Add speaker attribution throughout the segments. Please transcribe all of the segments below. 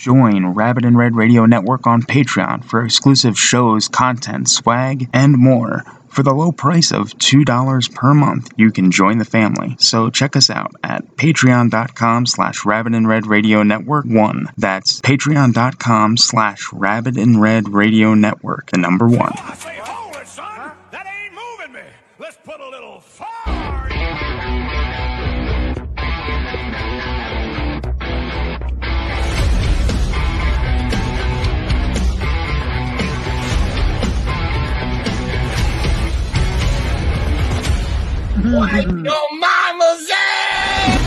Speaker 1: Join Rabbit and Red Radio Network on Patreon for exclusive shows, content, swag, and more. For the low price of $2 per month, you can join the family. So check us out at patreon.com slash rabbit and red radio network 1. That's patreon.com slash rabbit and red radio network, the number 1.
Speaker 2: I say, hold it, son. That ain't moving me. Let's put a little fire.
Speaker 3: Your mama's ass!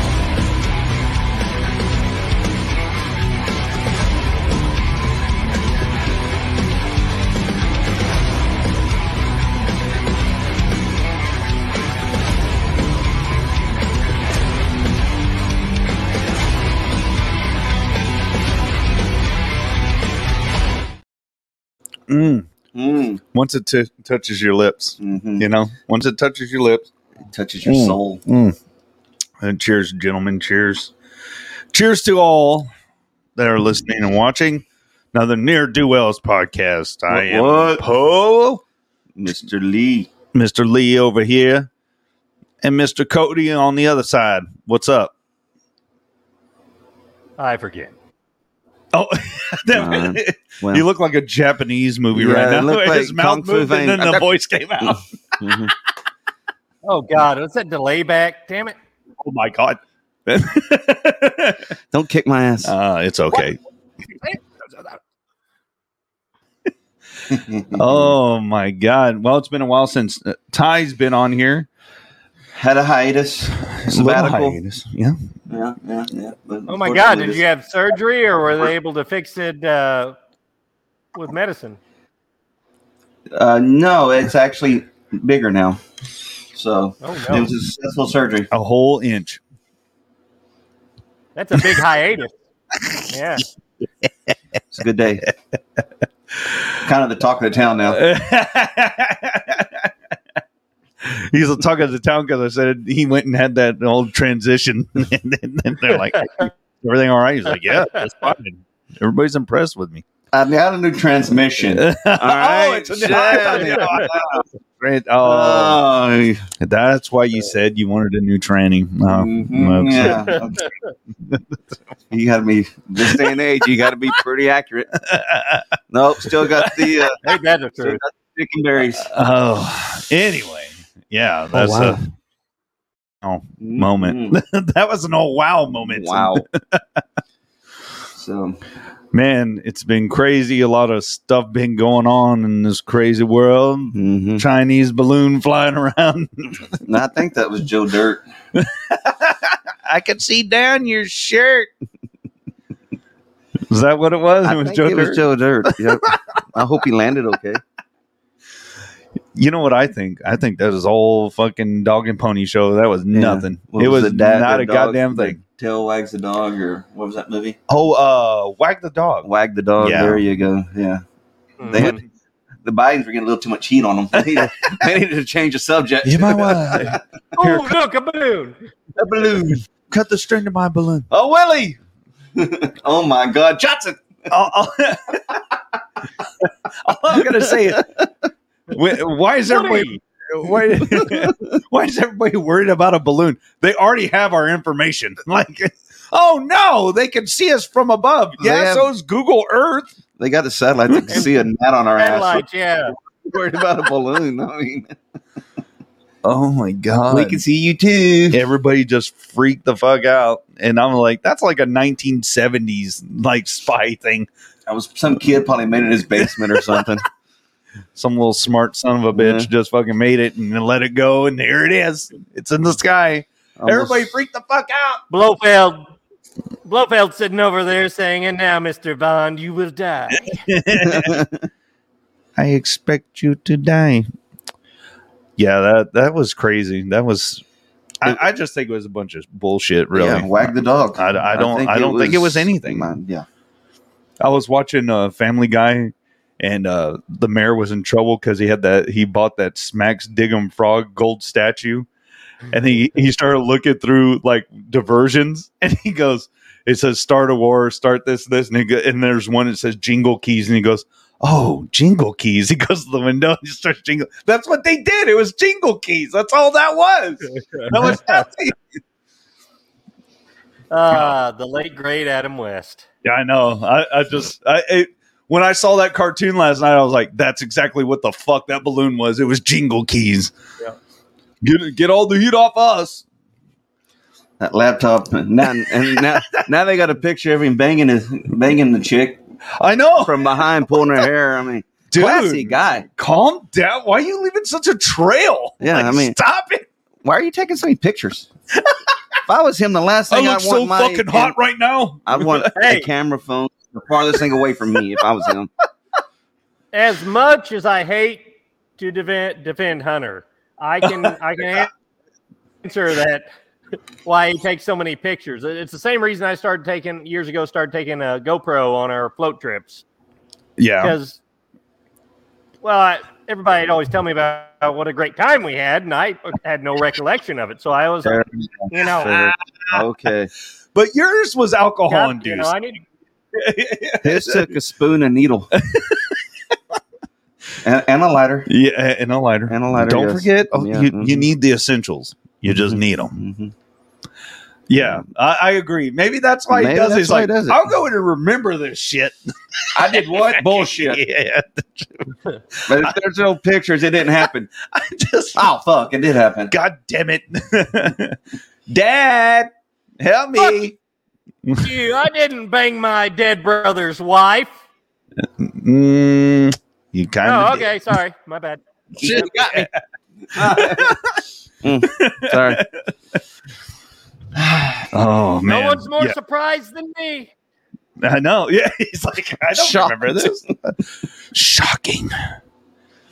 Speaker 4: Mm.
Speaker 5: Mm,
Speaker 4: Once it t- touches your lips,
Speaker 5: mhm.
Speaker 4: you know, once it touches your lips.
Speaker 5: It touches your
Speaker 4: Mm.
Speaker 5: soul.
Speaker 4: Mm. And cheers, gentlemen. Cheers. Cheers to all that are listening and watching. Another Near Do Wells podcast. I am
Speaker 5: What?
Speaker 4: Poe,
Speaker 5: Mr. Lee.
Speaker 4: Mr. Lee over here, and Mr. Cody on the other side. What's up?
Speaker 6: I forget.
Speaker 4: Oh,
Speaker 5: Uh, well.
Speaker 4: you look like a Japanese movie
Speaker 5: Yeah,
Speaker 4: right
Speaker 5: it
Speaker 4: now.
Speaker 5: looked
Speaker 4: His
Speaker 5: like Kung
Speaker 4: mouth
Speaker 5: Fu
Speaker 4: moved and
Speaker 5: Vane.
Speaker 4: then the voice came out.
Speaker 5: Mhm.
Speaker 6: Oh God, what's that delay back? Damn it!
Speaker 4: Oh my god.
Speaker 5: Don't kick my ass.
Speaker 4: uh, it's okay.
Speaker 5: Mm-hmm. uh,
Speaker 4: Oh my god. Well, it's been a while since uh, Ty's been on here.
Speaker 5: Had a hiatus.
Speaker 4: Little
Speaker 5: Sabbatical.
Speaker 4: hiatus. Yeah.
Speaker 5: Yeah, yeah, yeah. But
Speaker 6: Oh my God,
Speaker 5: unfortunately
Speaker 6: did
Speaker 5: this-
Speaker 6: you have surgery or were they able to fix it uh, with medicine?
Speaker 5: Uh, no, it's actually bigger now. So
Speaker 6: Oh
Speaker 5: it
Speaker 6: no,
Speaker 5: was a successful surgery.
Speaker 4: A whole inch.
Speaker 6: that's a big hiatus. Yeah,
Speaker 5: It's a good day. kind of the talk of the town now.
Speaker 4: He's a talk of the town because I said he went and had that old transition, and then, then they're like, "Everything all right?" He's like, "Yeah, that's fine." Everybody's impressed with me.
Speaker 5: I've got a new transmission.
Speaker 6: Uh,
Speaker 5: All
Speaker 6: oh,
Speaker 5: right.
Speaker 4: it's a-
Speaker 5: shit.
Speaker 4: Grant- oh,
Speaker 5: Oh,
Speaker 4: that's why you said you wanted a new tranny. Oh, oops.
Speaker 5: mhm, yeah. you got to be this day and age. You got to be pretty accurate. Nope, still got the uh,
Speaker 6: ain't that the
Speaker 5: still
Speaker 6: truth?
Speaker 5: got the chicken berries.
Speaker 4: Oh, anyway, yeah, that's
Speaker 5: Oh, wow. Mm.
Speaker 4: a oh, moment. that was an old wow moment.
Speaker 5: Mm-hmm. Wow. so
Speaker 4: man, it's been crazy. A lot of stuff been going on in this crazy world.
Speaker 5: mhm.
Speaker 4: Chinese balloon flying around.
Speaker 5: And I think that was Joe Dirt.
Speaker 4: I could see down your shirt. Is that what it was?
Speaker 5: I
Speaker 4: It was
Speaker 5: think
Speaker 4: Joe
Speaker 5: it was
Speaker 4: Dirt?
Speaker 5: Joe Dirt. Yep. I hope he landed okay.
Speaker 4: you know what I think? I think that was all fucking dog and pony show. That was
Speaker 5: Yeah.
Speaker 4: nothing.
Speaker 5: What
Speaker 4: it was
Speaker 5: the da-
Speaker 4: not
Speaker 5: the
Speaker 4: a
Speaker 5: dog-
Speaker 4: goddamn thing.
Speaker 5: Tail wags the dog, or what was that movie?
Speaker 4: Oh, uh, wag the dog.
Speaker 5: Wag the dog.
Speaker 4: Yeah.
Speaker 5: There you go. Yeah. They had,
Speaker 6: Hmm.
Speaker 5: the Bidens were getting a little too much heat on them. They needed, they needed to change the subject.
Speaker 4: You might want to
Speaker 6: Oh look, a balloon!
Speaker 5: a balloon.
Speaker 4: cut the string to my balloon.
Speaker 5: Oh Willie. oh my God, Johnson.
Speaker 4: All, all- all Oh, I'm gonna say is, wh- why is everybody
Speaker 6: Woody,
Speaker 4: why, why is everybody worried about a balloon? They already have our information. Like, oh no, they can see us from above.
Speaker 5: They
Speaker 4: yeah,
Speaker 5: have-
Speaker 4: so's Google Earth.
Speaker 5: They got the satellite that can see a gnat on our ass.
Speaker 6: satellites, yeah.
Speaker 5: Worried about a balloon. I mean,
Speaker 4: Oh my god,
Speaker 5: we can see you too.
Speaker 4: everybody just freaked the fuck out, and I'm like, that's like a 1970s like spy thing.
Speaker 5: I was some kid probably made it in his basement or something.
Speaker 4: some little smart son of a bitch
Speaker 5: Yeah.
Speaker 4: just fucking made it and then let it go, and there it is. It's in the sky. Everybody
Speaker 5: Almost-
Speaker 4: freaked the fuck out.
Speaker 6: Blofeld. Blofeld sitting over there saying, "And now, Mister Bond, you will die."
Speaker 4: I expect you to die. Yeah, that that was crazy. That was. I, I just think it was a bunch of bullshit. Really,
Speaker 5: Yeah, wag the dog.
Speaker 4: I- I don't- I don't think it was anything.
Speaker 5: Mine, yeah.
Speaker 4: I was watching uh, Family Guy, and uh, the mayor was in trouble because he had that he bought that Smacks Diggum Frog gold statue, and he he started looking through like diversions, and he goes, it says start a war, start this, this, and, he go, and there's one that says jingle keys, and he goes, oh, jingle keys. He goes to the window and he starts jingle. That's what they did. It was jingle keys. That's all that was. That was nothing.
Speaker 6: Ah, the late great Adam West.
Speaker 4: Yeah, I know. I, I just I it, when I saw that cartoon last night, I was like, "That's exactly what the fuck that balloon was. It was jingle keys.
Speaker 6: Yeah.
Speaker 4: Get get all the heat off us."
Speaker 5: That laptop. Now, and now, now they got a picture of him banging his banging the chick
Speaker 4: I know.
Speaker 5: from behind, pulling her hair. I mean,
Speaker 4: Dude.
Speaker 5: classy guy.
Speaker 4: Calm down. Why are you leaving such a trail?
Speaker 5: Yeah, I mean-
Speaker 4: stop it.
Speaker 5: Why are you taking so many pictures? if I was him, the last
Speaker 4: I
Speaker 5: thing I
Speaker 4: look
Speaker 5: would
Speaker 4: so
Speaker 5: want my
Speaker 4: fucking hot right now.
Speaker 5: I want
Speaker 6: Hey.
Speaker 5: a camera phone the farthest thing away from me. If I was him,
Speaker 6: As much as I hate to defend, defend Hunter, I can I can answer that why he takes so many pictures. It- It's the same reason I started taking years ago. Started taking a GoPro on our float trips
Speaker 4: Yeah.
Speaker 6: because well I, everybody would always tell me about what a great time we had and i had no recollection of it so i was
Speaker 5: Fair.
Speaker 6: you know
Speaker 5: Fair. okay.
Speaker 4: But yours was alcohol
Speaker 6: God, you know,
Speaker 4: induced.
Speaker 6: i need
Speaker 5: His took a spoon and needle, and, and a lighter.
Speaker 4: yeah, and a lighter.
Speaker 5: And a lighter,
Speaker 4: Don't
Speaker 5: yes.
Speaker 4: forget, oh,
Speaker 5: Yeah,
Speaker 4: you, you
Speaker 5: mhm.
Speaker 4: need the essentials. You just need them.
Speaker 5: Mhm.
Speaker 4: Yeah, I, I agree. Maybe that's why he
Speaker 5: Maybe
Speaker 4: does it.
Speaker 5: that's
Speaker 4: He's
Speaker 5: why
Speaker 4: like,
Speaker 5: he does it.
Speaker 4: I'm going to remember this shit.
Speaker 5: I did what bullshit?
Speaker 4: yeah.
Speaker 5: But if there's no pictures, it didn't happen.
Speaker 4: I just,
Speaker 5: Oh fuck, it did happen.
Speaker 4: God damn it. Dad, help me.
Speaker 6: you i didn't bang my dead brother's wife
Speaker 4: Mm, you kind of.
Speaker 6: oh okay sorry my bad
Speaker 5: Shit, got me. Mm, sorry.
Speaker 4: Oh, man.
Speaker 6: no one's more
Speaker 4: Yeah.
Speaker 6: surprised than me
Speaker 4: I know. Yeah. He's like, I don't
Speaker 5: Shocked.
Speaker 4: remember this. shocking.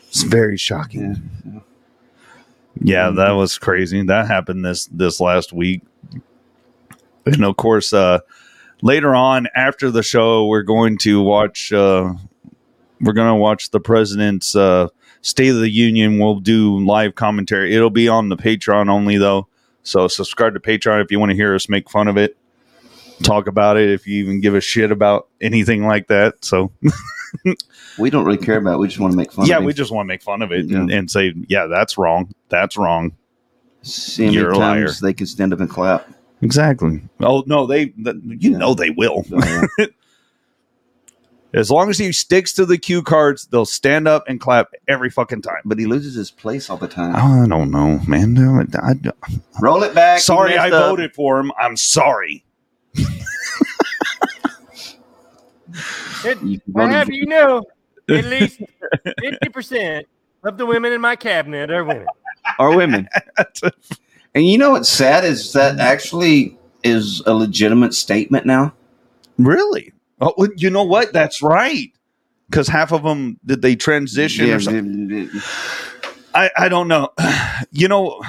Speaker 4: It's very shocking. Yeah, that was crazy. That happened this this last week. And of course, uh later on after the show, we're going to watch uh we're gonna watch the president's uh State of the Union. We'll do live commentary. It'll be on the Patreon only though. So subscribe to Patreon if you want to hear us make fun of it, talk about it, if you even give a shit about anything like that. So
Speaker 5: We don't really care about. it. We just want to make fun.
Speaker 4: yeah,
Speaker 5: of
Speaker 4: we
Speaker 5: him.
Speaker 4: just want to make fun of it and, and say, yeah, that's wrong. That's wrong.
Speaker 5: See how many
Speaker 4: you're a liar.
Speaker 5: times they can stand up and clap.
Speaker 4: Exactly. Oh no, they th- you
Speaker 5: Yeah.
Speaker 4: know they will.
Speaker 5: So, yeah.
Speaker 4: As long as he sticks to the cue cards, they'll stand up and clap every fucking time.
Speaker 5: but he loses his place all the time.
Speaker 4: I don't know, man. No, I-
Speaker 5: Roll it
Speaker 4: I-
Speaker 5: back.
Speaker 4: sorry,
Speaker 5: You
Speaker 4: I
Speaker 5: messed up.
Speaker 4: voted for him. I'm sorry.
Speaker 6: it,
Speaker 5: You can
Speaker 6: i
Speaker 5: vote
Speaker 6: have
Speaker 5: for-
Speaker 6: you know at least 50% of the women in my cabinet are women
Speaker 5: Or women. and you know what's sad is that actually is a legitimate statement now.
Speaker 4: Really? Oh, well, you know what? That's right. Because half of them did they transition
Speaker 5: Yeah,
Speaker 4: or something?
Speaker 5: d- d-
Speaker 4: I, I don't know. You know,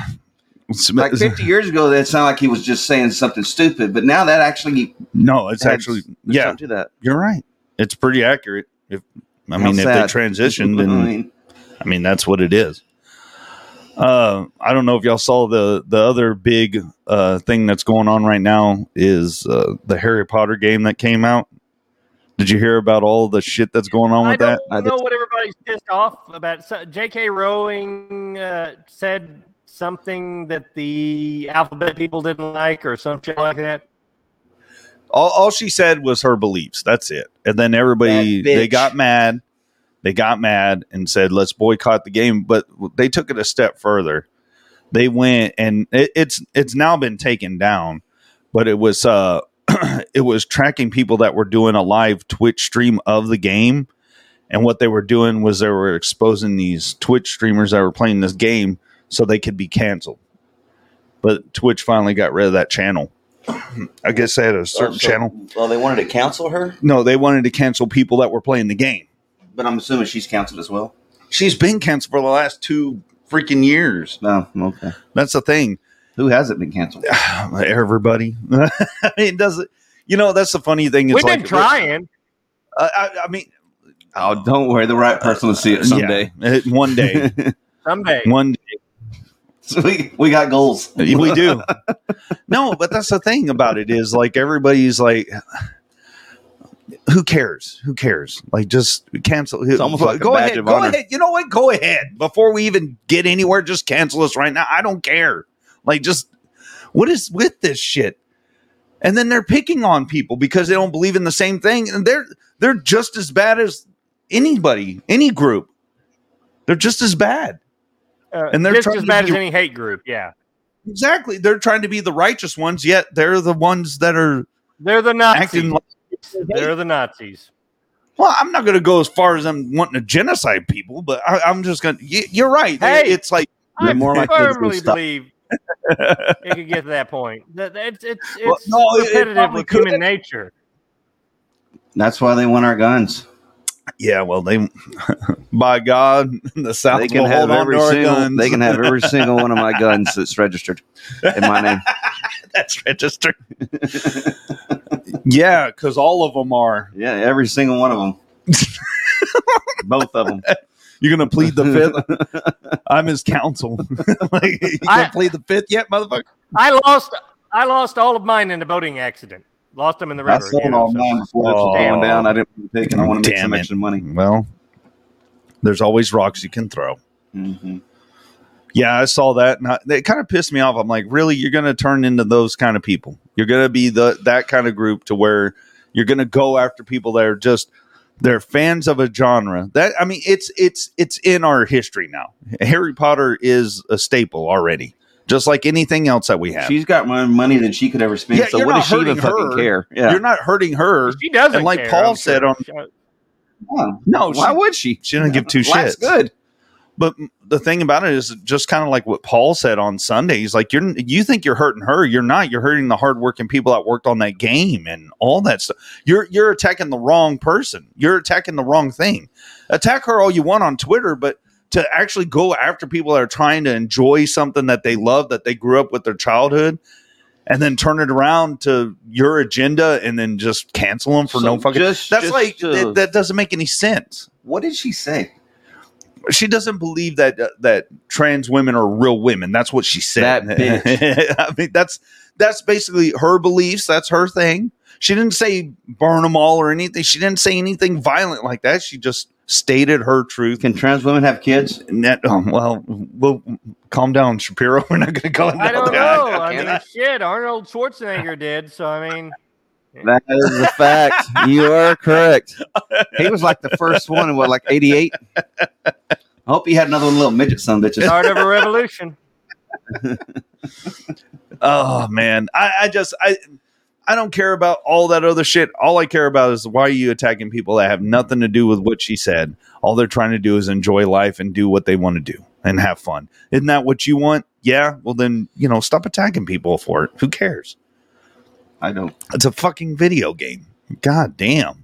Speaker 5: like 50 years ago, that sounded like he was just saying something stupid, but now that actually
Speaker 4: no, it's
Speaker 5: adds-
Speaker 4: actually
Speaker 5: there's
Speaker 4: yeah.
Speaker 5: something to that.
Speaker 4: You're right. It's pretty accurate. If I mean, if
Speaker 5: sad.
Speaker 4: they transitioned,
Speaker 5: I
Speaker 4: and
Speaker 5: mean,
Speaker 4: I mean that's what it is. Uh, I don't know if y'all saw the the other big uh, thing that's going on right now is uh, the Harry Potter game that came out. Did you hear about all the shit that's going on
Speaker 6: I
Speaker 4: with that?
Speaker 6: don't
Speaker 5: I did-
Speaker 6: know what everybody's pissed off about. So, J.K. Rowling uh, said something that the alphabet people didn't like, or some shit like that.
Speaker 4: All, all she said was her beliefs. That's it. And then everybody
Speaker 5: That bitch.
Speaker 4: they got mad. They got mad and said, "Let's boycott the game." But they took it a step further. They went and it, it's it's now been taken down, but it was uh it was tracking people that were doing a live Twitch stream of the game. And what they were doing was they were exposing these Twitch streamers that were playing this game so they could be canceled. But Twitch finally got rid of that channel. I guess they had a certain
Speaker 5: so-
Speaker 4: channel.
Speaker 5: Well, they wanted to counsel her,
Speaker 4: No, they wanted to cancel people that were playing the game.
Speaker 5: but I'm assuming she's counseled as well.
Speaker 4: She's been canceled for the last two freaking years.
Speaker 5: No, okay.
Speaker 4: That's the thing.
Speaker 5: Who hasn't been canceled?
Speaker 4: Everybody. it doesn't. You know, that's the funny thing. It's
Speaker 6: We've
Speaker 4: like,
Speaker 6: been trying.
Speaker 4: Uh, I, I mean,
Speaker 5: Oh, don't worry. The right person will see it someday.
Speaker 4: yeah, it- one day,
Speaker 6: Someday,
Speaker 4: one day.
Speaker 5: So we, we got goals.
Speaker 4: we do. No, but that's the thing about it is like everybody's like, who cares? Who cares? Like just cancel. It's
Speaker 5: almost like a
Speaker 4: go
Speaker 5: badge
Speaker 4: ahead.
Speaker 5: of
Speaker 4: go
Speaker 5: honor.
Speaker 4: ahead. You know what? Go ahead before we even get anywhere. Just cancel us right now. I don't care. Like just what is with this shit? And then they're picking on people because they don't believe in the same thing, and they're they're just as bad as anybody, any group. They're just as bad.
Speaker 6: Uh,
Speaker 4: And they're
Speaker 6: just
Speaker 4: trying
Speaker 6: as
Speaker 4: to
Speaker 6: bad
Speaker 4: be-
Speaker 6: as any hate group. Yeah,
Speaker 4: Exactly. They're trying to be the righteous ones, yet they're the ones that are
Speaker 6: they're the Nazis.
Speaker 4: acting like.
Speaker 6: They're the Nazis.
Speaker 4: Well, I'm not going to go as far as I'm wanting to genocide people, but I, I'm just going to. You're right.
Speaker 6: Hey.
Speaker 4: It's like,
Speaker 6: I
Speaker 5: They're more like kids
Speaker 6: firmly
Speaker 5: with stuff.
Speaker 6: believe it could get to that point. That- that- It's it's
Speaker 4: Well,
Speaker 6: it's
Speaker 4: no, it- it
Speaker 6: repetitive
Speaker 4: probably
Speaker 6: with human
Speaker 4: could.
Speaker 6: nature.
Speaker 5: That's why they want our guns.
Speaker 4: yeah, well, they, by God, the South
Speaker 5: They can
Speaker 4: will
Speaker 5: have
Speaker 4: hold on to
Speaker 5: every
Speaker 4: our
Speaker 5: single.
Speaker 4: guns.
Speaker 5: They can have every single one of my guns that's registered in my name.
Speaker 4: That's registered. yeah, because all of them are.
Speaker 5: Yeah, every single one of them. Both of them.
Speaker 4: You're going to plead the fifth. I'm his counsel. like, you
Speaker 6: I-
Speaker 4: can't plead the fifth yet, motherfucker.
Speaker 6: I lost I lost all of mine in a boating accident. Lost them in the
Speaker 5: I
Speaker 6: river. you
Speaker 5: sold
Speaker 6: know,
Speaker 5: all
Speaker 6: so-
Speaker 5: mine before it was
Speaker 4: Oh.
Speaker 5: going down. I didn't want to take it. I want to make
Speaker 4: Damn
Speaker 5: some
Speaker 4: it.
Speaker 5: extra money.
Speaker 4: Well, there's always rocks you can throw.
Speaker 5: Mhm.
Speaker 4: Yeah, I saw that, and I, it kind of pissed me off. I'm like, really, you're going to turn into those kind of people? You're going to be the that kind of group to where you're going to go after people that are just they're fans of a genre. That I mean, it's it's it's in our history now. Harry Potter is a staple already, just like anything else that we have.
Speaker 5: She's got more money than she could ever spend.
Speaker 4: Yeah,
Speaker 5: so
Speaker 4: you're
Speaker 5: what
Speaker 4: not
Speaker 5: does she even
Speaker 4: hurting her.
Speaker 5: fucking care? Yeah.
Speaker 4: You're not hurting her.
Speaker 6: She doesn't.
Speaker 4: And like
Speaker 6: care,
Speaker 4: Paul
Speaker 6: I'm
Speaker 4: said
Speaker 6: sure.
Speaker 4: on-
Speaker 6: She-
Speaker 5: Yeah.
Speaker 4: No,
Speaker 5: Why
Speaker 4: she-
Speaker 5: would she?
Speaker 4: She doesn't give two
Speaker 5: Life's
Speaker 4: shits.
Speaker 5: good.
Speaker 4: But the thing about it is just kind of like what Paul said on Sunday. He's like, you're you think you're hurting her. You're not. You're hurting the hardworking people that worked on that game and all that stuff. You're you're attacking the wrong person. You're attacking the wrong thing. Attack her all you want on Twitter, but to actually go after people that are trying to enjoy something that they love that they grew up with their childhood and then turn it around to your agenda and then just cancel them for
Speaker 5: So
Speaker 4: no fucking
Speaker 5: just-
Speaker 4: that's
Speaker 5: just,
Speaker 4: like
Speaker 5: uh,
Speaker 4: that, that doesn't make any sense
Speaker 5: What did she say?
Speaker 4: she doesn't believe that uh, that trans women are real women. That's what she said.
Speaker 5: That bitch.
Speaker 4: I mean, that's that's basically her beliefs. That's her thing. She didn't say burn them all or anything. She didn't say anything violent like that. She just stated her truth.
Speaker 5: Can trans women have kids?
Speaker 4: And that, um, well, well, calm down, Shapiro. We're not going to go into all
Speaker 6: I don't
Speaker 4: that.
Speaker 6: know. I,
Speaker 5: can
Speaker 6: mean,
Speaker 5: I?
Speaker 6: shit. Arnold Schwarzenegger did. So I mean,
Speaker 5: That is a fact. you are correct. He was like the first one in what, like '88. I hope he had another little midget son bitches.
Speaker 6: start of a revolution.
Speaker 4: Oh man, I, I just I I don't care about all that other shit. All I care about is why are you attacking people that have nothing to do with what she said. All they're trying to do is enjoy life and do what they want to do and have fun. Isn't that what you want? Yeah. Well, then you know, stop attacking people for it. Who cares?
Speaker 5: I don't.
Speaker 4: It's a fucking video game. God damn.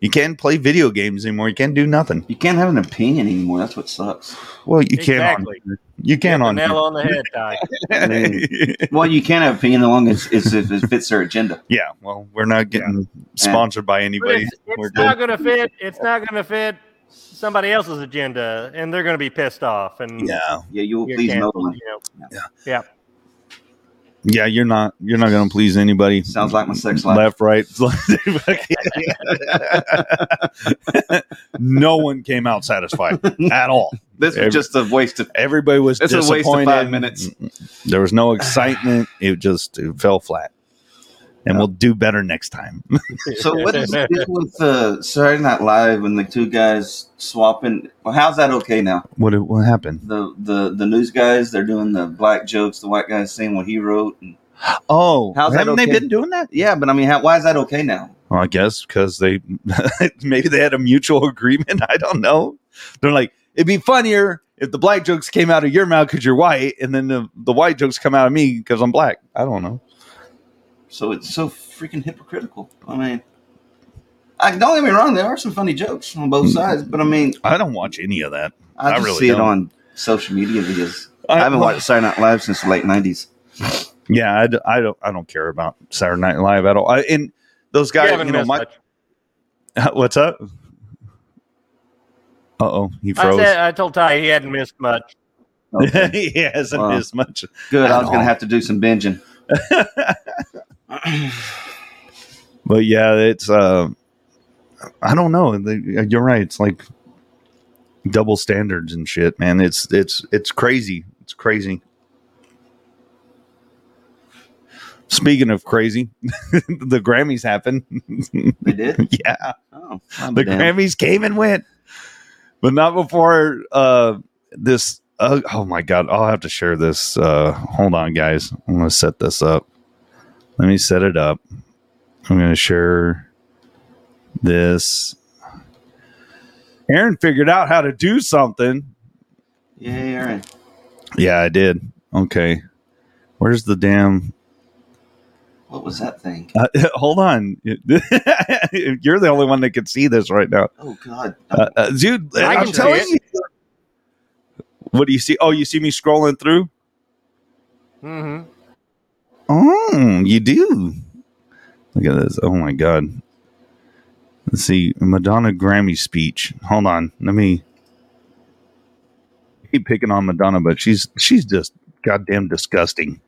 Speaker 4: You can't play video games anymore. You can't do nothing.
Speaker 5: You can't have an opinion anymore. That's what sucks.
Speaker 4: Well, you
Speaker 6: Exactly.
Speaker 4: can on you can
Speaker 6: The
Speaker 4: on
Speaker 6: nail on the head, Ty.
Speaker 5: Well, you can't have opinion as long as it's, if it fits their agenda.
Speaker 4: yeah. Well, we're not getting sponsored by
Speaker 6: But
Speaker 4: anybody.
Speaker 6: it's,
Speaker 4: We're
Speaker 6: it's
Speaker 4: good.
Speaker 6: not going to fit. It's not going to fit somebody else's agenda, and they're going to be pissed off. And
Speaker 4: Yeah.
Speaker 5: Yeah, you will
Speaker 6: you're
Speaker 5: please no
Speaker 6: canceled,
Speaker 5: one.
Speaker 6: you know.
Speaker 4: Yeah, you're not you're not gonna please anybody.
Speaker 5: Sounds like my sex life.
Speaker 4: Left, right. no one came out satisfied at all.
Speaker 5: This
Speaker 4: Every-
Speaker 5: was just a waste of.
Speaker 4: Everybody was
Speaker 5: It's a waste of
Speaker 4: disappointed.
Speaker 5: five minutes.
Speaker 4: There was no excitement. It just it fell flat. And we'll do better next time.
Speaker 5: So what is it with uh, Saturday Night Live and the two guys swapping? Well, how's that okay now?
Speaker 4: what what happened?
Speaker 5: The the the news guys they're doing the black jokes. The white guys saying what he wrote. And,
Speaker 4: Oh,
Speaker 5: How's that
Speaker 4: haven't
Speaker 5: okay?
Speaker 4: they been doing that?
Speaker 5: yeah, but I mean, how, why is that okay now?
Speaker 4: Well, I guess because they maybe they had a mutual agreement. I don't know. They're like, it'd be funnier if the black jokes came out of your mouth because you're white, and then the, the white jokes come out of me because I'm black. I don't know.
Speaker 5: So it's so freaking hypocritical. I mean, I, don't get me wrong. There are some funny jokes on both sides, but I mean,
Speaker 4: I don't watch any of that.
Speaker 5: I
Speaker 4: I
Speaker 5: just
Speaker 4: really
Speaker 5: see it
Speaker 4: don't.
Speaker 5: on social media videos.
Speaker 4: I-
Speaker 5: I haven't watched Saturday Night Live since the late nineties.
Speaker 4: Yeah, I, d- I don't. I don't care about Saturday Night Live at all. I, and those
Speaker 6: You
Speaker 4: guys, you,
Speaker 6: haven't
Speaker 4: know,
Speaker 6: missed
Speaker 4: my,
Speaker 6: much.
Speaker 4: what's up? Uh oh, he
Speaker 6: I,
Speaker 4: froze.
Speaker 6: said, I told Ty he hadn't missed much.
Speaker 5: Okay.
Speaker 4: he hasn't
Speaker 5: Wow.
Speaker 4: as much.
Speaker 5: Good. I
Speaker 4: At
Speaker 5: was going
Speaker 4: all.
Speaker 5: to have to do some binging.
Speaker 4: But yeah, it's uh, I don't know. The- You're right. It's like double standards and shit, man. It's it's it's crazy. It's crazy. Speaking of crazy, the Grammys happened.
Speaker 5: They did.
Speaker 4: yeah.
Speaker 5: Oh, I'm
Speaker 4: the
Speaker 5: damn.
Speaker 4: Grammys came and went, but not before uh, this. Uh, oh my God! I'll have to share this. Uh, hold on, guys. I'm going to set this up. Let me set it up. I'm going to share this. Aaron figured out how to do something.
Speaker 5: Yay, Aaron.
Speaker 4: Yeah, I did. Okay. Where's the damn?
Speaker 5: What was that thing?
Speaker 4: Uh, hold on. You're the only one that can see this right now.
Speaker 5: Oh God.
Speaker 4: Uh, uh, dude,
Speaker 6: I
Speaker 4: I am
Speaker 6: can see
Speaker 4: telling
Speaker 6: it.
Speaker 4: you. What do you see? Oh, you see me scrolling through?
Speaker 6: hmm
Speaker 4: Oh, you do. Look at this. Oh my god. Let's see. Madonna Grammy speech. Hold on. Let me I keep picking on Madonna, but she's she's just goddamn disgusting.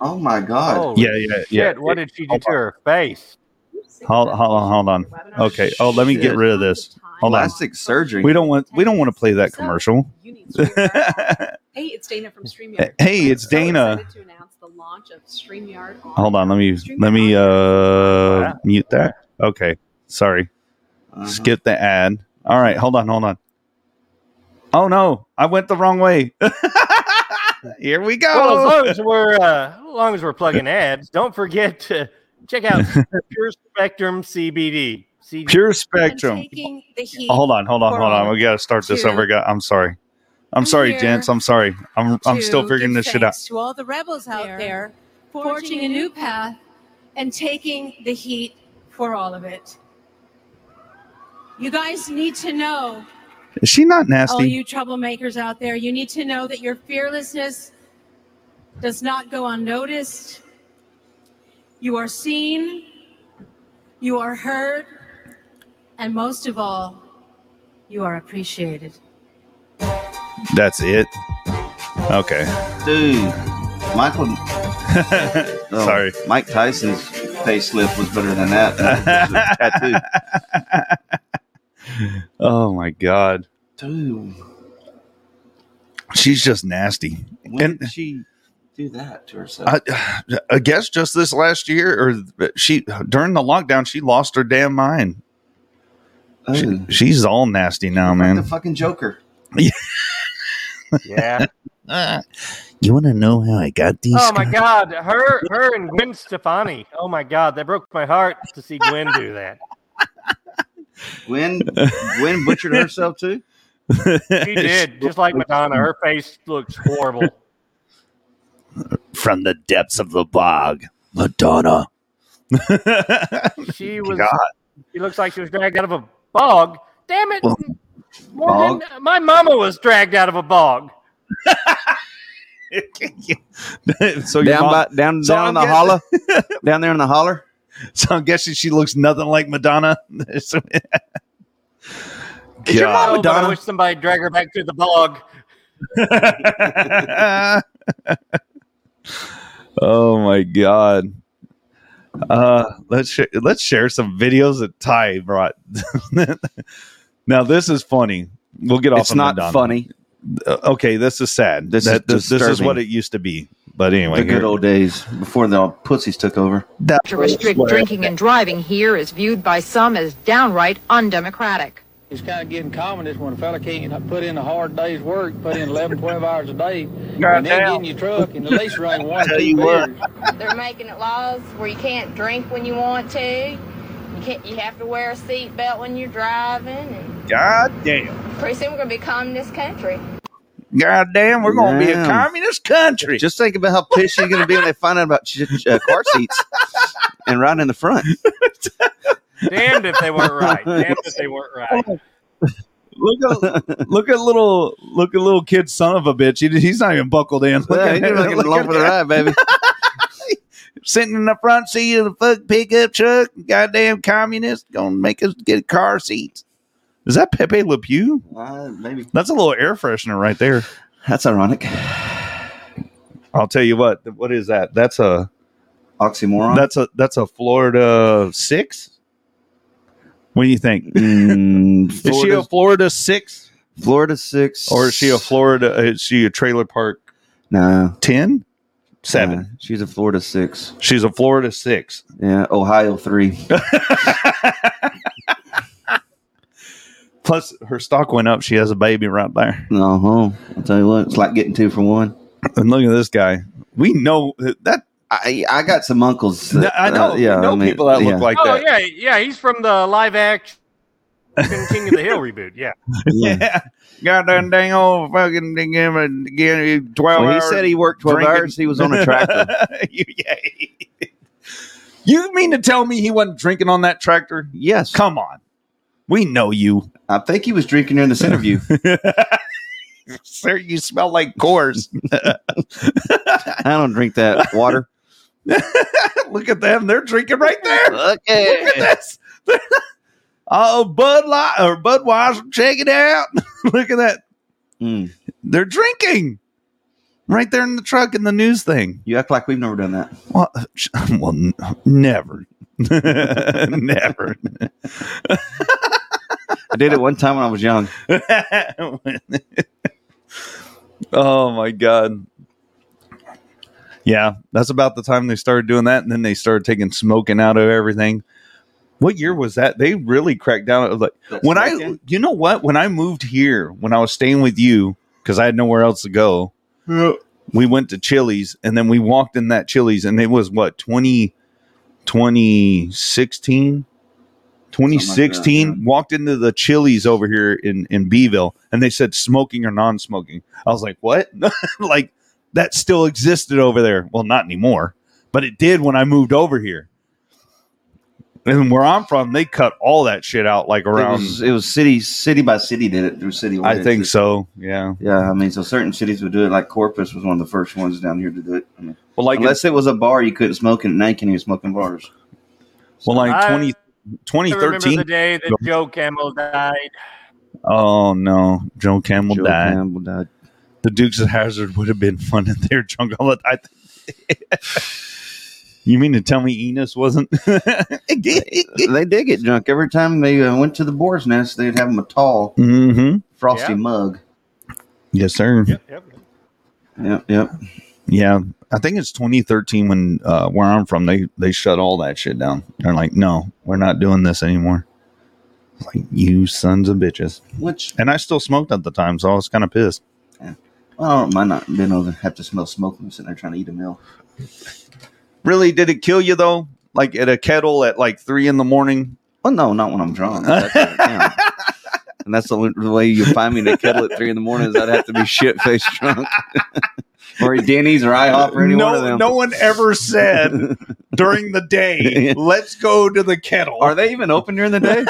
Speaker 5: Oh my God.
Speaker 4: Yeah, yeah, yeah. Oh,
Speaker 6: Shit, what did she do to her face?
Speaker 4: Hold- hold on, hold on. Okay. Oh, let me get rid of this. Hold on.
Speaker 5: Plastic surgery.
Speaker 4: We don't want we don't want to play that commercial.
Speaker 7: You need StreamYard. hey, it's Dana from StreamYard.
Speaker 4: Hey, it's
Speaker 7: So
Speaker 4: Dana.
Speaker 7: excited to announce the launch of StreamYard on-
Speaker 4: Hold on, let me let me uh mute that. Okay. Sorry.
Speaker 5: Uh-huh.
Speaker 4: Skip the ad. All right, hold on, hold on. Oh no, I went the wrong way. Here we
Speaker 6: Well, as
Speaker 4: go.
Speaker 6: long as we're uh, as long as we're plugging ads, don't forget to check out Pure Spectrum CBD. CD.
Speaker 4: Pure
Speaker 7: and
Speaker 4: Spectrum. Oh,
Speaker 7: Taking the heat.
Speaker 4: Hold on, hold on, hold on. We gotta start this
Speaker 7: Two.
Speaker 4: over. Got- I'm sorry. I'm
Speaker 7: I'm
Speaker 4: sorry,
Speaker 7: here
Speaker 4: gents. I'm sorry. I'm I'm still
Speaker 7: to
Speaker 4: figuring
Speaker 7: give
Speaker 4: this shit out.
Speaker 7: thanks To all the rebels out there, forging,
Speaker 8: forging
Speaker 7: a new path and taking the heat for all of it. You guys need to know,
Speaker 4: Is she not
Speaker 7: all
Speaker 4: nasty?
Speaker 7: Oh, you troublemakers out there, you need to know that your fearlessness does not go unnoticed. You are seen, you are heard, and most of all, you are appreciated.
Speaker 4: That's it. Okay.
Speaker 5: dude. Michael. Oh,
Speaker 4: Sorry.
Speaker 5: Mike Tyson's facelift was better than that. That was just a
Speaker 4: Oh my god.
Speaker 5: tattoo.
Speaker 4: She's just nasty.
Speaker 5: Dude, when
Speaker 4: And-
Speaker 5: did she do that to herself?
Speaker 4: I, I guess just this last year, or she during the lockdown, she lost her damn mind.
Speaker 5: oh,
Speaker 4: She-
Speaker 5: like
Speaker 4: she's all nasty now,
Speaker 5: the
Speaker 4: man.
Speaker 5: fucking Joker.
Speaker 6: Yeah.
Speaker 4: Ah, you want to know how I got these?
Speaker 6: Oh my
Speaker 4: scars?
Speaker 6: God, her, her, and Gwen Stefani. Oh my God, that broke my heart to see Gwen do that.
Speaker 5: Gwen. Gwen butchered herself too.
Speaker 6: She did, just like Madonna. Her face looks horrible.
Speaker 4: From the depths of the bog, Madonna.
Speaker 6: She was.
Speaker 4: God.
Speaker 6: She looks like she was dragged out of a bog. Damn it, Morgan!
Speaker 5: Bog?
Speaker 6: My mama was dragged out of a bog.
Speaker 4: so your
Speaker 5: down
Speaker 4: mom,
Speaker 5: by, down
Speaker 4: so
Speaker 5: down
Speaker 4: I'm
Speaker 5: in the
Speaker 4: guessing-
Speaker 5: holler, down there in the holler.
Speaker 4: so I'm guessing she looks nothing like Madonna.
Speaker 6: Did your
Speaker 4: God.
Speaker 6: mama oh, but
Speaker 5: Madonna.
Speaker 6: I wish somebody drag her back to the bog.
Speaker 4: oh my god. Uh let's sh- let's share some videos that Ty brought. now this is funny. We'll get off
Speaker 5: It's
Speaker 4: on
Speaker 5: not
Speaker 4: Madonna.
Speaker 5: funny.
Speaker 4: Uh, okay, this is sad.
Speaker 5: This
Speaker 4: This
Speaker 5: is
Speaker 4: this, this is
Speaker 5: disturbing.
Speaker 4: what it used to be. But anyway,
Speaker 5: the good
Speaker 4: here-
Speaker 5: old days before the pussies took over.
Speaker 9: To restrict drinking and driving here is viewed by some as downright undemocratic.
Speaker 10: It's kind of getting common is when a fella can't put in a hard day's work, put in 11, 12 hours a day, and then get in your truck and at least run one or two beers.
Speaker 8: They're making it laws where you can't drink when you want to. You can't. You have to wear a seatbelt when you're driving. And
Speaker 4: God damn.
Speaker 8: pretty soon we're gonna be calling this country.
Speaker 4: God damn, we're gonna be a
Speaker 5: Damn.
Speaker 4: communist country.
Speaker 5: Just think about how pissed she's going to be when they find out about ch- ch- uh, car seats and riding in the front.
Speaker 6: Damned if they weren't right. Damned if they weren't right.
Speaker 4: look at look at little look at little kid son of a bitch. He, he's not even buckled in. Look
Speaker 5: Yeah,
Speaker 4: at
Speaker 5: he didn't
Speaker 4: him.
Speaker 5: look
Speaker 4: Look
Speaker 5: along
Speaker 4: at
Speaker 5: for the
Speaker 4: him.
Speaker 5: ride, baby.
Speaker 4: sitting in the front seat of the fuck pickup truck. Goddamn communist gonna make us get car seats. Is that Pepe Le Pew?
Speaker 5: Uh, maybe
Speaker 4: That's a little air freshener right there.
Speaker 5: That's ironic.
Speaker 4: I'll tell you what. What is that? That's a
Speaker 5: oxymoron.
Speaker 4: That's a that's a Florida six. What do you think? is she a
Speaker 5: Florida's-
Speaker 4: Florida six,
Speaker 5: Mm, Florida six,
Speaker 4: or is she a Florida? uh, Is she a trailer park
Speaker 5: no
Speaker 4: ten? Seven.
Speaker 5: Nah, she's a Florida six.
Speaker 4: She's a Florida six.
Speaker 5: Yeah, Ohio three.
Speaker 4: Plus, her stock went up. She has a baby right there.
Speaker 5: No, huh. Uh-huh. I'll tell you what, it's like getting two for one.
Speaker 4: And look at this guy. We know that.
Speaker 5: I I got some uncles. uh,
Speaker 4: No, I know- we know people that look like-
Speaker 6: oh
Speaker 4: that.
Speaker 6: yeah, yeah. He's from the live action King of the Hill reboot. Yeah.
Speaker 5: Yeah.
Speaker 4: Goddamn dang old fucking thing. Give him a- give him twelve.
Speaker 5: When he said he worked 12 hours, he was on a tractor.
Speaker 4: you, yeah. you mean to tell me he wasn't drinking on that tractor?
Speaker 5: Yes,
Speaker 4: Come on. We know you.
Speaker 5: I think he was drinking during this interview.
Speaker 4: Sir, you smell like Coors.
Speaker 5: I don't drink that water.
Speaker 4: Look at them. They're drinking right there.
Speaker 5: okay.
Speaker 4: Look at this. Oh, Bud Light or Budweiser, check it out. Look at that.
Speaker 5: Mm.
Speaker 4: They're drinking right there in the truck in the news thing.
Speaker 5: You act like we've never done that.
Speaker 4: Well, well n- never. never.
Speaker 5: I did it one time when I was young.
Speaker 4: oh my god. Yeah, that's about the time they started doing that, and then they started taking smoking out of everything. What year was that? They really cracked down. It was Like
Speaker 5: That's
Speaker 4: when I,
Speaker 5: smoking?
Speaker 4: you know what? When I moved here, when I was staying with you, because I had nowhere else to go, we went to Chili's, and then we walked in that Chili's, and it was what 20, 2016? 2016
Speaker 5: Something like that,
Speaker 4: walked into the Chili's over here in in Beeville and they said smoking or non-smoking. I was like, "What?" like that still existed over there. Well, not anymore, but it did when I moved over here. And where I'm from, they cut all that shit out like
Speaker 5: it
Speaker 4: around
Speaker 5: was, it was city city by city did it through city.
Speaker 4: I think
Speaker 5: ordinances.
Speaker 4: so. Yeah.
Speaker 5: Yeah, I mean, so certain cities would do it. Like Corpus was one of the first ones down here to do it. I mean,
Speaker 4: Well, like
Speaker 5: unless it was a bar, you couldn't smoke in. Now you can't even smoke in bars.
Speaker 4: well like
Speaker 6: I-
Speaker 4: 20
Speaker 6: I remember
Speaker 4: 2013.
Speaker 6: the day that Joe Camel died.
Speaker 4: oh no, Joe Campbell
Speaker 5: Joe
Speaker 4: died.
Speaker 5: Campbell died.
Speaker 4: the Dukes of Hazard would have been fun in their drunk all the time. you mean to tell me Enos wasn't? mm-hmm.
Speaker 5: they did get drunk every time they uh, went to the boar's nest. They'd have them a tall frosty
Speaker 6: Yeah.
Speaker 5: mug.
Speaker 4: Yes, sir.
Speaker 6: Yep, yep.
Speaker 5: Yep, yep.
Speaker 4: Yeah, I think it's 2013 when uh, where I'm from they they shut all that shit down. They're like, no, we're not doing this anymore. It's Like you sons of bitches,
Speaker 5: Which
Speaker 4: and I still smoked at the time, so I was kind of pissed.
Speaker 5: well, I don't mind not being able to have to smell smoke when I'm sitting there trying to eat a meal.
Speaker 4: Really, did it kill you though? Like at a kettle at like three in the morning.
Speaker 5: Well, no, not when I'm drunk. That's right, yeah. And that's the only the way you find me in a kettle at three in the morning is I'd have to be shit faced drunk. or at Denny's or IHOP or any one of
Speaker 4: Uh, No,
Speaker 5: them.
Speaker 4: no one ever said during the day, let's go to the kettle.
Speaker 5: Are they even open during the day?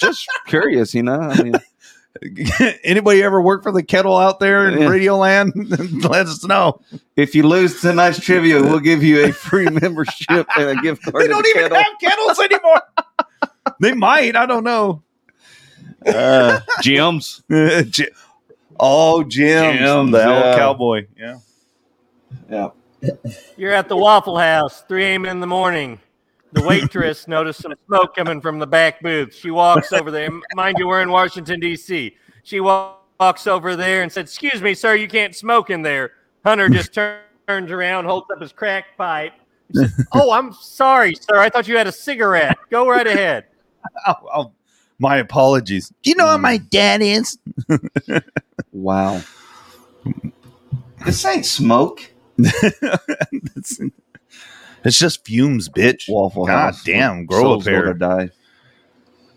Speaker 5: Just curious, you know. I mean,
Speaker 4: Anybody ever work for the kettle out there in
Speaker 5: Yeah.
Speaker 4: Radio Land? Let us know.
Speaker 5: if you lose tonight's trivia, we'll give you a free membership and a gift card.
Speaker 4: They
Speaker 5: to
Speaker 4: don't
Speaker 5: the
Speaker 4: even
Speaker 5: kettle.
Speaker 4: have kettles anymore. they might. I don't know.
Speaker 5: uh, gyms.
Speaker 4: J- oh, Jim,
Speaker 5: Jim's,
Speaker 4: the old
Speaker 5: yeah.
Speaker 4: cowboy. Yeah.
Speaker 5: Yeah.
Speaker 6: You're at the Waffle House, 3 a.m. in the morning. The waitress noticed some smoke coming from the back booth. She walks over there. Mind you, we're in Washington, D.C. She wa- walks over there and said, Excuse me, sir, you can't smoke in there. Hunter just tur- turns around, holds up his crack pipe. He says, oh, I'm sorry, sir. I thought you had a cigarette. Go right ahead.
Speaker 4: Oh, oh, my apologies. Do you know who my dad is?
Speaker 5: Wow. This ain't smoke.
Speaker 4: it's, it's just fumes, bitch.
Speaker 5: Waffle
Speaker 4: God
Speaker 5: House.
Speaker 4: damn, grow up
Speaker 5: Souls will
Speaker 4: here.
Speaker 5: die.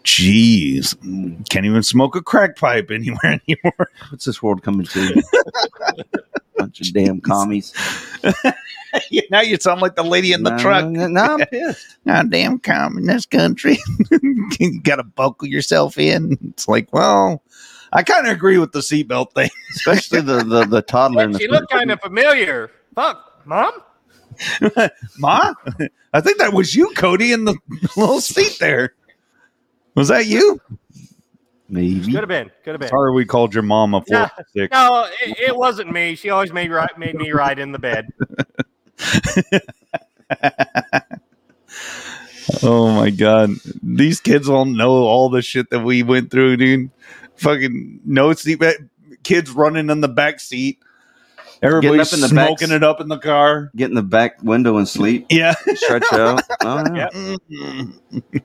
Speaker 4: Jeez. Can't even smoke a crack pipe anywhere anymore.
Speaker 5: What's this world coming to? Bunch of damn commies
Speaker 4: now you sound like the lady in the
Speaker 5: Nah,
Speaker 4: truck.
Speaker 5: nah, nah, I'm pissed.
Speaker 4: goddamn communist country. you got to buckle yourself in. It's like, well, I kind of agree with the seatbelt thing.
Speaker 5: Especially the the, the toddler. in the
Speaker 6: She looked kind of familiar. Fuck, mom?
Speaker 4: Ma, I think that was you, Cody, in the little seat there. Was that you?
Speaker 5: Maybe.
Speaker 6: Could have been. Could have been.
Speaker 4: Sorry, we called your mom a four
Speaker 6: No,
Speaker 4: six.
Speaker 6: no, it, it wasn't me. She always made right made me right in the bed.
Speaker 4: Oh my god, these kids all know all the shit that we went through, dude. Fucking no seat, kids running in the back seat. Everybody's
Speaker 5: up in the back
Speaker 4: smoking
Speaker 5: s-
Speaker 4: it up in the car.
Speaker 5: Get in the back window and sleep.
Speaker 4: Yeah, Mm-hmm.
Speaker 5: Stretch out. Oh, yeah.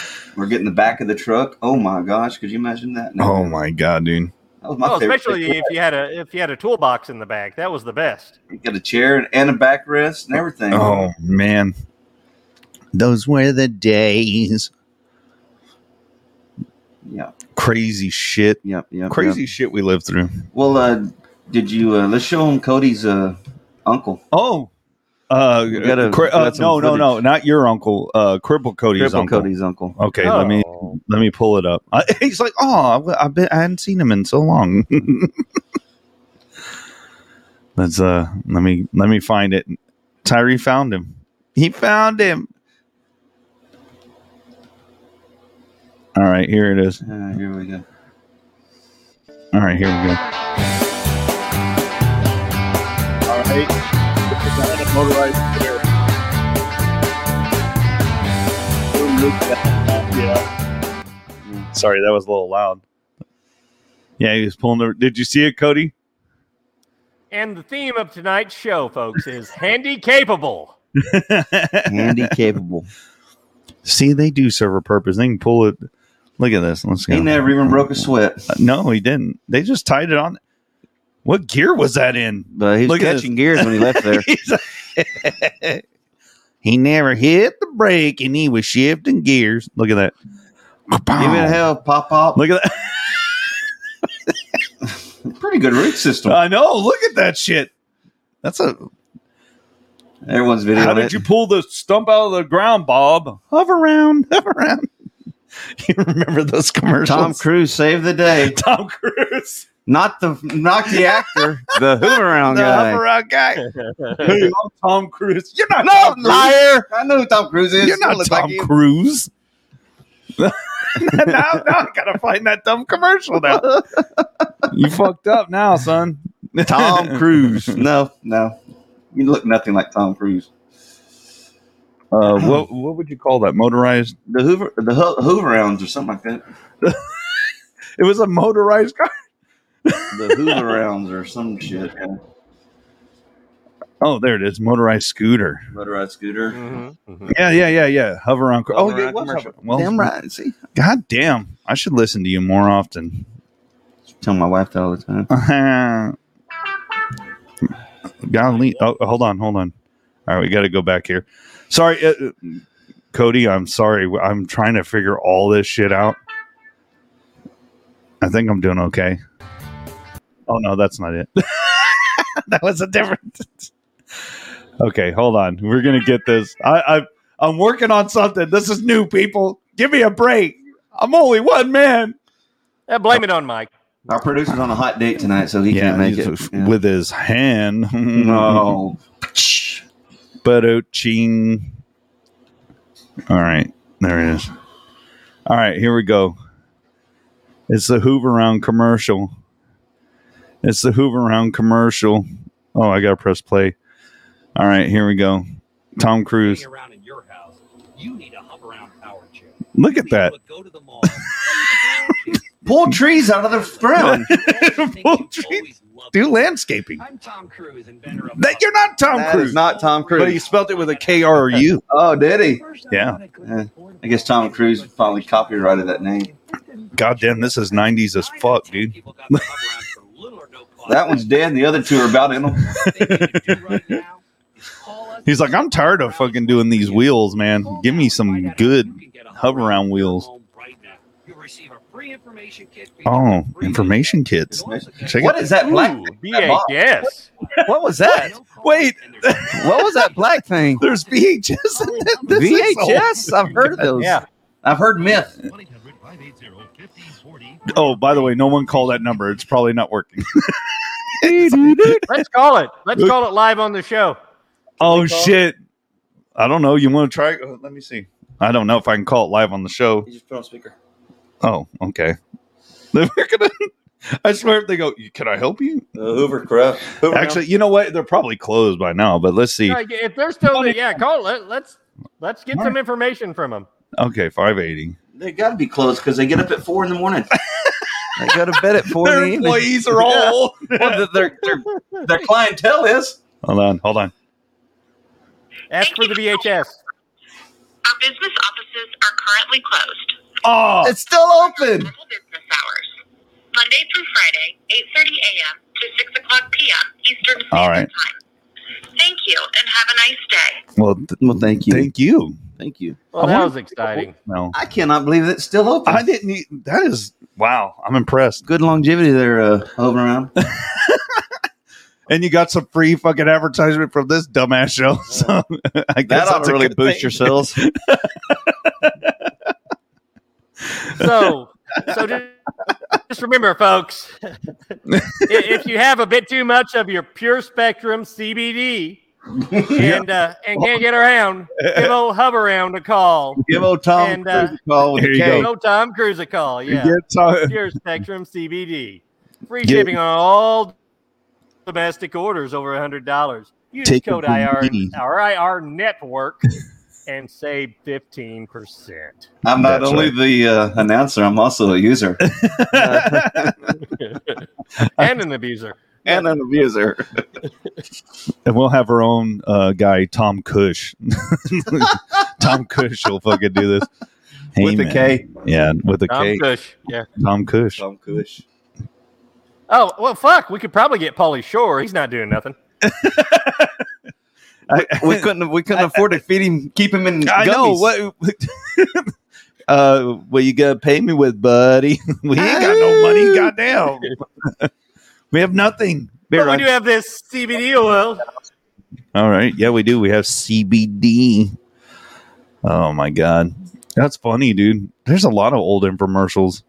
Speaker 5: We're getting the back of the truck. Oh my gosh, could you imagine that?
Speaker 4: Oh my god, dude.
Speaker 5: That was my
Speaker 6: Oh,
Speaker 5: favorite.
Speaker 6: especially if you had a if you had a toolbox in the back, that was the best.
Speaker 5: You got a chair and, and a backrest and everything.
Speaker 4: Oh man, those were the days.
Speaker 5: Yeah.
Speaker 4: Crazy shit.
Speaker 5: Yep. Yep.
Speaker 4: Crazy shit we lived through.
Speaker 5: Well, uh, did you uh, let's show him Cody's uh, uncle.
Speaker 4: Oh, uh,
Speaker 5: We gotta-
Speaker 4: cri- uh,
Speaker 5: got some
Speaker 4: no, no, no,
Speaker 5: footage.
Speaker 4: not your uncle. Uh, cripple Cody's
Speaker 5: Cripple
Speaker 4: uncle.
Speaker 5: Cody's uncle.
Speaker 4: Okay, let me
Speaker 6: Oh.
Speaker 4: let me pull it up. I, he's like, oh, I, I, been, I hadn't seen him in so long. Let's uh, let me let me find it. Tyree found him. He found him. All right, here it is.
Speaker 5: Uh, here we go.
Speaker 4: All right, here we go.
Speaker 11: All right. Motorized scooter. Yeah.
Speaker 4: Sorry, that was a little loud. Yeah, he was pulling the. Did you see it, Cody?
Speaker 6: And the theme of tonight's show, folks, is handy capable.
Speaker 5: Handy capable.
Speaker 4: See, they do serve a purpose. They can pull it. Look at this. Let's go.
Speaker 5: He never even broke a sweat,
Speaker 4: Uh, No, he didn't. They just tied it on. What gear was that in?
Speaker 5: but he was
Speaker 4: Look at
Speaker 5: catching gears when he left there.
Speaker 4: He's- he never hit the brake and he was shifting gears. Look at that.
Speaker 5: Give it
Speaker 4: Kapow.
Speaker 5: hell, pop pop.
Speaker 4: Oh. Look at that.
Speaker 5: Pretty good root system.
Speaker 4: I know. Look at that shit. That's a.
Speaker 5: Everyone's video.
Speaker 4: How did you pull the stump out of the ground, Bob? Hover around, hover around. You remember those commercials?
Speaker 5: Tom Cruise saved the day.
Speaker 4: Tom Cruise,
Speaker 5: Not the not the actor, the hoover around
Speaker 4: the
Speaker 5: guy.
Speaker 4: hover around guy. Hey,
Speaker 6: That's
Speaker 4: I'm Tom Cruise. You're not.
Speaker 5: No
Speaker 4: Tom Cruise.
Speaker 5: liar! I know who Tom Cruise is.
Speaker 4: You're
Speaker 5: Don't
Speaker 4: not
Speaker 5: look
Speaker 4: Tom
Speaker 5: like him.
Speaker 4: Cruise. now, now I gotta find that dumb commercial now. you fucked up now, son.
Speaker 5: Tom Cruise. No, no, you look nothing like Tom Cruise.
Speaker 4: Uh, what what would you call that? Motorized?
Speaker 5: The Hoover, the Ho- Hoover rounds or something like that.
Speaker 4: It was a motorized car.
Speaker 5: The Hoover rounds or some shit. yeah.
Speaker 4: Oh, there it is. Motorized scooter.
Speaker 5: Motorized scooter.
Speaker 4: Yeah, yeah, yeah, yeah. Hover on. Car. Oh,
Speaker 5: Hover
Speaker 4: yeah, it
Speaker 5: on
Speaker 4: was
Speaker 5: Mm. commercial.
Speaker 4: hover- Well,
Speaker 5: Damn right. See,
Speaker 4: God damn. I should listen to you more often.
Speaker 5: tell my wife that all the time.
Speaker 4: Golly. Oh, hold on, hold on. All right, we got to go back here. Sorry, uh, uh, Cody. I'm sorry. I'm trying to figure all this shit out. I think I'm doing okay. Oh no, that's not it. that was a different. okay, hold on. We're gonna get this. I, I I'm working on something. This is new, people. Give me a break. I'm only one man.
Speaker 6: Uh, blame it on Mike.
Speaker 5: Our producer's on a hot date tonight, so he can't make
Speaker 4: he's
Speaker 5: it.
Speaker 4: f- with his hand.
Speaker 5: yeah. no.
Speaker 4: Ba-do-ching. All right, there it is. All right, here we go. It's the Hoover Round commercial. It's the Hoover Round commercial. Oh, I gotta press play. All right, here we go. Tom Cruise.
Speaker 12: around in your house, you need a hump around power chair.
Speaker 4: Look at that.
Speaker 12: Go to the mall.
Speaker 5: Pull trees out of the ground.
Speaker 4: Pull trees. Do landscaping.
Speaker 12: I'm Tom Cruise, inventor of
Speaker 4: That you're not Tom
Speaker 5: That
Speaker 4: Cruise.
Speaker 5: is not Tom
Speaker 4: but he
Speaker 5: Cruise.
Speaker 4: spelled it with a K R U.
Speaker 5: Oh, did he?
Speaker 4: Yeah.
Speaker 5: I guess Tom Cruise probably copyrighted that name.
Speaker 4: Goddamn, this is '90s as fuck, dude.
Speaker 12: people got the hump around for little or no cost.
Speaker 5: That one's dead, and the other two are about in them.
Speaker 4: He's like, I'm tired of fucking doing these wheels, man. Give me some good hover around wheels. Oh, information kits. Check
Speaker 5: What
Speaker 4: it.
Speaker 5: is that black?
Speaker 6: Ooh, BHS.
Speaker 4: What was that? Wait,
Speaker 5: What was that black thing?
Speaker 4: there's VHS. in that- this is old.
Speaker 5: VHS. I've heard of those.
Speaker 6: Yeah.
Speaker 5: I've heard myth.
Speaker 4: Oh, by the way, no one call that number. It's probably not working.
Speaker 6: Let's call it. Let's call it live on the show.
Speaker 4: oh shit! I don't know. You want to try? uh, Let me see. I don't know if I can call it live on the show.
Speaker 5: You just put on speaker.
Speaker 4: Oh, okay. They're gonna. I swear, if they go, can I help you?
Speaker 5: The Hoover crap. Hoover
Speaker 4: Actually, you know what? They're probably closed by now, but let's see.
Speaker 6: Yeah, Uh, if they're still there, yeah, call. Let, let's let's get some information from them.
Speaker 4: Okay, five eighty.
Speaker 5: They got to be closed because they get up at four in the morning. they go to bed at four. in the
Speaker 4: Their
Speaker 5: evening.
Speaker 4: employees are all-
Speaker 5: Yeah. Well, their, their, their clientele is.
Speaker 4: Hold on, hold on.
Speaker 6: Ask for the VHS.
Speaker 13: Our business offices are currently closed.
Speaker 4: Oh,
Speaker 5: it's still open.
Speaker 13: Normal business hours. Monday through Friday, 8.30 a.m. to 6 o'clock p.m. Eastern
Speaker 4: All right.
Speaker 13: Standard. Thank you and have a nice day.
Speaker 4: Well,
Speaker 5: well, thank you,
Speaker 4: thank you,
Speaker 5: thank you.
Speaker 6: Well, that was exciting.
Speaker 4: No,
Speaker 5: I cannot believe it's still open.
Speaker 4: I didn't. e- That is wow. I'm impressed.
Speaker 5: Good longevity there, uh, over around.
Speaker 4: and you got some free fucking advertisement from this dumbass show. So I guess
Speaker 5: That ought
Speaker 4: that's
Speaker 5: to
Speaker 4: a
Speaker 5: really
Speaker 4: good
Speaker 5: boost
Speaker 4: thing.
Speaker 5: your sales.
Speaker 6: So, so just, just remember, folks, i- if you have a bit too much of your pure spectrum CBD and uh, and can't get around, give old hover around a call.
Speaker 5: Give old Tom
Speaker 6: and uh,
Speaker 5: Cruise a call with
Speaker 4: There
Speaker 5: a
Speaker 4: you
Speaker 5: K.
Speaker 6: give old Tom Cruise a call.
Speaker 4: You
Speaker 6: Yeah,
Speaker 4: get Tom-
Speaker 6: pure spectrum CBD, free
Speaker 4: Get-
Speaker 6: shipping on all domestic orders over a hundred dollars. Use
Speaker 4: Take
Speaker 6: code
Speaker 4: it from
Speaker 6: IR
Speaker 4: me.
Speaker 6: RIR network and save fifteen percent.
Speaker 5: I'm not
Speaker 4: That's
Speaker 5: only the uh, announcer, I'm also a user
Speaker 6: and an abuser.
Speaker 5: and an abuser.
Speaker 4: And we'll have our own uh, guy, Tom Cush. Tom Cush will fucking do this.
Speaker 5: With a K.
Speaker 4: Yeah, with a K.
Speaker 6: Tom Cush. Yeah.
Speaker 4: Tom Cush.
Speaker 5: Tom Cush.
Speaker 6: Oh well, fuck. We could probably get Paulie Shore. He's not doing nothing.
Speaker 5: We couldn't. We couldn't afford to feed him. Keep him in.
Speaker 4: I know
Speaker 5: gummies.
Speaker 4: what. uh, what you gonna pay me with, buddy? we ain't got no money. Goddamn, we have nothing. Be
Speaker 6: But we
Speaker 4: right-
Speaker 6: do have this CBD oil.
Speaker 4: All right, yeah, we do. We have CBD. Oh my god, that's funny, dude. There's a lot of old infomercials.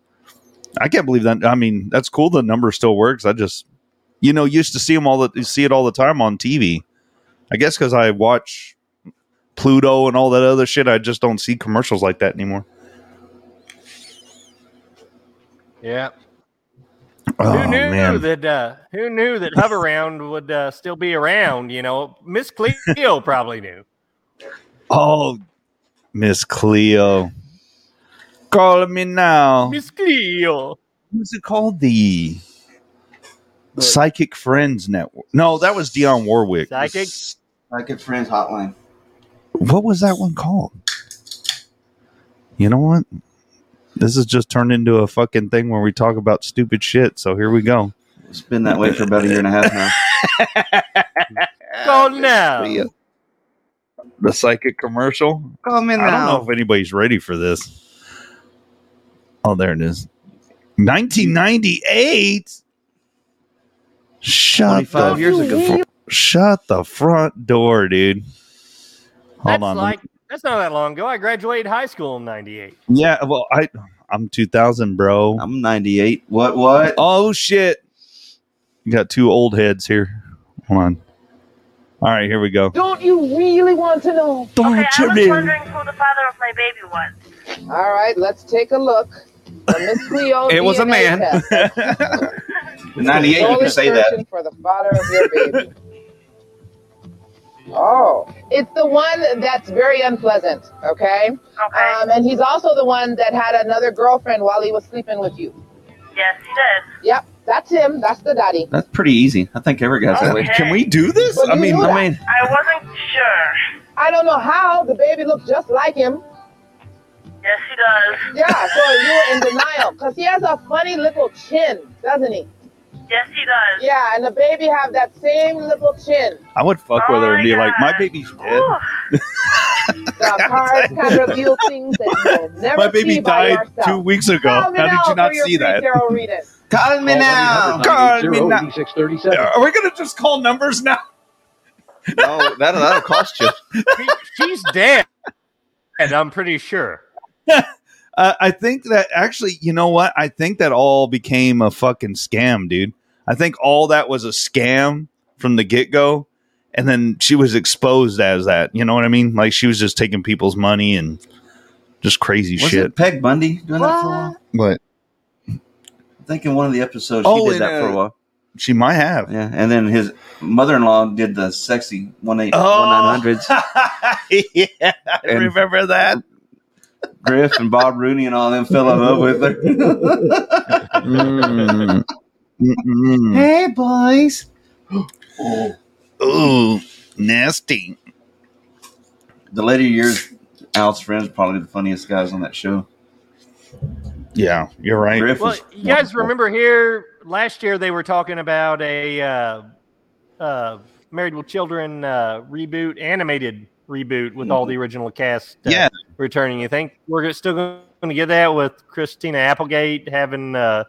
Speaker 4: I can't believe that. I mean, that's cool. The number still works. I just, you know, used to see them all. The, see it all the time on TV. I guess because I watch Pluto and all that other shit. I just don't see commercials like that anymore.
Speaker 6: Yeah.
Speaker 4: Oh,
Speaker 6: who knew
Speaker 4: man.
Speaker 6: that? Uh, who knew that Hover Round would uh, still be around? You know, Miss Cleo probably knew.
Speaker 4: Oh, Miss Cleo. Call me now.
Speaker 6: Miss Cleo.
Speaker 4: What's it called? The Psychic Friends Network. No, that was Dion Warwick.
Speaker 6: Psychic.
Speaker 5: Like a friend's hotline.
Speaker 4: What was that one called? You know what? This has just turned into a fucking thing where we talk about stupid shit. So here we go.
Speaker 5: It's been that way for about a year and a half
Speaker 4: Ah,
Speaker 5: now.
Speaker 6: Call now.
Speaker 4: The psychic commercial.
Speaker 5: Call me
Speaker 4: I don't know if anybody's ready for this. Oh, there it is. 1998. Shut
Speaker 5: 25
Speaker 4: the,
Speaker 5: years ago.
Speaker 4: shut the front door, dude. Hold
Speaker 6: That's
Speaker 4: on. let me-
Speaker 6: like that's not that long ago. I graduated high school in '98.
Speaker 4: yeah, well, I I'm 2000, bro.
Speaker 5: I'm 98. What? What?
Speaker 4: oh shit. You got two old heads here. Hold on. All right, here we go.
Speaker 11: Don't you really want to know?
Speaker 4: Don't
Speaker 13: Okay, I was wondering who the father of my baby was.
Speaker 11: All right, let's take a look. The Miss Cleo
Speaker 5: It was a
Speaker 11: DNA
Speaker 5: man.
Speaker 11: test.
Speaker 5: 98. You can
Speaker 11: Slowly
Speaker 5: say that.
Speaker 11: searching For the father of your baby. oh. It's the one that's very unpleasant, okay?
Speaker 13: Okay.
Speaker 11: Um, and he's also the one that had another girlfriend while he was sleeping with you.
Speaker 13: yes, he did.
Speaker 11: Yep, that's him. That's the daddy.
Speaker 5: That's pretty easy. I think every guy's that way.
Speaker 13: Okay. Can
Speaker 4: we do this?
Speaker 11: But you knew that.
Speaker 5: mean,
Speaker 13: I wasn't sure.
Speaker 11: I don't know how the baby looks just like him.
Speaker 13: Yes, he does.
Speaker 11: Yeah, so you were in denial because he has a funny little chin, doesn't he?
Speaker 13: Yes, he does.
Speaker 11: Yeah, and the baby have that same little chin.
Speaker 4: I would fuck with her and be like, my
Speaker 11: Ah,
Speaker 13: God.
Speaker 4: baby's dead.
Speaker 13: Ooh,
Speaker 11: The cards can reveal things that you'll never
Speaker 4: My baby
Speaker 11: see by
Speaker 4: died
Speaker 11: yourself.
Speaker 4: two weeks ago. How
Speaker 11: Call me
Speaker 4: did
Speaker 11: now
Speaker 4: you not
Speaker 11: for your
Speaker 4: see that?
Speaker 11: pre-tarot reading.
Speaker 5: call me now.
Speaker 4: God, I mean, not-
Speaker 10: 8637.
Speaker 4: Are we gonna just call numbers now?
Speaker 5: No, that, that'll cost you.
Speaker 6: She- she's dead, and I'm pretty sure.
Speaker 4: Uh, I think that actually, you know what? I think that all became a fucking scam, dude. I think all that was a scam from the get go, and then she was exposed as that. You know what I mean? Like she was just taking people's money and Just crazy
Speaker 5: Was
Speaker 4: shit.
Speaker 5: it Peg Bundy doing that for a while?
Speaker 4: What?
Speaker 5: I think in one of the episodes
Speaker 4: Oh,
Speaker 5: she did
Speaker 4: in,
Speaker 5: that for
Speaker 4: uh,
Speaker 5: a while.
Speaker 4: She might have.
Speaker 5: Yeah, and then his mother-in-law did the sexy one eight
Speaker 4: Oh.
Speaker 5: one nine hundreds.
Speaker 4: yeah, I
Speaker 5: And-
Speaker 4: remember that.
Speaker 5: Griff and Bob Rooney and all them fell in love with her.
Speaker 4: Mm. Mm-mm.
Speaker 5: hey boys.
Speaker 4: Ooh, nasty.
Speaker 5: The later years, Al's friends probably the funniest guys on that show.
Speaker 4: Yeah, you're right.
Speaker 5: Griff
Speaker 6: Well,
Speaker 5: was
Speaker 6: you guys remember here last year they were talking about a uh, uh, Married with Children uh, reboot, animated reboot with all the original cast uh,
Speaker 4: Yeah.
Speaker 6: returning. You think we're still going to get that with Christina Applegate having uh,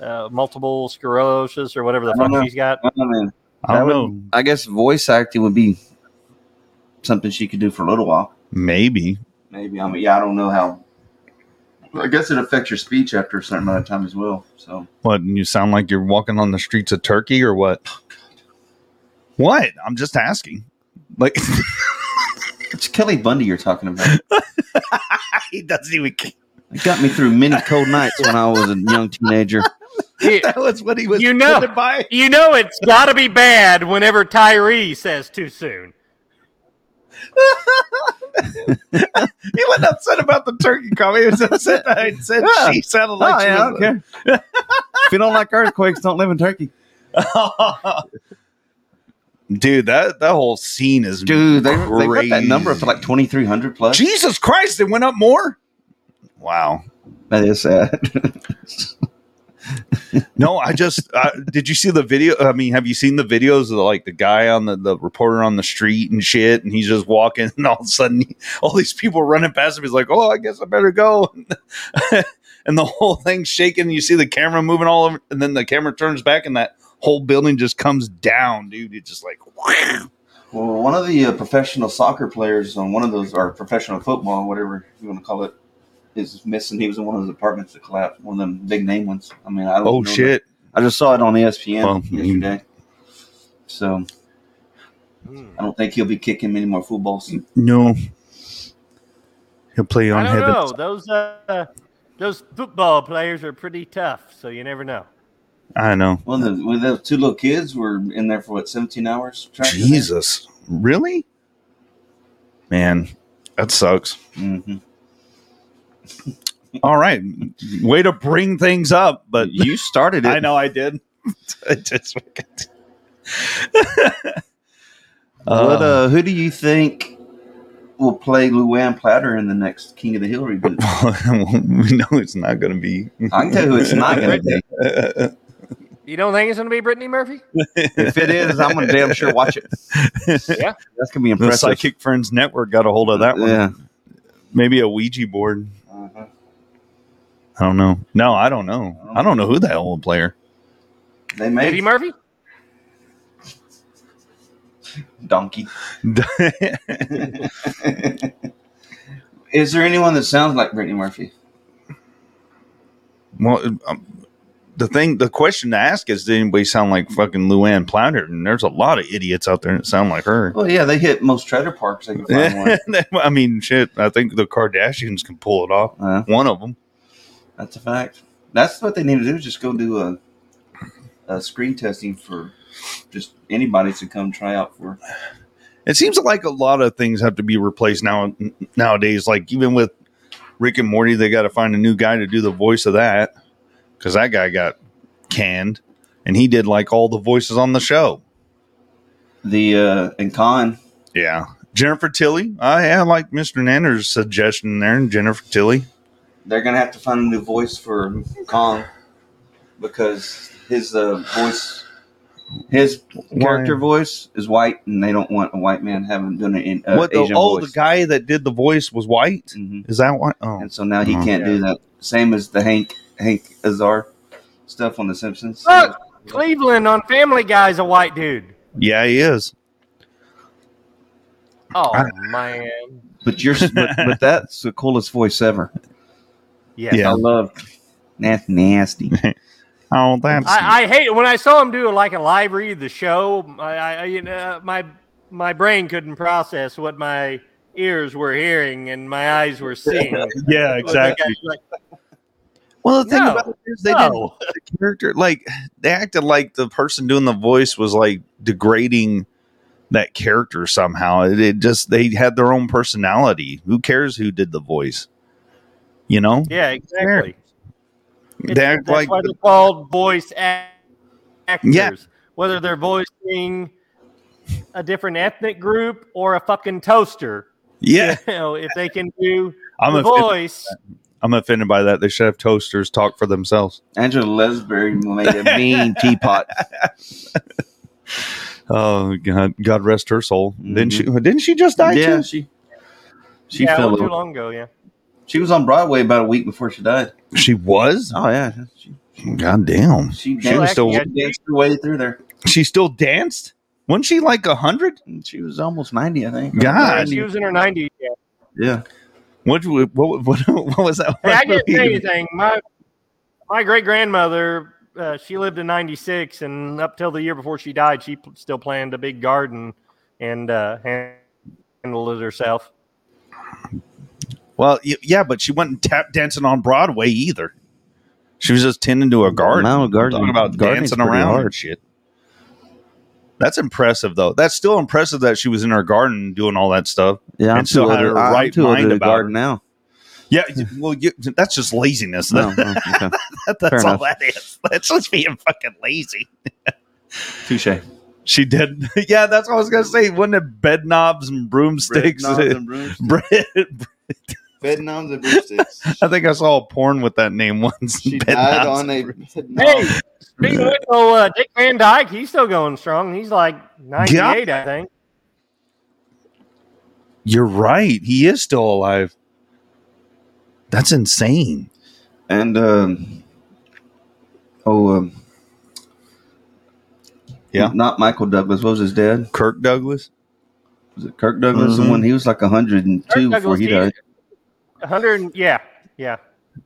Speaker 6: uh, multiple sclerosis or whatever the
Speaker 5: I don't
Speaker 6: fuck
Speaker 5: know.
Speaker 6: she's got?
Speaker 5: I don't know.
Speaker 4: I don't
Speaker 5: That
Speaker 4: know.
Speaker 5: would- I guess voice acting would be something she could do for a little while.
Speaker 4: Maybe.
Speaker 5: Maybe. I mean, yeah, I don't know how. I guess it affects your speech after a certain amount of time as well. So
Speaker 4: What? You sound like you're walking on the streets of Turkey or what? What? I'm just asking. Like
Speaker 5: it's Kelly Bundy you're talking about.
Speaker 4: he doesn't even. care.
Speaker 5: It got me through many cold nights when I was a young teenager.
Speaker 4: That was what he was.
Speaker 6: You know, you know, it's got to be bad whenever Tyree says too soon.
Speaker 4: He wasn't upset about the turkey comment. He was upset. that I said
Speaker 5: Yeah.
Speaker 4: she sounded like
Speaker 5: Oh,
Speaker 4: she
Speaker 5: yeah,
Speaker 4: was.
Speaker 5: I don't care. if you don't like earthquakes, don't live in Turkey.
Speaker 4: Dude, that that whole scene is
Speaker 5: Dude, they, they got that
Speaker 4: crazy.
Speaker 5: number up to like 2,300 plus.
Speaker 4: Jesus Christ, it went up more. Wow.
Speaker 5: That is sad.
Speaker 4: No, I just uh, did you see the video? I mean, have you seen the videos of like the guy on the, the reporter on the street and shit? And he's just walking, and all of a sudden, he- all these people running past him. He's like, "Oh, I guess I better go." and the whole thing's shaking. You see the camera moving all over, and then the camera turns back, and that whole building just comes down, dude. It's just like,
Speaker 5: Well, one of the uh, professional soccer players on one of those, or professional football, whatever you want to call it, is missing. He was in one of those apartments that collapsed, one of them big name ones. I mean, I don't
Speaker 4: "Oh
Speaker 5: know
Speaker 4: shit!"
Speaker 5: that- I just saw it on E ESPN
Speaker 4: Well,
Speaker 5: yesterday. So I don't think he'll be kicking many more footballs.
Speaker 4: No, he'll play
Speaker 6: I
Speaker 4: on
Speaker 6: don't
Speaker 4: heaven.
Speaker 6: know. Those uh, those football players are pretty tough, so you never know.
Speaker 4: I know.
Speaker 5: Well, the, well, those two little kids were in there for what, 17 hours? trying to-
Speaker 4: Jesus, really? Man, that sucks.
Speaker 5: Mhm.
Speaker 4: All right, way to bring things up, but
Speaker 5: You started it.
Speaker 4: I know I did. I just-
Speaker 5: What, uh, who do you think will play Luann Platter in the next King of the Hill reboot?
Speaker 4: we know it's not going to be.
Speaker 5: uh, I can tell you who it's not going to be.
Speaker 6: You don't think it's going to be Brittany Murphy?
Speaker 5: If it is, I'm gonna damn sure watch it.
Speaker 6: Yeah.
Speaker 5: That's gonna be
Speaker 4: The
Speaker 5: impressive.
Speaker 4: Psychic Friends Network got a hold of that one.
Speaker 5: Yeah.
Speaker 4: Maybe a Ouija board.
Speaker 5: Uh-huh.
Speaker 4: I don't know. No, I don't know. I don't know who that old player.
Speaker 5: They
Speaker 6: Eddie
Speaker 5: made
Speaker 6: Murphy?
Speaker 5: donkey. Is there anyone that sounds like Brittany Murphy?
Speaker 4: Well, um, the thing, the question to ask is, did anybody sound like fucking Luann Platter? And there's a lot of idiots out there that sound like her.
Speaker 5: Well, yeah, they hit most trailer parks. They can find one.
Speaker 4: I mean, shit. I think the Kardashians can pull it off.
Speaker 5: Uh,
Speaker 4: One of them.
Speaker 5: that's a fact. That's what they need to do. Is just go do a, a screen testing for just anybody to come try out for.
Speaker 4: It seems like a lot of things have to be replaced now nowadays. Like even with Rick and Morty, they got to find a new guy to do the voice of that because that guy got canned, and he did like all the voices on the show.
Speaker 5: The uh, and con
Speaker 4: Yeah, Jennifer Tilly. Uh, I, I like Mister Nanner's suggestion there, and Jennifer Tilly.
Speaker 5: they're gonna have to find a new voice for Kong because his uh, voice, his character voice is white, and they don't want a white man having done an uh,
Speaker 4: what? The,
Speaker 5: Asian
Speaker 4: oh,
Speaker 5: voice.
Speaker 4: the guy that did the voice was white.
Speaker 5: Mhm.
Speaker 4: Is that why? Oh,
Speaker 5: and so now he
Speaker 4: Mhm.
Speaker 5: can't do that. Same as the Hank Hank Azar stuff on The Simpsons.
Speaker 6: Look, Cleveland on Family Guy's a white dude.
Speaker 4: yeah, he is.
Speaker 6: Oh
Speaker 4: I-
Speaker 6: man,
Speaker 5: But you're but, but that's the coolest voice ever.
Speaker 6: yeah.
Speaker 4: Yeah.
Speaker 5: I love that's nasty.
Speaker 4: Oh, that's
Speaker 6: I, I hate when I saw him do like a live read of the show. I, I you know, my my brain couldn't process what my ears were hearing and my eyes were seeing.
Speaker 4: Yeah, exactly.
Speaker 6: Like,
Speaker 4: Well, the thing
Speaker 6: No.
Speaker 4: about it is they
Speaker 6: No.
Speaker 4: didn't the character like they acted like the person doing the voice was like degrading that character somehow. It, it just they had their own personality. Who cares who did the voice? You know,
Speaker 6: yeah, exactly. It's-
Speaker 4: they act
Speaker 6: that's
Speaker 4: like
Speaker 6: why they're called voice ac- actors.
Speaker 4: Yeah.
Speaker 6: Whether they're voicing a different ethnic group or a fucking toaster.
Speaker 4: Yeah.
Speaker 6: You know, if they can do
Speaker 4: I'm
Speaker 6: the
Speaker 4: offended by
Speaker 6: voice.
Speaker 4: I'm offended by that. They should have toasters talk for themselves.
Speaker 5: Angela Lesbury made a mean teapot.
Speaker 4: Oh God, God rest her soul. Didn't
Speaker 6: Mm-hmm.
Speaker 4: she? Didn't she just die?
Speaker 5: Yeah,
Speaker 4: too?
Speaker 5: she she
Speaker 6: yeah,
Speaker 5: fell.
Speaker 6: not too
Speaker 5: over.
Speaker 6: long ago, yeah.
Speaker 5: She was on Broadway about a week before she died.
Speaker 4: She was.
Speaker 5: Oh yeah, she,
Speaker 4: God damn.
Speaker 5: she,
Speaker 4: she was
Speaker 5: danced,
Speaker 4: still.
Speaker 5: she danced her way through there.
Speaker 4: She still danced. Wasn't she like a hundred?
Speaker 5: She was almost ninety, I think.
Speaker 4: God.
Speaker 6: She was in her nineties. Yeah.
Speaker 5: Yeah.
Speaker 4: What, what, what, what was that?
Speaker 6: Hey, I didn't say anything. My my great grandmother, uh, she lived in '96, and up till the year before she died, she p- still planned a big garden and uh, han- handled it herself.
Speaker 4: Well, y- yeah, but she wasn't tap dancing on Broadway either. She was just tending to a garden.
Speaker 5: No, garden-
Speaker 4: Talking about
Speaker 5: gardening's
Speaker 4: dancing
Speaker 5: pretty
Speaker 4: around
Speaker 5: hard.
Speaker 4: and shit. That's impressive, though. That's still impressive that she was in her garden doing all that stuff.
Speaker 5: Yeah, I'm
Speaker 4: and still
Speaker 5: too
Speaker 4: had
Speaker 5: old
Speaker 4: her
Speaker 5: to- I'm
Speaker 4: right
Speaker 5: too old to
Speaker 4: mind
Speaker 5: the
Speaker 4: about
Speaker 5: garden
Speaker 4: her.
Speaker 5: now.
Speaker 4: Yeah, y- well, you, that's just laziness.
Speaker 5: No, no, okay.
Speaker 4: that's
Speaker 5: Fair
Speaker 4: all
Speaker 5: enough.
Speaker 4: that is. That's just being fucking lazy.
Speaker 5: Touche.
Speaker 4: She did. Yeah, that's what I was gonna say. Wasn't it bed knobs and broomsticks?
Speaker 5: knobs and broomsticks.
Speaker 4: Bread-
Speaker 5: Bed knobs and broomsticks.
Speaker 4: I think I saw a porn with that name once. She
Speaker 5: Died on a bed
Speaker 6: Hey,
Speaker 5: knob.
Speaker 6: speaking of which, oh, uh, Dick Van Dyke, he's still going strong. He's like 98, I think.
Speaker 4: You're right. He is still alive. That's insane.
Speaker 5: And um, oh, um,
Speaker 4: yeah,
Speaker 5: not Michael Douglas. What was his dad?
Speaker 4: Kirk Douglas.
Speaker 5: Was it Kirk Douglas?
Speaker 4: Mhm.
Speaker 5: The one he was like hundred and two
Speaker 6: Kirk
Speaker 5: before he
Speaker 6: Douglas,
Speaker 5: died.
Speaker 6: 100, yeah, yeah.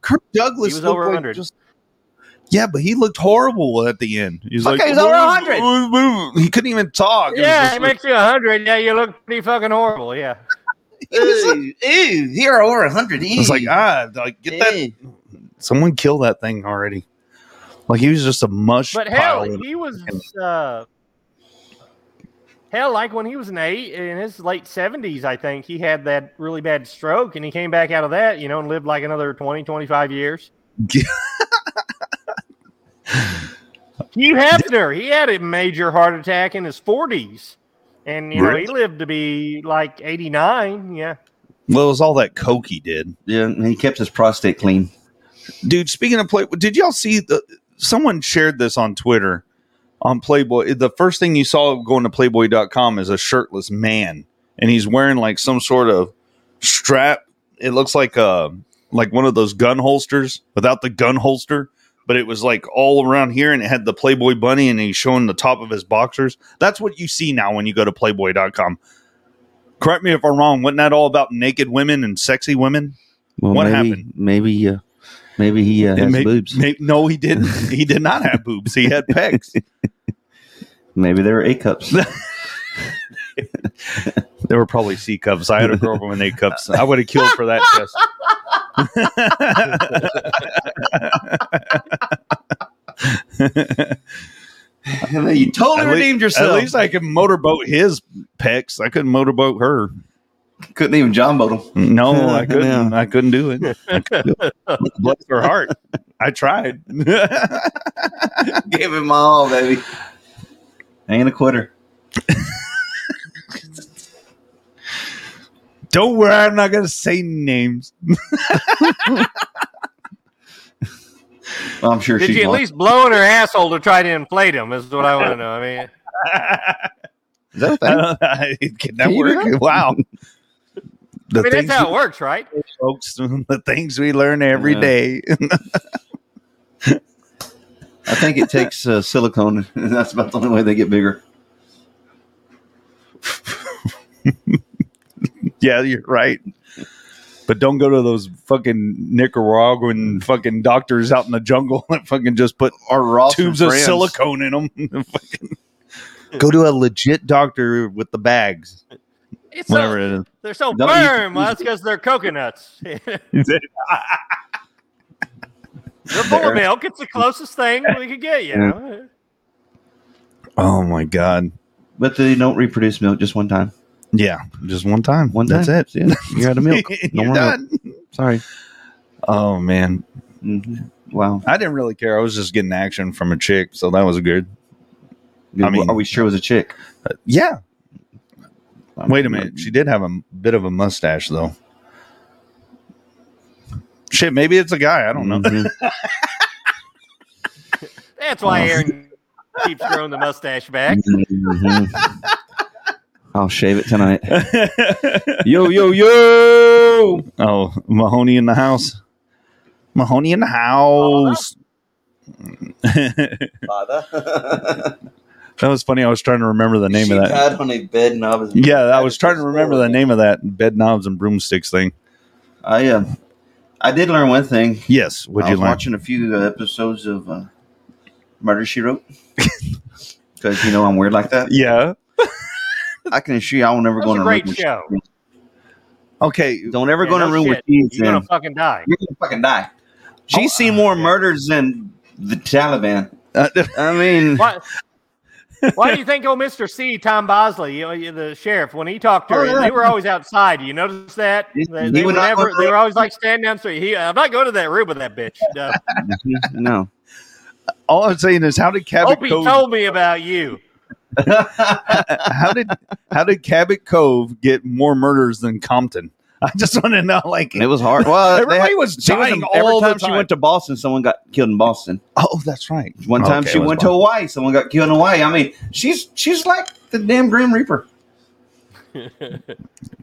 Speaker 4: Kirk
Speaker 6: He
Speaker 4: Douglas
Speaker 6: was
Speaker 4: looked
Speaker 6: over
Speaker 4: like
Speaker 6: 100.
Speaker 4: just- yeah, but he looked horrible at the end. He's
Speaker 6: Okay,
Speaker 4: like,
Speaker 6: he's over
Speaker 4: "Ooh,
Speaker 6: 100."
Speaker 4: ooh, ooh." He couldn't even talk. It was
Speaker 6: yeah,
Speaker 4: just
Speaker 6: he
Speaker 4: like-
Speaker 6: makes you 100. Yeah, you look pretty fucking horrible. Yeah.
Speaker 5: Ew, ew, here over hundred.
Speaker 4: I was like, ah, like, get that. Someone kill that thing already. Like he was just a mush.
Speaker 6: But hell,
Speaker 4: pile of-
Speaker 6: he was uh, hell like when he was in eight in his late seventies, I think he had that really bad stroke, and he came back out of that, you know, and lived like another 20, 25 years. Hugh Hefner, he had a major heart attack in his forties, and you know he lived to be like eighty nine. Yeah,
Speaker 4: Well, it was all that coke he did.
Speaker 5: Yeah, and he kept his prostate clean.
Speaker 4: Dude, speaking of play, did y'all see the someone shared this on Twitter on Playboy? The first thing you saw going to playboy.com is a shirtless man and he's wearing like some sort of strap. It looks like a like one of those gun holsters without the gun holster, but it was like all around here and it had the Playboy bunny and he's showing the top of his boxers. That's what you see now when you go to playboy.com. Correct me if I'm wrong. Wasn't that all about naked women and sexy women?
Speaker 5: Well,
Speaker 4: what
Speaker 5: maybe,
Speaker 4: happened?
Speaker 5: Maybe, uh, maybe he uh,
Speaker 4: And
Speaker 5: has
Speaker 4: may-
Speaker 5: boobs.
Speaker 4: may- no, he didn't. He did not have boobs. He had pecs.
Speaker 5: Maybe there were A cups.
Speaker 4: They were probably C cups. I had a girlfriend with A cups. I would have killed for that test.
Speaker 5: you totally
Speaker 4: At lea-
Speaker 5: redeemed yourself.
Speaker 4: At least I could motorboat his pecs. I couldn't motorboat her.
Speaker 5: Couldn't even John boat
Speaker 4: him. No,
Speaker 5: Yeah,
Speaker 4: I couldn't. I couldn't do it. I couldn't. Bless her heart. I tried.
Speaker 5: Give him all, baby. I ain't a quitter.
Speaker 4: Don't worry, I'm not gonna say names.
Speaker 5: I'm sure
Speaker 6: did
Speaker 5: she's
Speaker 6: you at
Speaker 5: lying.
Speaker 6: least blow in her asshole to try to inflate him? Is what I want to know. I mean,
Speaker 5: Is that a
Speaker 4: I don't- I- Can that
Speaker 6: Can you do
Speaker 4: work?
Speaker 6: that?
Speaker 4: Wow. The
Speaker 6: I mean that's
Speaker 4: things
Speaker 6: how
Speaker 4: we-
Speaker 6: it works, right?
Speaker 4: folks. The things we learn every
Speaker 5: Yeah.
Speaker 4: day.
Speaker 5: I think it takes uh, silicone, and that's about the only way they get bigger.
Speaker 4: yeah, you're right. But don't go to those fucking Nicaraguan fucking doctors out in the jungle and fucking just put
Speaker 5: Or Ross and
Speaker 4: tubes of
Speaker 5: Friends.
Speaker 4: silicone in them. go to a legit doctor with the bags.
Speaker 6: It's
Speaker 4: Whatever
Speaker 6: so,
Speaker 4: it is.
Speaker 6: They're so
Speaker 4: Don't eat-
Speaker 6: firm. Well, that's because they're coconuts. they're full
Speaker 4: There.
Speaker 6: of milk. It's the closest thing we could get. You
Speaker 5: Yeah.
Speaker 6: know.
Speaker 4: Oh my god!
Speaker 5: But they don't reproduce milk just one time.
Speaker 4: Yeah, just one time.
Speaker 5: One
Speaker 4: That's
Speaker 5: time.
Speaker 4: it.
Speaker 5: Yeah, you're out of milk. No
Speaker 4: You're
Speaker 5: more
Speaker 4: done.
Speaker 5: milk. Sorry.
Speaker 4: Oh man.
Speaker 5: Mm-hmm. Wow.
Speaker 4: I didn't really care. I was just getting action from a chick, so that was good. I mean,
Speaker 5: are we sure it was a chick?
Speaker 4: yeah. Wait a minute. She did have a m- bit of a mustache, though. Shit, maybe it's a guy. I don't know.
Speaker 5: Mm-hmm.
Speaker 6: That's why
Speaker 4: Oh.
Speaker 6: Aaron keeps growing the mustache back.
Speaker 5: Mhm. I'll shave it tonight. yo, yo, yo.
Speaker 4: Oh, Mahoney in the house. Mahoney in the house.
Speaker 5: Father.
Speaker 4: That was funny. I was trying to remember the name
Speaker 5: she
Speaker 4: of that.
Speaker 5: died on a bed and I was
Speaker 4: yeah, I was trying to remember the name of that bed knobs and broomsticks thing.
Speaker 5: I uh, I did learn one thing.
Speaker 4: Yes, would
Speaker 5: I
Speaker 4: you
Speaker 5: was
Speaker 4: learn?
Speaker 5: watching a few uh, episodes of uh, Murder She Wrote because you know I'm weird like that.
Speaker 4: Yeah,
Speaker 5: I can assure you, I will never go in
Speaker 6: That's a
Speaker 5: a
Speaker 6: great
Speaker 5: room.
Speaker 6: show.
Speaker 4: Okay,
Speaker 5: don't ever go
Speaker 6: Yeah,
Speaker 5: in a
Speaker 6: no
Speaker 5: room with Oh,
Speaker 6: shit.
Speaker 5: these.
Speaker 6: You're gonna
Speaker 5: man.
Speaker 6: fucking die.
Speaker 5: You're gonna fucking die. She's seen more murders than the Taliban. Uh, I mean,
Speaker 6: Why, why do you think old Mr. C, Tom Bosley, you know, the sheriff, when he talked to her,
Speaker 5: Oh, yeah.
Speaker 6: they were always outside. You notice that? They,
Speaker 5: he
Speaker 6: they
Speaker 5: would
Speaker 6: were
Speaker 5: not go
Speaker 6: never,
Speaker 5: to
Speaker 6: they
Speaker 5: the-
Speaker 6: were always like standing down the street. He, I'm not going to that room with that bitch. No.
Speaker 5: no.
Speaker 4: All I'm saying is, how did Cabot
Speaker 6: Opie
Speaker 4: Cove?
Speaker 6: told me about you.
Speaker 4: how did how did Cabot Cove get more murders than Compton? I just want to know. Like
Speaker 5: It was hard. Well, they
Speaker 4: everybody
Speaker 5: had-
Speaker 4: was
Speaker 5: she was-
Speaker 4: dying
Speaker 5: every
Speaker 4: all
Speaker 5: time,
Speaker 4: the time.
Speaker 5: she went to Boston, someone got killed in Boston.
Speaker 4: oh, that's right.
Speaker 5: One time
Speaker 4: Okay,
Speaker 5: she
Speaker 4: it was
Speaker 5: went to
Speaker 4: Boston.
Speaker 5: Hawaii, someone got killed in Hawaii. I mean, she's she's like the damn Grim Reaper.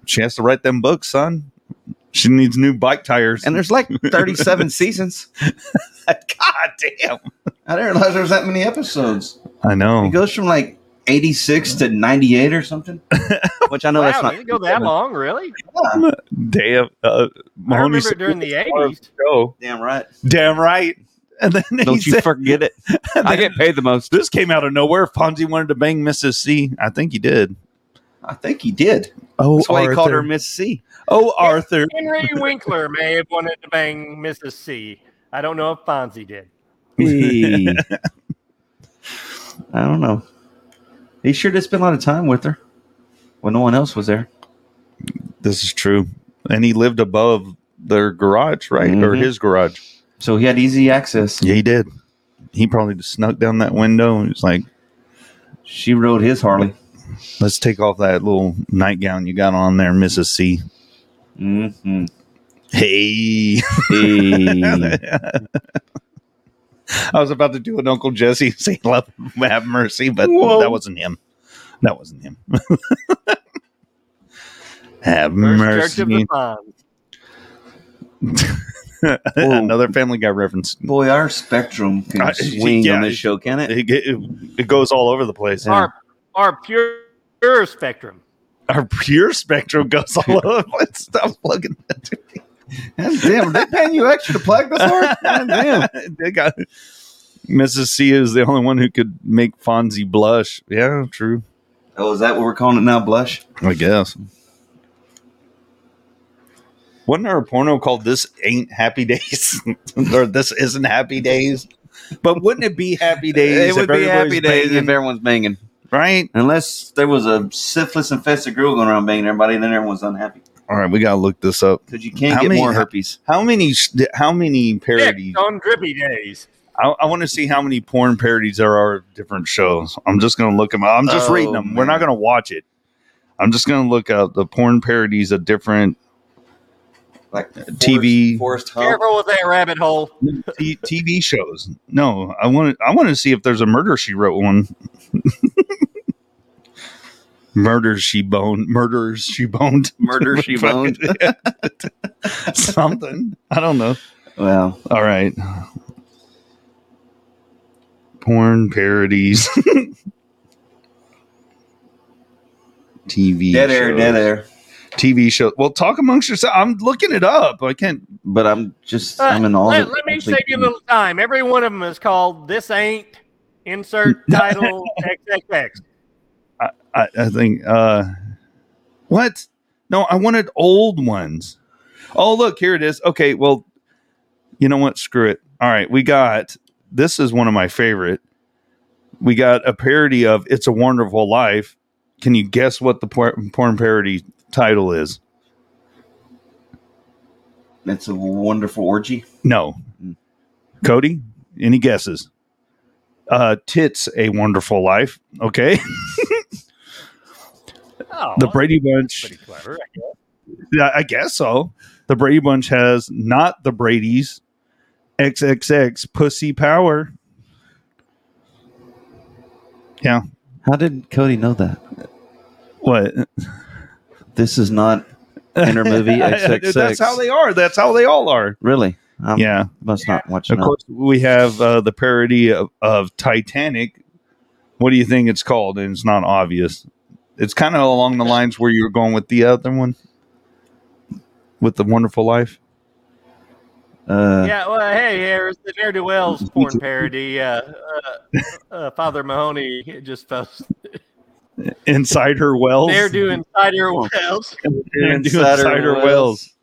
Speaker 4: She has to write them books, son. She needs new bike tires.
Speaker 5: And there's like 37 seasons.
Speaker 4: God damn.
Speaker 5: I didn't realize there was that many episodes.
Speaker 4: I know.
Speaker 5: It goes from like 86 to 98 or something, which I know
Speaker 6: wow,
Speaker 5: that's
Speaker 6: did
Speaker 5: not.
Speaker 6: it go that long, really?
Speaker 4: Damn. Uh,
Speaker 6: I
Speaker 4: Mahoney
Speaker 6: remember
Speaker 4: said,
Speaker 6: during the 80s.
Speaker 4: "Go."
Speaker 5: Damn right.
Speaker 4: Damn right. And then he
Speaker 5: Don't you
Speaker 4: said-
Speaker 5: forget it. I get paid the most.
Speaker 4: This came out of nowhere. Fonzie wanted to bang Mrs. C. I think he did.
Speaker 5: I think he did.
Speaker 4: Oh,
Speaker 5: That's why
Speaker 4: Arthur.
Speaker 5: he called her Miss C.
Speaker 4: Oh, Arthur.
Speaker 6: Henry Winkler may have wanted to bang Mrs. C. I don't know if Fonzie did.
Speaker 5: Hey. I don't know. He sure did spend a lot of time with her when no one else was there.
Speaker 4: This is true. And he lived above their garage, right? Or
Speaker 5: Mhm.
Speaker 4: his garage.
Speaker 5: So he had easy access.
Speaker 4: Yeah, he did. He probably just snuck down that window and was like,
Speaker 5: She rode his Harley.
Speaker 4: let's take off that little nightgown you got on there, Mrs. C.
Speaker 5: Mm-hmm.
Speaker 4: Hey. I was about to do an Uncle Jesse say love have mercy, but
Speaker 5: Whoa.
Speaker 4: that wasn't him. That wasn't him. have
Speaker 6: First Church of the
Speaker 4: mercy.
Speaker 6: Fonz.
Speaker 4: Another Family Guy reference.
Speaker 5: Boy, our spectrum can
Speaker 4: I-
Speaker 5: swing
Speaker 4: yeah,
Speaker 5: on this show, can it?
Speaker 4: It, it, it goes all over the place.
Speaker 6: Our, our pure, pure spectrum.
Speaker 4: Our pure spectrum goes all over the place. Stop plugging that.
Speaker 5: Damn, they paying you extra to plug this hard? Damn.
Speaker 4: They got- Mrs. C is the only one who could make Fonzie blush. Yeah, true.
Speaker 5: Oh, is that what we're calling it now? Blush?
Speaker 4: I guess. Wasn't there a porno called This Ain't Happy Days? or This Isn't Happy Days? But wouldn't it be Happy Days?
Speaker 5: it would
Speaker 4: if
Speaker 5: be
Speaker 4: everybody's
Speaker 5: happy days if
Speaker 4: banging,
Speaker 5: everyone's banging.
Speaker 4: right?
Speaker 5: Unless there was a syphilis infested girl going around banging everybody, then everyone's unhappy.
Speaker 4: All right, we gotta look this up.
Speaker 5: Because you can't
Speaker 4: How
Speaker 5: get
Speaker 4: many-
Speaker 5: more herpes.
Speaker 4: How many? sh- How many parodies?
Speaker 6: Dick on drippy days.
Speaker 4: I, I want to see how many porn parodies there are of different shows. I'm just gonna look them. up. I'm just
Speaker 5: Oh,
Speaker 4: reading them. We're not
Speaker 5: man.
Speaker 4: gonna watch it. I'm just gonna look up the porn parodies of different
Speaker 5: Like
Speaker 4: TV.
Speaker 5: Forest hump.
Speaker 6: Careful with that rabbit hole.
Speaker 4: T- TV shows. No, I want to. I want to see if there's a murder she wrote one. murder she boned. Murders she boned.
Speaker 5: Murder She Boned.
Speaker 4: Something. I don't know.
Speaker 5: Well,
Speaker 4: All right. Porn parodies. TV.
Speaker 5: dead air,
Speaker 4: shows.
Speaker 5: dead air.
Speaker 4: TV shows. Well, talk amongst yourself. I'm looking it up. I can't.
Speaker 5: But I'm just,
Speaker 6: Uh,
Speaker 5: I'm in all
Speaker 6: let,
Speaker 5: the-
Speaker 6: let me save you a little time. Every one of them is called "This Ain't Insert Title XXX."
Speaker 4: I, I think. uh What? No, I wanted old ones. Oh, look, here it is. Okay, well, you know what? Screw it. All right, we got this is one of my favorite. We got a parody of It's a Wonderful Life. Can you guess what the por- porn parody title is?
Speaker 5: That's a wonderful orgy.
Speaker 4: No. Cody, any guesses? Uh Tits a Wonderful Life, okay?
Speaker 6: Oh,
Speaker 4: the Brady Bunch.
Speaker 6: pretty clever. I guess.
Speaker 4: Yeah, I guess so. The Brady Bunch has not the Brady's XXX pussy power. Yeah.
Speaker 5: How did Cody know that?
Speaker 4: What?
Speaker 5: This is not intermovie XXX.
Speaker 4: That's how they are. That's how they all are.
Speaker 5: Really? Um,
Speaker 4: Yeah.
Speaker 5: Must not watch.
Speaker 4: Of course, we have uh, the parody of, of Titanic. What do you think it's called? And it's not obvious. It's kind of along the lines where you're going with the other one, with the Wonderful Life.
Speaker 5: Uh,
Speaker 6: yeah, well, hey, here's the ne'er do wells porn parody. Uh, uh, uh, Father Mahoney just posted
Speaker 4: Inside her wells.
Speaker 6: ne'er do inside your wells.
Speaker 4: and do Insider Wells.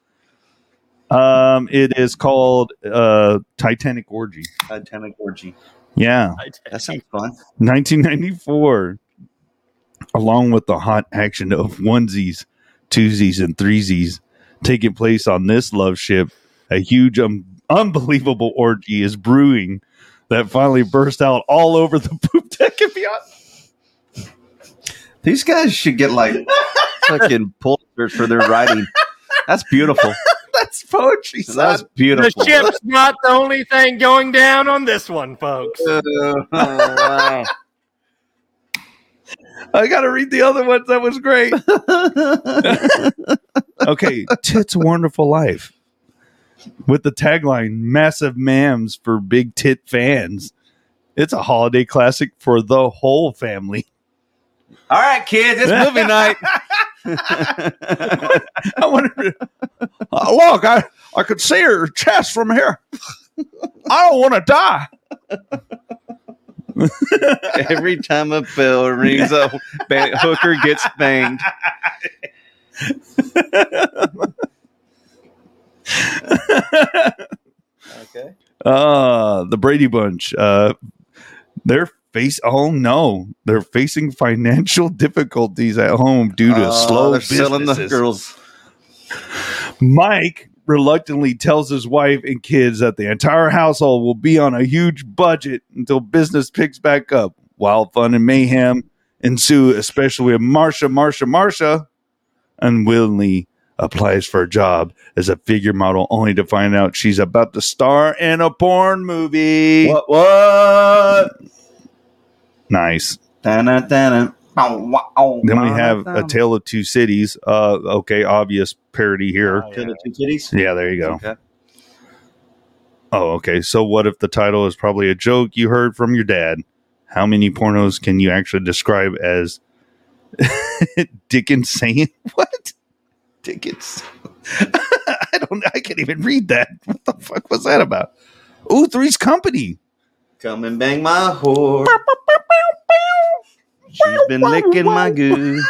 Speaker 4: Um, it is called uh, Titanic Orgy.
Speaker 5: Titanic orgy.
Speaker 4: Yeah,
Speaker 5: That sounds fun.
Speaker 4: 1994, along with the hot action of onesies, twosies, and threesies taking place on this love ship, a huge, um, unbelievable orgy is brewing that finally burst out all over the poop deck and beyond.
Speaker 5: These guys should get like fucking Pulitzers for their writing. That's beautiful.
Speaker 4: That's poetry. son.
Speaker 5: That's beautiful.
Speaker 6: The ship's not the only thing going down on this one, folks.
Speaker 5: Oh,
Speaker 4: I gotta read the other ones. That was great. okay, tits wonderful life. With the tagline "Massive Mams for Big Tit Fans," it's a holiday classic for the whole family.
Speaker 5: All right, kids, it's movie night.
Speaker 4: I wonder. Oh, look, I I could see her chest from here. I don't want to die.
Speaker 5: Every time a bell rings, a ba- hooker gets banged. okay.
Speaker 4: Uh, the Brady Bunch. Uh, they're face. Oh no, they're facing financial difficulties at home due to
Speaker 5: Oh,
Speaker 4: slow
Speaker 5: they're selling the
Speaker 4: businesses.
Speaker 5: girls.
Speaker 4: Mike reluctantly tells his wife and kids that the entire household will be on a huge budget until business picks back up. Wild fun and mayhem ensue, especially when Marsha, Marsha, Marsha unwillingly applies for a job as a figure model, only to find out she's about to star in a porn movie.
Speaker 5: What? What?
Speaker 4: Nice.
Speaker 5: Dun, dun,
Speaker 4: Then we have A Tale of Two Cities. Uh, okay, obvious parody here.
Speaker 5: the two titties.
Speaker 4: Yeah, there you go.
Speaker 5: Oh, Okay.
Speaker 4: Oh, okay. So, what if the title is probably a joke you heard from your dad? How many pornos can you actually describe as Dick insane? What? Dick insane? I don't. I can't even read that. What the fuck was that about? Ooh, Three's Company.
Speaker 5: Come and bang my whore. She's been licking my goo.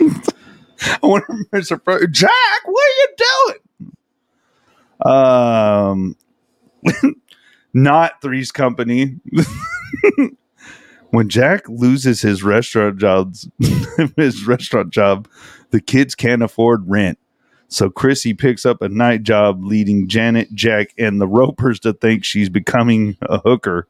Speaker 4: I wonder if there's a fro- Jack. What are you doing? Um, not Three's Company. when Jack loses his restaurant jobs, his restaurant job, the kids can't afford rent. So Chrissy picks up a night job, leading Janet, Jack, and the Ropers to think she's becoming a hooker.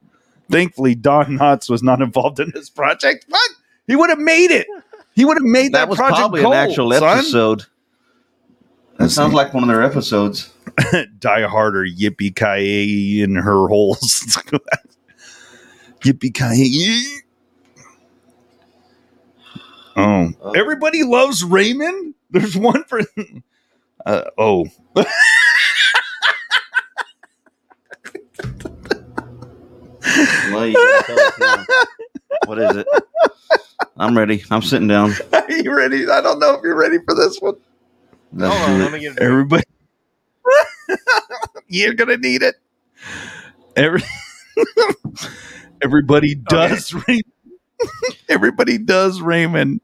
Speaker 4: Thankfully, Don Knotts was not involved in this project. Fuck, he would have made it. He would have made that,
Speaker 5: That was
Speaker 4: project
Speaker 5: probably
Speaker 4: gold,
Speaker 5: an actual
Speaker 4: son.
Speaker 5: episode. That sounds like one of their episodes.
Speaker 4: Die Harder, Yippee Ki in her holes. Yippee Ki. Oh, everybody loves Raymond. There's one for. Uh, oh,
Speaker 5: Well, you gotta tell us now. What is it? I'm ready. I'm sitting down.
Speaker 4: are you ready? I don't know if you're ready for this one.
Speaker 5: Let's
Speaker 6: Hold on,
Speaker 5: do
Speaker 6: let
Speaker 5: it.
Speaker 6: me get a drink.
Speaker 4: Everybody, you're gonna need it. Every Oh, everybody does Raymond. everybody does Raymond.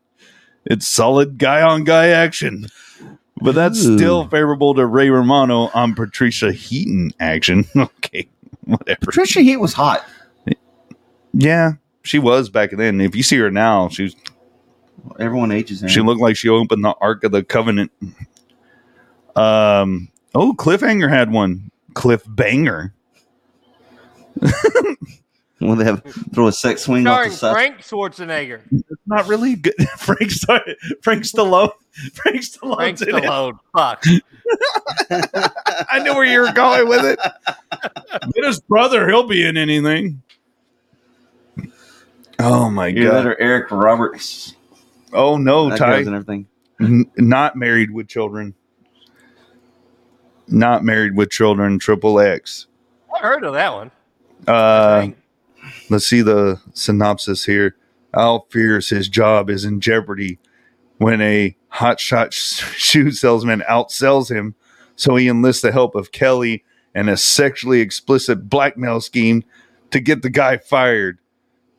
Speaker 4: It's solid guy on guy action. But that's
Speaker 14: Ooh.
Speaker 4: still favorable to Ray Romano on Patricia Heaton action. okay, whatever.
Speaker 5: Patricia Heat was hot.
Speaker 4: Yeah, she was back then. If you see her now, she's
Speaker 5: everyone ages.
Speaker 4: She looked like she opened the Ark of the Covenant. Um. Oh, Cliffhanger had one. Cliff Banger.
Speaker 5: When they have throw a sex swing off
Speaker 6: Starring
Speaker 5: the side.
Speaker 6: Frank Schwarzenegger.
Speaker 4: Not really good. Frank started. Frank Stallone. Frank Stallone.
Speaker 6: Frank
Speaker 4: did it.
Speaker 6: Stallone. Fuck.
Speaker 4: I knew where you were going with it. Get his brother. He'll be in anything. Oh my
Speaker 5: Either
Speaker 4: God.
Speaker 5: that or Eric Roberts.
Speaker 4: Oh no,
Speaker 5: That
Speaker 4: Ty.
Speaker 5: goes and everything.
Speaker 4: N- not married with children. Not married with children. Triple X.
Speaker 6: I heard of that one.
Speaker 4: Uh, let's see the synopsis here. Al fears his job is in jeopardy when a hotshot sh- shoe salesman outsells him, so he enlists the help of Kelly and a sexually explicit blackmail scheme to get the guy fired.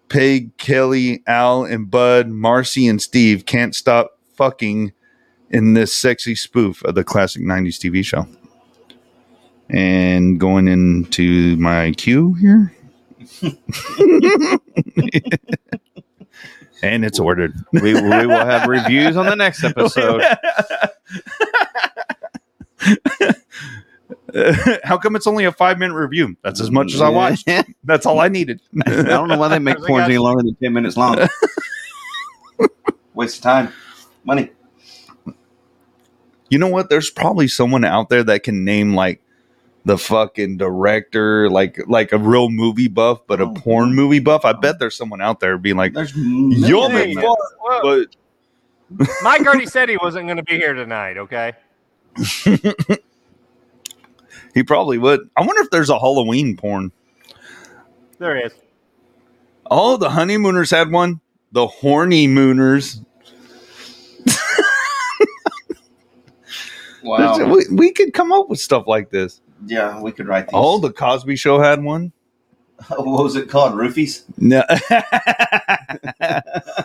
Speaker 4: Peg, Kelly, Al, and Bud, Marcy, and Steve can't stop fucking in this sexy spoof of the classic 90s TV show. And going into my queue here. and it's ordered.
Speaker 5: We, we will have reviews on the next episode.
Speaker 4: How come it's only a five minute review? That's as much as I watched. That's all I needed. I
Speaker 5: I don't know why they make porns any longer than ten minutes long. Waste of time, money.
Speaker 4: You know what? There's probably someone out there that can name like the fucking director, like like a real movie buff, but a porn movie buff. I bet there's someone out there being like, "You'll be
Speaker 6: Hey,
Speaker 4: fucked,"
Speaker 6: well,
Speaker 4: but
Speaker 6: Mike already said he wasn't going to be here tonight. Okay.
Speaker 4: he probably would. I wonder if there's a Halloween porn.
Speaker 6: There he is.
Speaker 4: Oh, the honeymooners had one. The horny mooners.
Speaker 5: Wow.
Speaker 4: We, we could come up with stuff like this.
Speaker 5: Yeah, we could write these.
Speaker 4: Oh, the Cosby Show had one.
Speaker 5: What was it called? Roofies.
Speaker 4: No.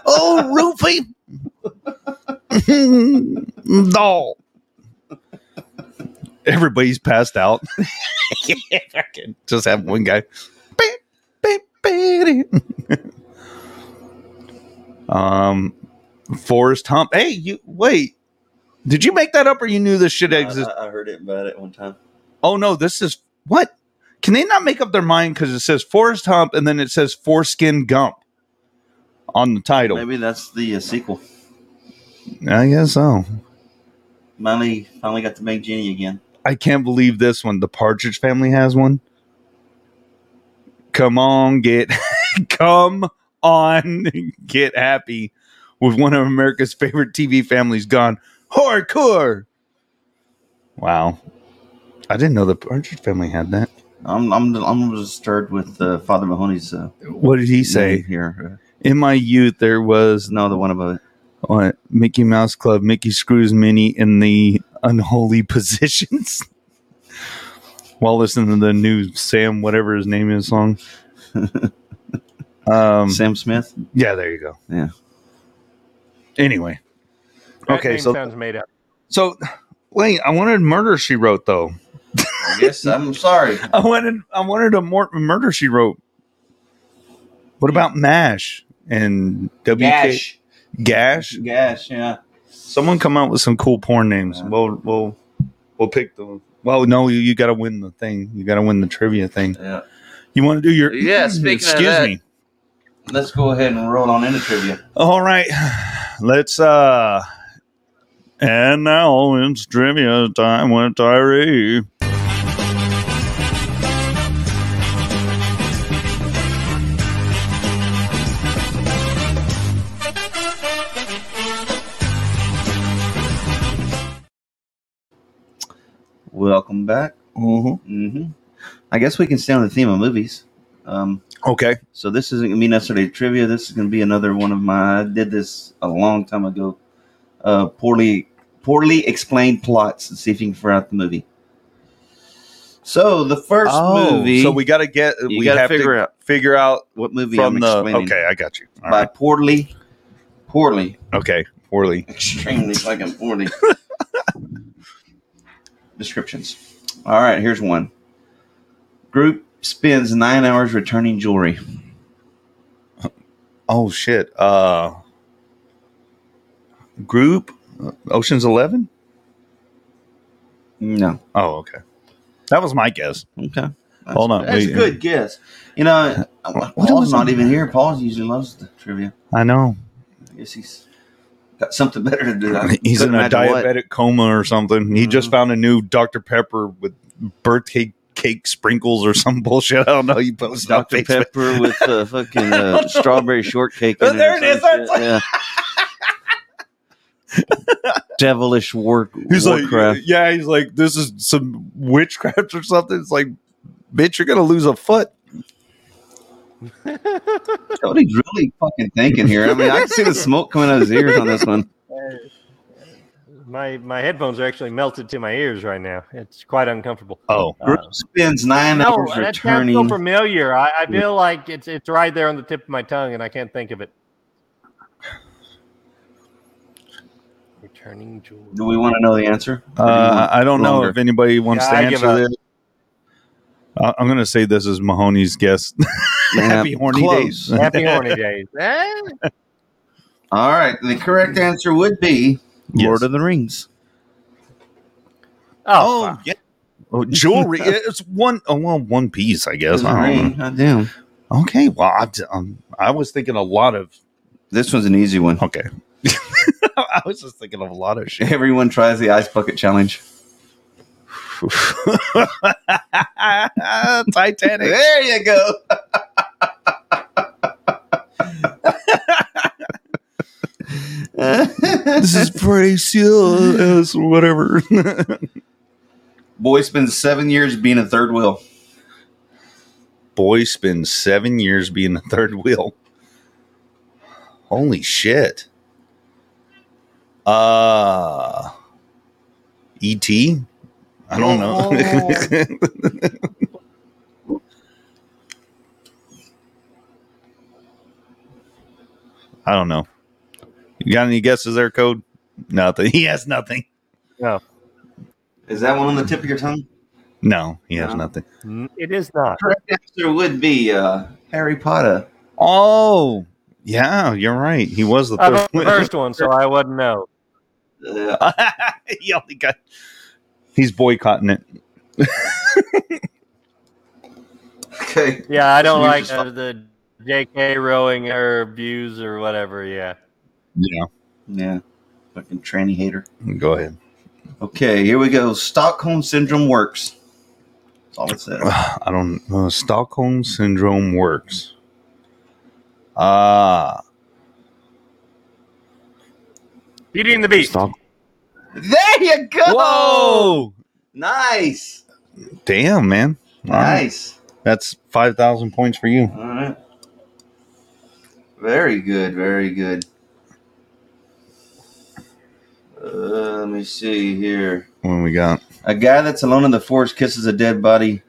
Speaker 5: oh, roofie.
Speaker 4: no. Everybody's passed out. Just have one guy. Um, Forrest Hump. Hey, you wait. Did you make that up, or you knew this shit
Speaker 5: I,
Speaker 4: existed?
Speaker 5: I- I heard it about it one time.
Speaker 4: oh no, this is what? Can they not make up their mind because it says Forrest Hump and then it says Foreskin Gump on the title?
Speaker 5: Maybe that's the uh, sequel.
Speaker 4: I guess so.
Speaker 5: Finally, finally got the Big Genie again.
Speaker 4: I can't believe this one. The Partridge Family has one. Come on, get come on, get happy with one of America's favorite TV families gone hardcore. Wow, I didn't know the Partridge Family had that.
Speaker 5: I'm I'm I'm disturbed with uh, Father Mahoney's. Uh,
Speaker 4: What did he say?
Speaker 5: name here?
Speaker 4: In my youth, there was
Speaker 5: no the one uh, above it.
Speaker 4: What Mickey Mouse Club? Mickey screws Minnie in the unholy positions. While listening to the new Sam, whatever his name is, song. um,
Speaker 5: Sam Smith.
Speaker 4: Yeah, there you go.
Speaker 5: Yeah.
Speaker 4: Anyway,
Speaker 6: That
Speaker 4: okay,
Speaker 6: name
Speaker 4: so
Speaker 6: sounds made up.
Speaker 4: so wait, I wanted murder. She wrote though.
Speaker 5: I guess I'm sorry.
Speaker 4: I wanted I wanted a more murder. She wrote. What about Mash and WK
Speaker 5: Gash.
Speaker 4: Gash?
Speaker 5: Gash, yeah.
Speaker 4: Someone come out with some cool porn names. We'll we'll we'll pick them. Well, no, you, you got to win the thing. You got to win the trivia thing.
Speaker 5: Yeah.
Speaker 4: You want to do your
Speaker 5: Yeah, speaking of
Speaker 4: Excuse
Speaker 5: that-
Speaker 4: me.
Speaker 5: Let's go ahead and roll on into trivia.
Speaker 4: All right, let's. uh And now it's trivia time with Tyree.
Speaker 5: Welcome back. Mm-hmm. hmm I guess we can stay on the theme of movies. Um,
Speaker 4: okay.
Speaker 5: So this isn't gonna be necessarily trivia. This is gonna be another one of my. I did this a long time ago. Uh, poorly, poorly explained plots and see if you can figure out the movie. So the first
Speaker 4: Oh,
Speaker 5: movie.
Speaker 4: So we got to get.
Speaker 5: You
Speaker 4: we
Speaker 5: gotta
Speaker 4: have
Speaker 5: figure
Speaker 4: to
Speaker 5: out
Speaker 4: figure out
Speaker 5: what movie
Speaker 4: from
Speaker 5: I'm
Speaker 4: the.
Speaker 5: explaining.
Speaker 4: Okay, I got you. All
Speaker 5: by
Speaker 4: right.
Speaker 5: poorly, poorly
Speaker 4: Okay. poorly.
Speaker 5: Extremely fucking poorly. Descriptions. All right, here's one. Group spends nine hours returning jewelry.
Speaker 4: Oh shit. Uh group uh, Ocean's 11?
Speaker 5: No.
Speaker 4: Oh, okay. That was my guess.
Speaker 5: Okay. That's,
Speaker 4: Hold on.
Speaker 5: That's
Speaker 4: wait.
Speaker 5: a good guess. You know, Paul's not even here. Paul usually loves the trivia.
Speaker 4: I know.
Speaker 5: I guess he's got something better to do. I
Speaker 4: He's
Speaker 5: couldn't
Speaker 4: in a
Speaker 5: imagine what. Mm.
Speaker 4: diabetic coma or something. He just found a new Dr. Pepper with birthday cake sprinkles or some bullshit. I don't know. You posted on
Speaker 5: Dr.
Speaker 4: Facebook.
Speaker 5: Pepper with uh, fucking
Speaker 4: I don't
Speaker 5: uh,
Speaker 4: know.
Speaker 5: strawberry shortcake.
Speaker 4: Oh,
Speaker 5: in
Speaker 4: there
Speaker 5: or
Speaker 4: it is.
Speaker 5: some
Speaker 4: That's-
Speaker 5: shit, yeah. Devilish war,
Speaker 4: He's
Speaker 5: Warcraft.
Speaker 4: like, yeah, he's like, this is some witchcraft or something. It's like, bitch, you're gonna lose a foot.
Speaker 5: Cody's really fucking thinking here. I mean, I can see the smoke coming out of his ears on this one.
Speaker 6: My my headphones are actually melted to my ears right now. It's quite uncomfortable. Uh,
Speaker 4: Oh,
Speaker 5: Group spends nine
Speaker 6: no,
Speaker 5: hours
Speaker 6: that sounds so
Speaker 5: returning.
Speaker 6: familiar. I, I feel like it's it's right there on the tip of my tongue, and I can't think of it. Returning jewelry.
Speaker 5: Do we want to know the answer?
Speaker 4: Uh, I don't know
Speaker 5: Longer.
Speaker 4: if anybody wants
Speaker 6: Yeah, I
Speaker 4: to
Speaker 6: give
Speaker 4: answer
Speaker 6: up.
Speaker 4: this. I- I'm going to say this is Mahoney's guess. Happy horny
Speaker 5: Close.
Speaker 4: days.
Speaker 6: Happy horny days. Eh?
Speaker 5: All right, the correct answer would be Mm-hmm. Lord of the Rings.
Speaker 6: Oh,
Speaker 4: fuck. Oh, jewelry. it's one, oh, well, one piece, I guess. I
Speaker 5: Lord of the
Speaker 4: don't
Speaker 5: Ring, Oh,
Speaker 4: know.
Speaker 5: Goddamn.
Speaker 4: Okay. Well, I, um, I was thinking a lot of.
Speaker 5: This one's an easy one.
Speaker 4: Okay. I was just thinking of a lot of shit.
Speaker 5: Everyone tries the ice bucket challenge.
Speaker 4: Titanic.
Speaker 5: There you go.
Speaker 4: this is precious, whatever.
Speaker 5: Boy spends seven years being a third wheel.
Speaker 4: Boy spends seven years being a third wheel. Holy shit. Uh ET? I don't know. I don't know. You got any guesses there, Code? Nothing. He has nothing.
Speaker 6: No,
Speaker 5: Is that one on the tip of your tongue?
Speaker 4: No, he has
Speaker 5: No.
Speaker 4: nothing.
Speaker 6: n- it is not.
Speaker 5: Correct answer would be uh, Harry Potter.
Speaker 4: Oh, yeah, you're right. He was the
Speaker 6: I
Speaker 4: third
Speaker 6: was the first one, so I wouldn't know.
Speaker 5: Uh,
Speaker 4: he only got. He's boycotting it.
Speaker 5: okay.
Speaker 6: Yeah, I don't
Speaker 5: You're
Speaker 6: like
Speaker 5: just
Speaker 6: uh, the J.K. Rowling her views or whatever. Yeah.
Speaker 4: Yeah.
Speaker 5: Yeah. Fucking tranny hater.
Speaker 4: Go ahead.
Speaker 5: Okay, here we go. Stockholm syndrome works. That's all it says.
Speaker 4: I don't know. Stockholm syndrome works. Ah,
Speaker 6: Beauty and the Beast.
Speaker 4: Stock-
Speaker 5: There you go.
Speaker 4: Whoa!
Speaker 5: Nice.
Speaker 4: Damn, man. All right.
Speaker 5: Nice.
Speaker 4: That's five thousand points for you.
Speaker 5: All right. Very good. Very good. Uh, let me see here.
Speaker 4: When we got
Speaker 5: A guy that's alone in the forest kisses a dead body.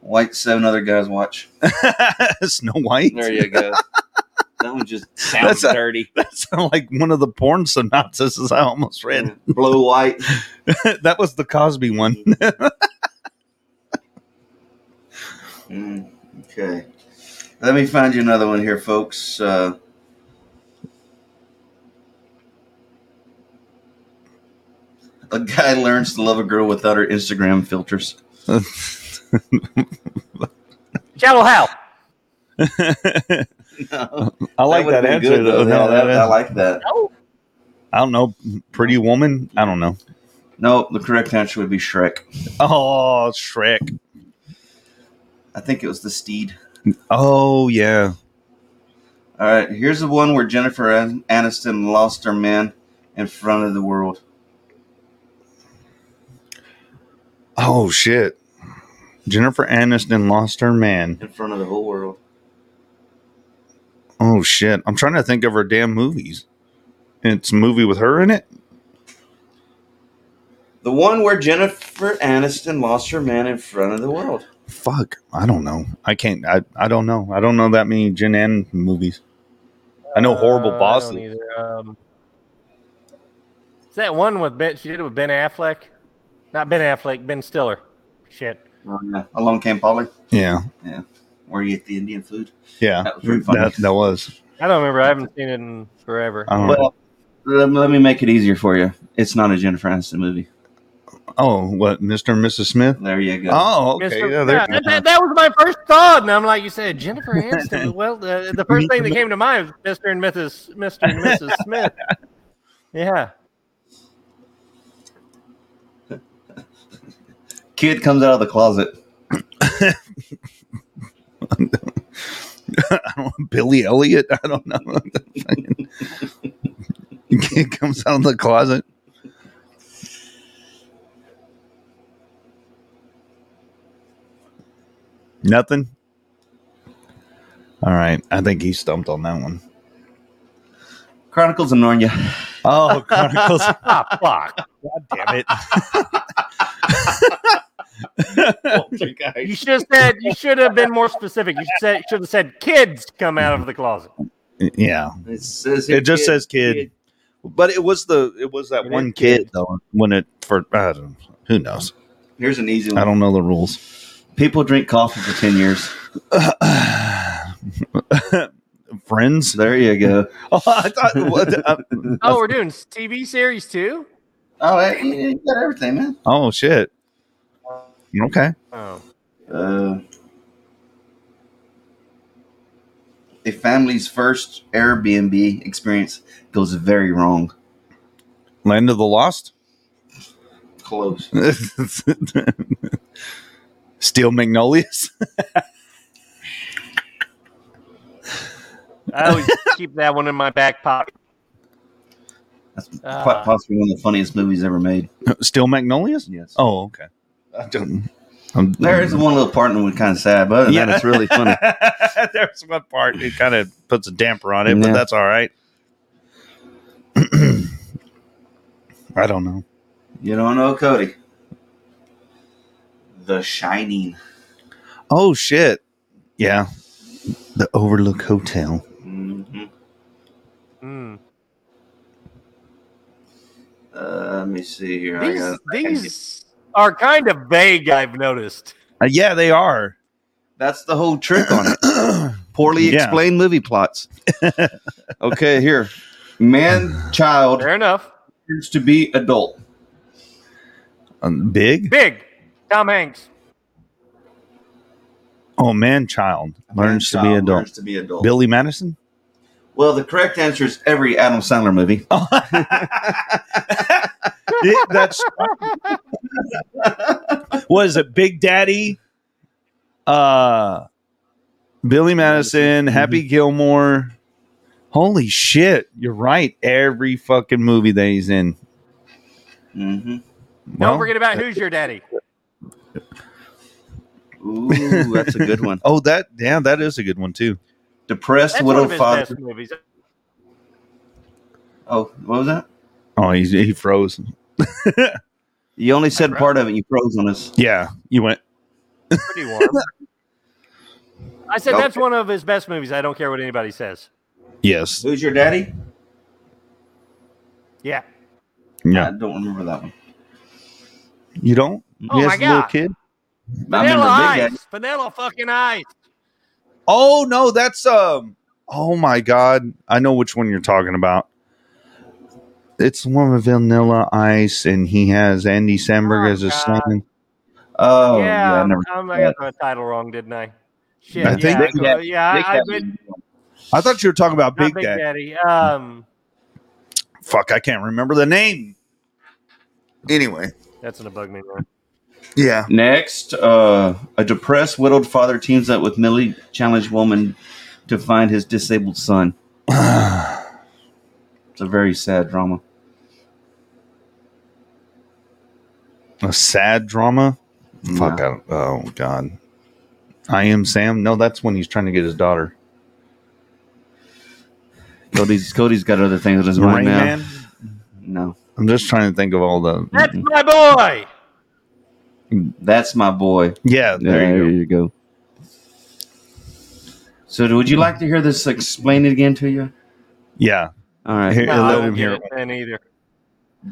Speaker 5: White seven other guys watch.
Speaker 4: Snow White.
Speaker 5: There you go. that one just sounds
Speaker 4: That's a-
Speaker 5: dirty.
Speaker 4: That sounded like one of the porn synopsis I almost read.
Speaker 5: Blue white.
Speaker 4: that was the Cosby one.
Speaker 5: Mm, okay. Let me find you another one here, folks. Uh, a guy learns to love a girl without her Instagram filters.
Speaker 6: Shallow Hal.
Speaker 5: Mm-hmm.
Speaker 4: I like that,
Speaker 5: would've been
Speaker 4: answer
Speaker 5: good,
Speaker 4: though.
Speaker 5: Yeah,
Speaker 4: No,
Speaker 5: that-
Speaker 4: that is-
Speaker 5: I like that.
Speaker 4: I don't know. Pretty Woman. I don't know.
Speaker 5: No, the correct answer would be Shrek.
Speaker 4: Oh, Shrek.
Speaker 5: I think it was the steed.
Speaker 4: Oh yeah.
Speaker 5: All right, here's the one where Jennifer An- Aniston lost her man in front of the world.
Speaker 4: Oh shit. Jennifer Aniston lost her man.
Speaker 5: In front of the whole world.
Speaker 4: Oh shit. I'm trying to think of her damn movies. It's a movie with her in it?
Speaker 5: The one where Jennifer Aniston lost her man in front of the world.
Speaker 4: Fuck. I don't know. I can't I, I don't know. I don't know that many Jen Ann movies. I know horrible
Speaker 6: Uh, I don't
Speaker 4: bosses.
Speaker 6: either. Um, It's that one with Ben. She did it with Ben Affleck, not Ben Affleck, Ben Stiller. Shit.
Speaker 5: Oh, yeah. Along Came Polly.
Speaker 4: Yeah.
Speaker 5: Yeah. Where you get the Indian food.
Speaker 4: Yeah.
Speaker 5: That was pretty funny.
Speaker 4: That, that was.
Speaker 6: I don't remember. I haven't seen it in forever.
Speaker 5: Well, let, let me make it easier for you. It's not a Jennifer Aniston movie.
Speaker 4: Oh, what, Mr. and Mrs. Smith?
Speaker 5: There you go.
Speaker 4: Oh, okay. Yeah,
Speaker 6: Mr. Yeah,
Speaker 4: there-
Speaker 6: that, that, that was my first thought, and I'm like, you said Jennifer Aniston. well, the, the first thing that came to mind was Mr. and Mrs. Mr. and Mrs. Smith. Yeah,
Speaker 5: Kid comes out of the closet.
Speaker 4: I don't know, Billy Elliot. I don't know. Fucking- Kid comes out of the closet. Nothing. All right, I think he stumped on that one.
Speaker 5: Chronicles of Narnia.
Speaker 4: Oh, Chronicles.
Speaker 6: Ah, fuck.
Speaker 4: God damn it.
Speaker 6: you should have said. You should have been more specific. You should said- should have said kids come out of the closet.
Speaker 4: Yeah,
Speaker 5: It says
Speaker 4: it just
Speaker 5: kid.
Speaker 4: says kid. but it was the it was that one kid though. When it for I don't, who knows?
Speaker 5: Here's an easy one.
Speaker 4: I don't know the rules.
Speaker 5: People drink coffee for ten years.
Speaker 4: Friends.
Speaker 5: There you go.
Speaker 4: oh, I thought. What, uh,
Speaker 6: Oh, we're doing TV series too.
Speaker 5: Oh, hey, you you got everything, man.
Speaker 4: oh shit. Okay.
Speaker 6: Oh,
Speaker 5: Uh, a family's first Airbnb experience goes very wrong.
Speaker 4: Land of the Lost.
Speaker 5: Close.
Speaker 4: Steel Magnolias.
Speaker 6: I always keep that one in my back pocket.
Speaker 5: Quite
Speaker 6: Uh,
Speaker 5: possibly one of the funniest movies ever made.
Speaker 4: Steel Magnolias.
Speaker 5: Yes.
Speaker 4: Oh, okay. I don't. I'm,
Speaker 5: There is one little part that was kind of sad, but other than that, it's really funny.
Speaker 4: There's one part it kind of puts a damper on it,
Speaker 5: Yeah.
Speaker 4: but that's all right. I don't know.
Speaker 5: You don't know Cody. The Shining.
Speaker 4: Oh shit! Yeah, the Overlook Hotel.
Speaker 5: Mhm.
Speaker 6: mm.
Speaker 5: Uh, let me see here. I
Speaker 6: These
Speaker 5: got-
Speaker 6: these are kind of vague. I've noticed.
Speaker 4: Uh, yeah, they are.
Speaker 5: That's the whole trick on it. Poorly
Speaker 4: Yeah.
Speaker 5: explained movie plots. okay, here. Man child
Speaker 6: Fair enough.
Speaker 5: appears to be adult.
Speaker 4: Um, big.
Speaker 6: Big. Tom Hanks.
Speaker 4: Oh man, child learns to be
Speaker 5: Child
Speaker 4: adult.
Speaker 5: Learns to be adult.
Speaker 4: Billy Madison.
Speaker 5: Well, the correct answer is every Adam Sandler movie.
Speaker 4: Yeah, that's what is it? Big Daddy. Uh, Billy Madison, Happy Gilmore. Holy shit! You're right. Every fucking movie that he's in.
Speaker 5: Mhm.
Speaker 6: Don't forget about Who's Your Daddy.
Speaker 5: Ooh, that's a good one.
Speaker 4: Oh, that yeah, that is a good one too.
Speaker 5: Depressed
Speaker 6: That's one
Speaker 5: widow
Speaker 6: of his
Speaker 5: father.
Speaker 6: best movies.
Speaker 5: Oh, what was that?
Speaker 4: Oh, he's, he froze.
Speaker 5: You only said part of it. You froze on us.
Speaker 4: Yeah, you went.
Speaker 6: Pretty warm. I said
Speaker 5: Okay.
Speaker 6: that's one of his best movies. I don't care what anybody says.
Speaker 4: Yes.
Speaker 5: Who's your daddy?
Speaker 6: Yeah.
Speaker 4: Yeah.
Speaker 5: I don't remember that one.
Speaker 4: You don't.
Speaker 6: Oh,
Speaker 4: He
Speaker 6: my
Speaker 4: has a little
Speaker 6: God.
Speaker 4: kid.
Speaker 5: I
Speaker 6: Vanilla
Speaker 5: remember Big Daddy.
Speaker 6: Ice. Vanilla fucking Ice.
Speaker 4: Oh no, that's um. Oh my god, I know which one you're talking about. It's one with Vanilla Ice, and he has Andy Samberg
Speaker 6: Oh,
Speaker 4: as a
Speaker 6: God.
Speaker 4: son.
Speaker 5: Oh, yeah.
Speaker 6: yeah.
Speaker 5: I never.
Speaker 6: um, I got the title wrong, didn't I? Shit.
Speaker 4: I
Speaker 6: yeah.
Speaker 4: think
Speaker 5: Big
Speaker 6: I-
Speaker 5: Daddy-
Speaker 6: yeah.
Speaker 5: Big
Speaker 6: I, I've
Speaker 5: Daddy.
Speaker 6: been
Speaker 4: I thought you were talking about
Speaker 6: not
Speaker 4: Big,
Speaker 6: Big
Speaker 4: Daddy.
Speaker 6: Daddy. Um,
Speaker 4: Fuck, I can't remember the name. Anyway,
Speaker 6: that's gonna bug me. Man.
Speaker 4: yeah,
Speaker 5: Next, uh, a depressed widowed father teams up with mentally challenged woman to find his disabled son. it's a very sad drama.
Speaker 4: a sad drama. Fuck.
Speaker 5: Yeah.
Speaker 4: I, oh god, I am Sam. No, that's when he's trying to get his daughter.
Speaker 5: Cody's Cody's got other things on his
Speaker 4: Rain
Speaker 5: mind now.
Speaker 4: Man.
Speaker 5: No,
Speaker 4: I'm just trying to think of all the.
Speaker 6: That's my boy.
Speaker 5: that's my boy.
Speaker 4: Yeah, there you go.
Speaker 5: So, would you like to hear this explained again to you?
Speaker 4: Yeah,
Speaker 5: All right.
Speaker 4: Here-
Speaker 6: No, I
Speaker 4: let
Speaker 6: don't
Speaker 4: him
Speaker 6: get
Speaker 4: hear
Speaker 6: it then either.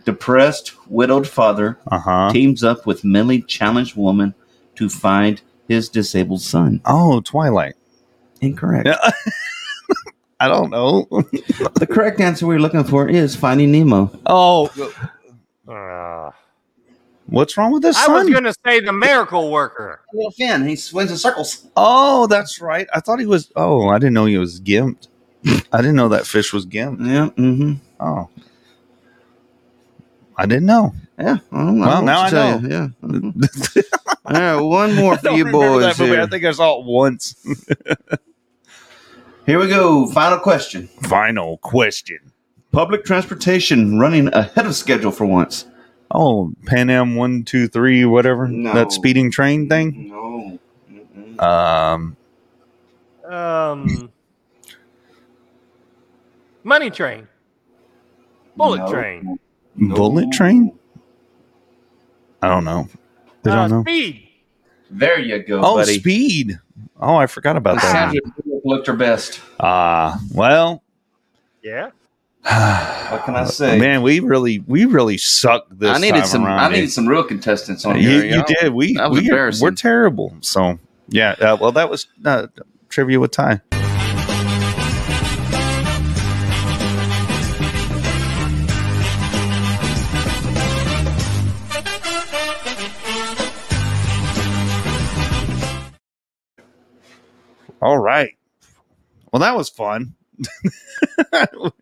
Speaker 5: depressed, widowed father
Speaker 4: Uh-huh.
Speaker 5: teams up with mentally challenged woman to find his disabled son.
Speaker 4: Oh, Twilight.
Speaker 5: Incorrect.
Speaker 4: I don't know.
Speaker 5: the correct answer we're looking for is Finding Nemo.
Speaker 4: Oh. What's wrong with this
Speaker 6: Uh, I was
Speaker 4: son?
Speaker 6: going to say the miracle worker.
Speaker 5: Little fin, he swims in circles.
Speaker 4: Oh, that's right. I thought he was. Oh, I didn't know he was gimped. I didn't know that fish was gimped.
Speaker 5: Yeah. Mm-hmm.
Speaker 4: Oh, I didn't know.
Speaker 5: Yeah.
Speaker 4: well, now I know.
Speaker 5: Yeah. mm-hmm. All right, one more for
Speaker 4: don't
Speaker 5: you
Speaker 4: remember
Speaker 5: boys.
Speaker 4: that movie.
Speaker 5: Here.
Speaker 4: I think I saw it once.
Speaker 5: here we go. Final question.
Speaker 4: Final question.
Speaker 5: Public transportation running ahead of schedule for once.
Speaker 4: Oh, Pan Am one two three whatever
Speaker 5: No.
Speaker 4: that speeding train thing.
Speaker 5: No.
Speaker 4: Um,
Speaker 6: Um, money train, bullet
Speaker 5: No.
Speaker 6: train,
Speaker 4: bullet train. I don't know. I
Speaker 6: uh,
Speaker 4: don't know.
Speaker 6: speed.
Speaker 5: There you go,
Speaker 4: Oh,
Speaker 5: buddy.
Speaker 4: speed. Oh, I forgot about that.
Speaker 5: Sandra Bullock looked her best.
Speaker 4: Ah, well,
Speaker 6: Yeah.
Speaker 5: What can I say?
Speaker 4: Man, we really we really suck this.
Speaker 5: I needed
Speaker 4: time
Speaker 5: some.
Speaker 4: around,
Speaker 5: I
Speaker 4: dude.
Speaker 5: needed some real contestants on
Speaker 4: Oh, You,
Speaker 5: here.
Speaker 4: you
Speaker 5: know?
Speaker 4: did. We
Speaker 5: that was
Speaker 4: we are,
Speaker 5: embarrassing.
Speaker 4: we're terrible. So yeah. Uh, well, that was uh, trivia with Ty. All right. Well, that was fun.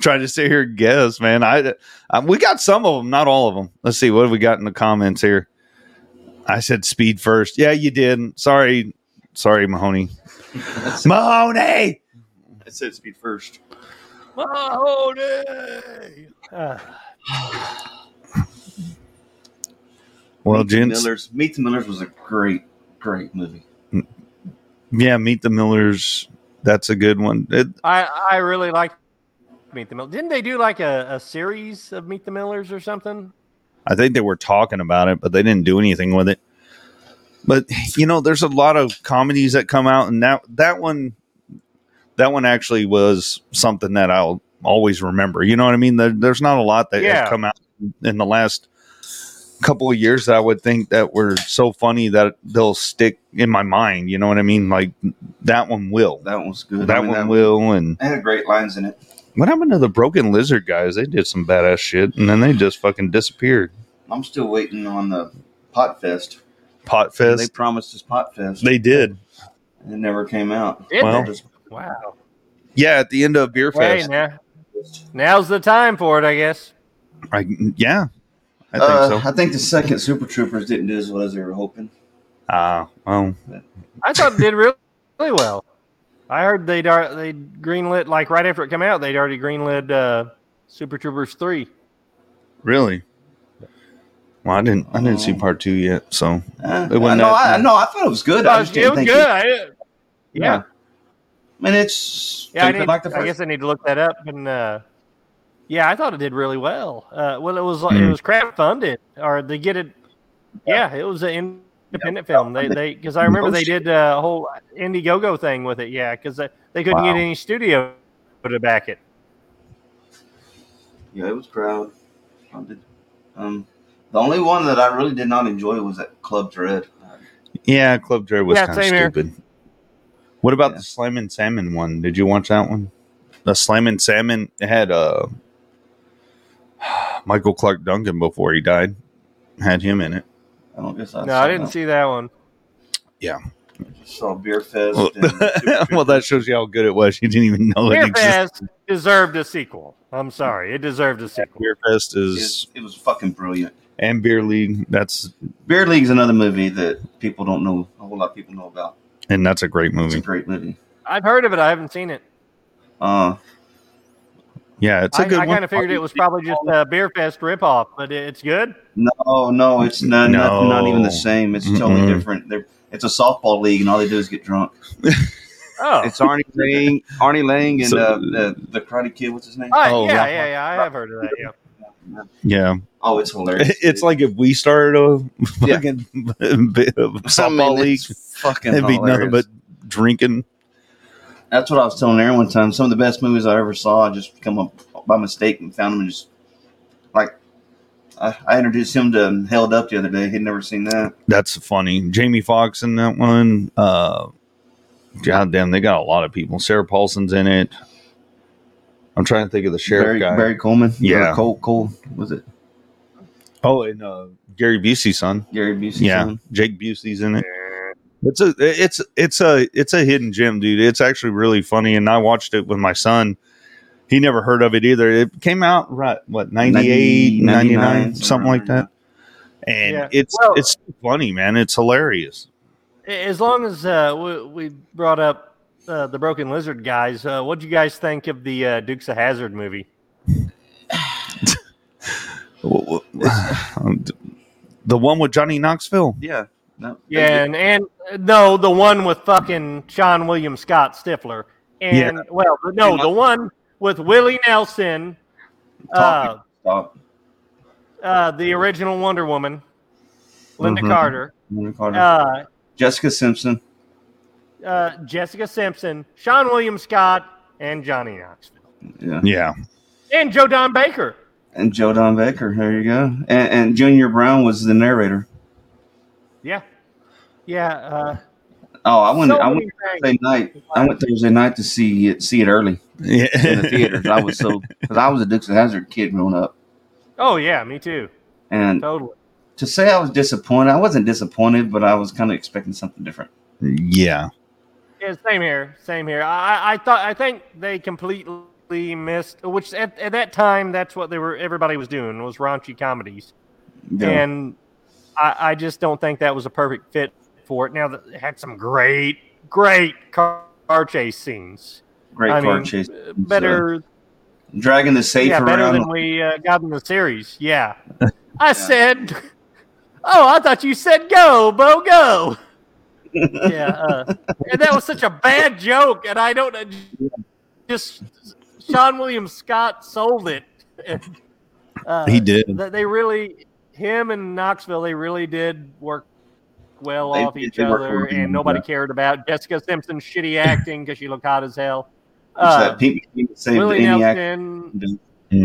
Speaker 4: Trying to sit here and guess, man. I, I we got some of them, not all of them. Let's see what have we got in the comments here. I said speed first. Yeah, you did. Sorry, sorry, Mahoney. Mahoney.
Speaker 5: I said speed first.
Speaker 6: Mahoney. Uh,
Speaker 4: Well,
Speaker 5: meet the
Speaker 4: gents,
Speaker 5: Millers. Meet the Millers was a great, great movie.
Speaker 4: yeah, meet the Millers. That's a good one. It,
Speaker 6: I I really like Meet the Millers. Didn't they do like a, a series of Meet the Millers or something?
Speaker 4: I think they were talking about it, but they didn't do anything with it. But you know, there's a lot of comedies that come out, and that that one, that one actually was something that I'll always remember. You know what I mean? There, there's not a lot that
Speaker 6: Yeah.
Speaker 4: have come out in the last couple of years that I would think that were so funny that they'll stick in my mind. You know what I mean? Like that one will.
Speaker 5: That one was good.
Speaker 4: That
Speaker 5: I mean,
Speaker 4: one will, and
Speaker 5: It had great lines in it.
Speaker 4: what happened to the Broken Lizard guys? They did some badass shit, and then they just fucking disappeared.
Speaker 5: I'm still waiting on the Pot Fest.
Speaker 4: Pot
Speaker 5: They
Speaker 4: fest.
Speaker 5: promised us Pot Fest.
Speaker 4: They did.
Speaker 5: and it never came out.
Speaker 6: Did
Speaker 4: Well-
Speaker 6: they? Wow.
Speaker 4: Yeah, at the end of Beer
Speaker 6: Wait,
Speaker 4: Fest.
Speaker 6: now, now's the time for it, I guess.
Speaker 4: I, yeah, I think
Speaker 5: Uh,
Speaker 4: so.
Speaker 5: I think the second Super Troopers didn't do as well as they were hoping.
Speaker 4: Ah, well,
Speaker 6: I thought it did really, really well. I heard they'd ar- they greenlit like right after it came out. They'd already greenlit uh, Super Troopers three.
Speaker 4: really. Well, I didn't. I didn't see part two yet, so
Speaker 5: Uh,
Speaker 4: It wasn't
Speaker 5: no,
Speaker 4: that-
Speaker 5: I, no, I thought it was good. I
Speaker 6: Oh,
Speaker 5: just
Speaker 6: it
Speaker 5: didn't
Speaker 6: was
Speaker 5: think
Speaker 6: good.
Speaker 5: It,
Speaker 6: I, yeah,
Speaker 5: yeah.
Speaker 6: yeah.
Speaker 5: I mean, it's
Speaker 6: I,
Speaker 5: stupid
Speaker 6: need,
Speaker 5: like the
Speaker 6: I guess
Speaker 5: first.
Speaker 6: I need to look that up. And uh, yeah, I thought it did really well. Uh, well, it was like it
Speaker 4: Hmm.
Speaker 6: was crap funded, or they get it. Yeah, it was an independent film. They they because I remember
Speaker 4: No
Speaker 6: they
Speaker 4: shit.
Speaker 6: did uh, a whole Indiegogo thing with it. Yeah, because they, they couldn't
Speaker 4: Wow.
Speaker 6: get any studio to back it.
Speaker 5: Yeah, it was proud. Um, the only one that I really did not enjoy was that Club Dread.
Speaker 4: yeah, Club Dread was
Speaker 6: Yeah,
Speaker 4: kind of
Speaker 6: same here.
Speaker 4: stupid. What about
Speaker 5: Yeah.
Speaker 4: the Slam and Salmon one? Did you watch that one? The Slam and Salmon had uh, Michael Clark Duncan before he died. Had him in it.
Speaker 5: I don't guess I
Speaker 6: No,
Speaker 5: saw
Speaker 6: I didn't
Speaker 5: that.
Speaker 6: see that one.
Speaker 5: I saw Beer Fest.
Speaker 4: Well,
Speaker 5: and Super
Speaker 4: well, that shows you how good it was. You didn't even know it
Speaker 6: Beer
Speaker 4: existed.
Speaker 6: Fest deserved a sequel. I'm sorry, it deserved a sequel.
Speaker 4: Beer Fest
Speaker 5: Troopers.
Speaker 4: is
Speaker 5: It, it was fucking brilliant.
Speaker 4: and Beer League. That's
Speaker 5: Beer League's another movie that people don't know. A whole lot of people know about.
Speaker 4: and that's a great
Speaker 5: It's a
Speaker 4: movie.
Speaker 5: great movie.
Speaker 6: I've heard of it. I haven't seen it.
Speaker 5: Uh,
Speaker 4: Yeah, it's a
Speaker 6: I,
Speaker 4: good
Speaker 6: I
Speaker 4: one.
Speaker 6: kind of figured it was probably just a beer fest ripoff, but it- it's good.
Speaker 5: no, no, it's not, not, not even
Speaker 4: No.
Speaker 5: the same. It's totally
Speaker 4: Mm-mm.
Speaker 5: different. They're, it's a softball league, and all they do is get drunk.
Speaker 6: Oh,
Speaker 5: It's Arnie Lang, Arnie Lang, and
Speaker 4: So-
Speaker 5: uh, the the Karate Kid. What's his name?
Speaker 6: All right,
Speaker 4: oh,
Speaker 6: yeah,
Speaker 4: Ralph-
Speaker 6: yeah, yeah. I have heard of that. Yeah.
Speaker 4: Yeah,
Speaker 5: Oh, it's hilarious.
Speaker 4: it's like if we started a
Speaker 5: Yeah.
Speaker 4: fucking softball league,
Speaker 5: It's fucking
Speaker 4: it'd be nothing
Speaker 5: hilarious.
Speaker 4: but drinking.
Speaker 5: That's what I was telling Aaron one time. Some of the best movies I ever saw, I just come up by mistake and found them and just like I, I introduced him to Held Up the other day. He'd never seen that.
Speaker 4: That's funny. Jamie Foxx in that one. Uh, God damn, they got a lot of people. Sarah Paulson's in it. I'm trying to think of the sheriff
Speaker 5: Barry,
Speaker 4: guy.
Speaker 5: Barry Coleman.
Speaker 4: Yeah.
Speaker 5: Or Cole, Cole, was it?
Speaker 4: Oh, and uh, Gary Busey's son.
Speaker 5: Gary Busey's
Speaker 4: yeah.
Speaker 5: son.
Speaker 4: Jake Busey's in it. It's a it's it's a it's a hidden gem, dude. It's actually really funny, and I watched it with my son. He never heard of it either. It came out right what 98,
Speaker 5: 90,
Speaker 4: 99,
Speaker 5: 99,
Speaker 4: something like that. And
Speaker 6: Yeah.
Speaker 4: it's
Speaker 6: Well-
Speaker 4: it's funny, man. It's hilarious.
Speaker 6: As long as uh, we, we brought up uh, the Broken Lizard guys, uh, what do you guys think of the uh, Dukes of Hazard movie?
Speaker 4: the one with Johnny Knoxville.
Speaker 5: Yeah. No.
Speaker 6: Yeah, and, and uh, no, the one with fucking Sean William Scott Stifler, and
Speaker 4: Yeah.
Speaker 6: well, no, the one with Willie Nelson, uh,
Speaker 5: Stop.
Speaker 6: uh, the original Wonder Woman, Linda
Speaker 5: Mhm.
Speaker 6: Carter,
Speaker 5: Linda Carter.
Speaker 6: Uh,
Speaker 5: Jessica Simpson.
Speaker 6: uh, Jessica Simpson, Sean William Scott, and Johnny Knoxville,
Speaker 5: Yeah.
Speaker 4: Yeah.
Speaker 6: and Joe Don Baker.
Speaker 5: And Joe Don Baker. There you go. And, and Junior Brown was the narrator.
Speaker 6: Yeah, yeah. Uh,
Speaker 5: Oh, I went.
Speaker 6: So
Speaker 5: I
Speaker 6: many
Speaker 5: went Thursday night. I went Thursday night to see it. See it early.
Speaker 4: Yeah.
Speaker 5: In the theaters. I was so because I was a Dukes of Hazard kid growing up,
Speaker 6: oh yeah, me too.
Speaker 5: and
Speaker 6: Totally.
Speaker 5: to say I was disappointed, I wasn't disappointed, but I was kind of expecting something different.
Speaker 4: Yeah.
Speaker 6: Yeah, same here. Same here. I, I- I thought I think they completely missed, which at, at that time that's what they were. Everybody was doing was raunchy comedies,
Speaker 5: Yeah.
Speaker 6: and I, I just don't think that was a perfect fit for it. Now that it had some great, great car, car chase scenes.
Speaker 5: Great
Speaker 6: I
Speaker 5: car
Speaker 6: mean,
Speaker 5: chase.
Speaker 6: Better,
Speaker 5: Dragging the safe
Speaker 6: yeah, better
Speaker 5: around.
Speaker 6: than we uh, got in the series. Yeah, I said. Oh, I thought you said go, Bo, go. yeah, uh, and that was such a bad joke, and I don't uh, just Sean William Scott sold it. And, uh,
Speaker 4: He did.
Speaker 6: That they really him and Knoxville they really did work well
Speaker 4: They
Speaker 6: off
Speaker 4: did.
Speaker 6: each
Speaker 4: They worked
Speaker 6: other,
Speaker 4: really
Speaker 6: and
Speaker 4: good,
Speaker 6: nobody
Speaker 4: yeah.
Speaker 6: cared about Jessica Simpson's shitty acting because she looked hot as hell.
Speaker 5: It's
Speaker 6: Uh,
Speaker 5: that Pete McKean saved
Speaker 6: Willie
Speaker 5: any act-
Speaker 6: Nelson.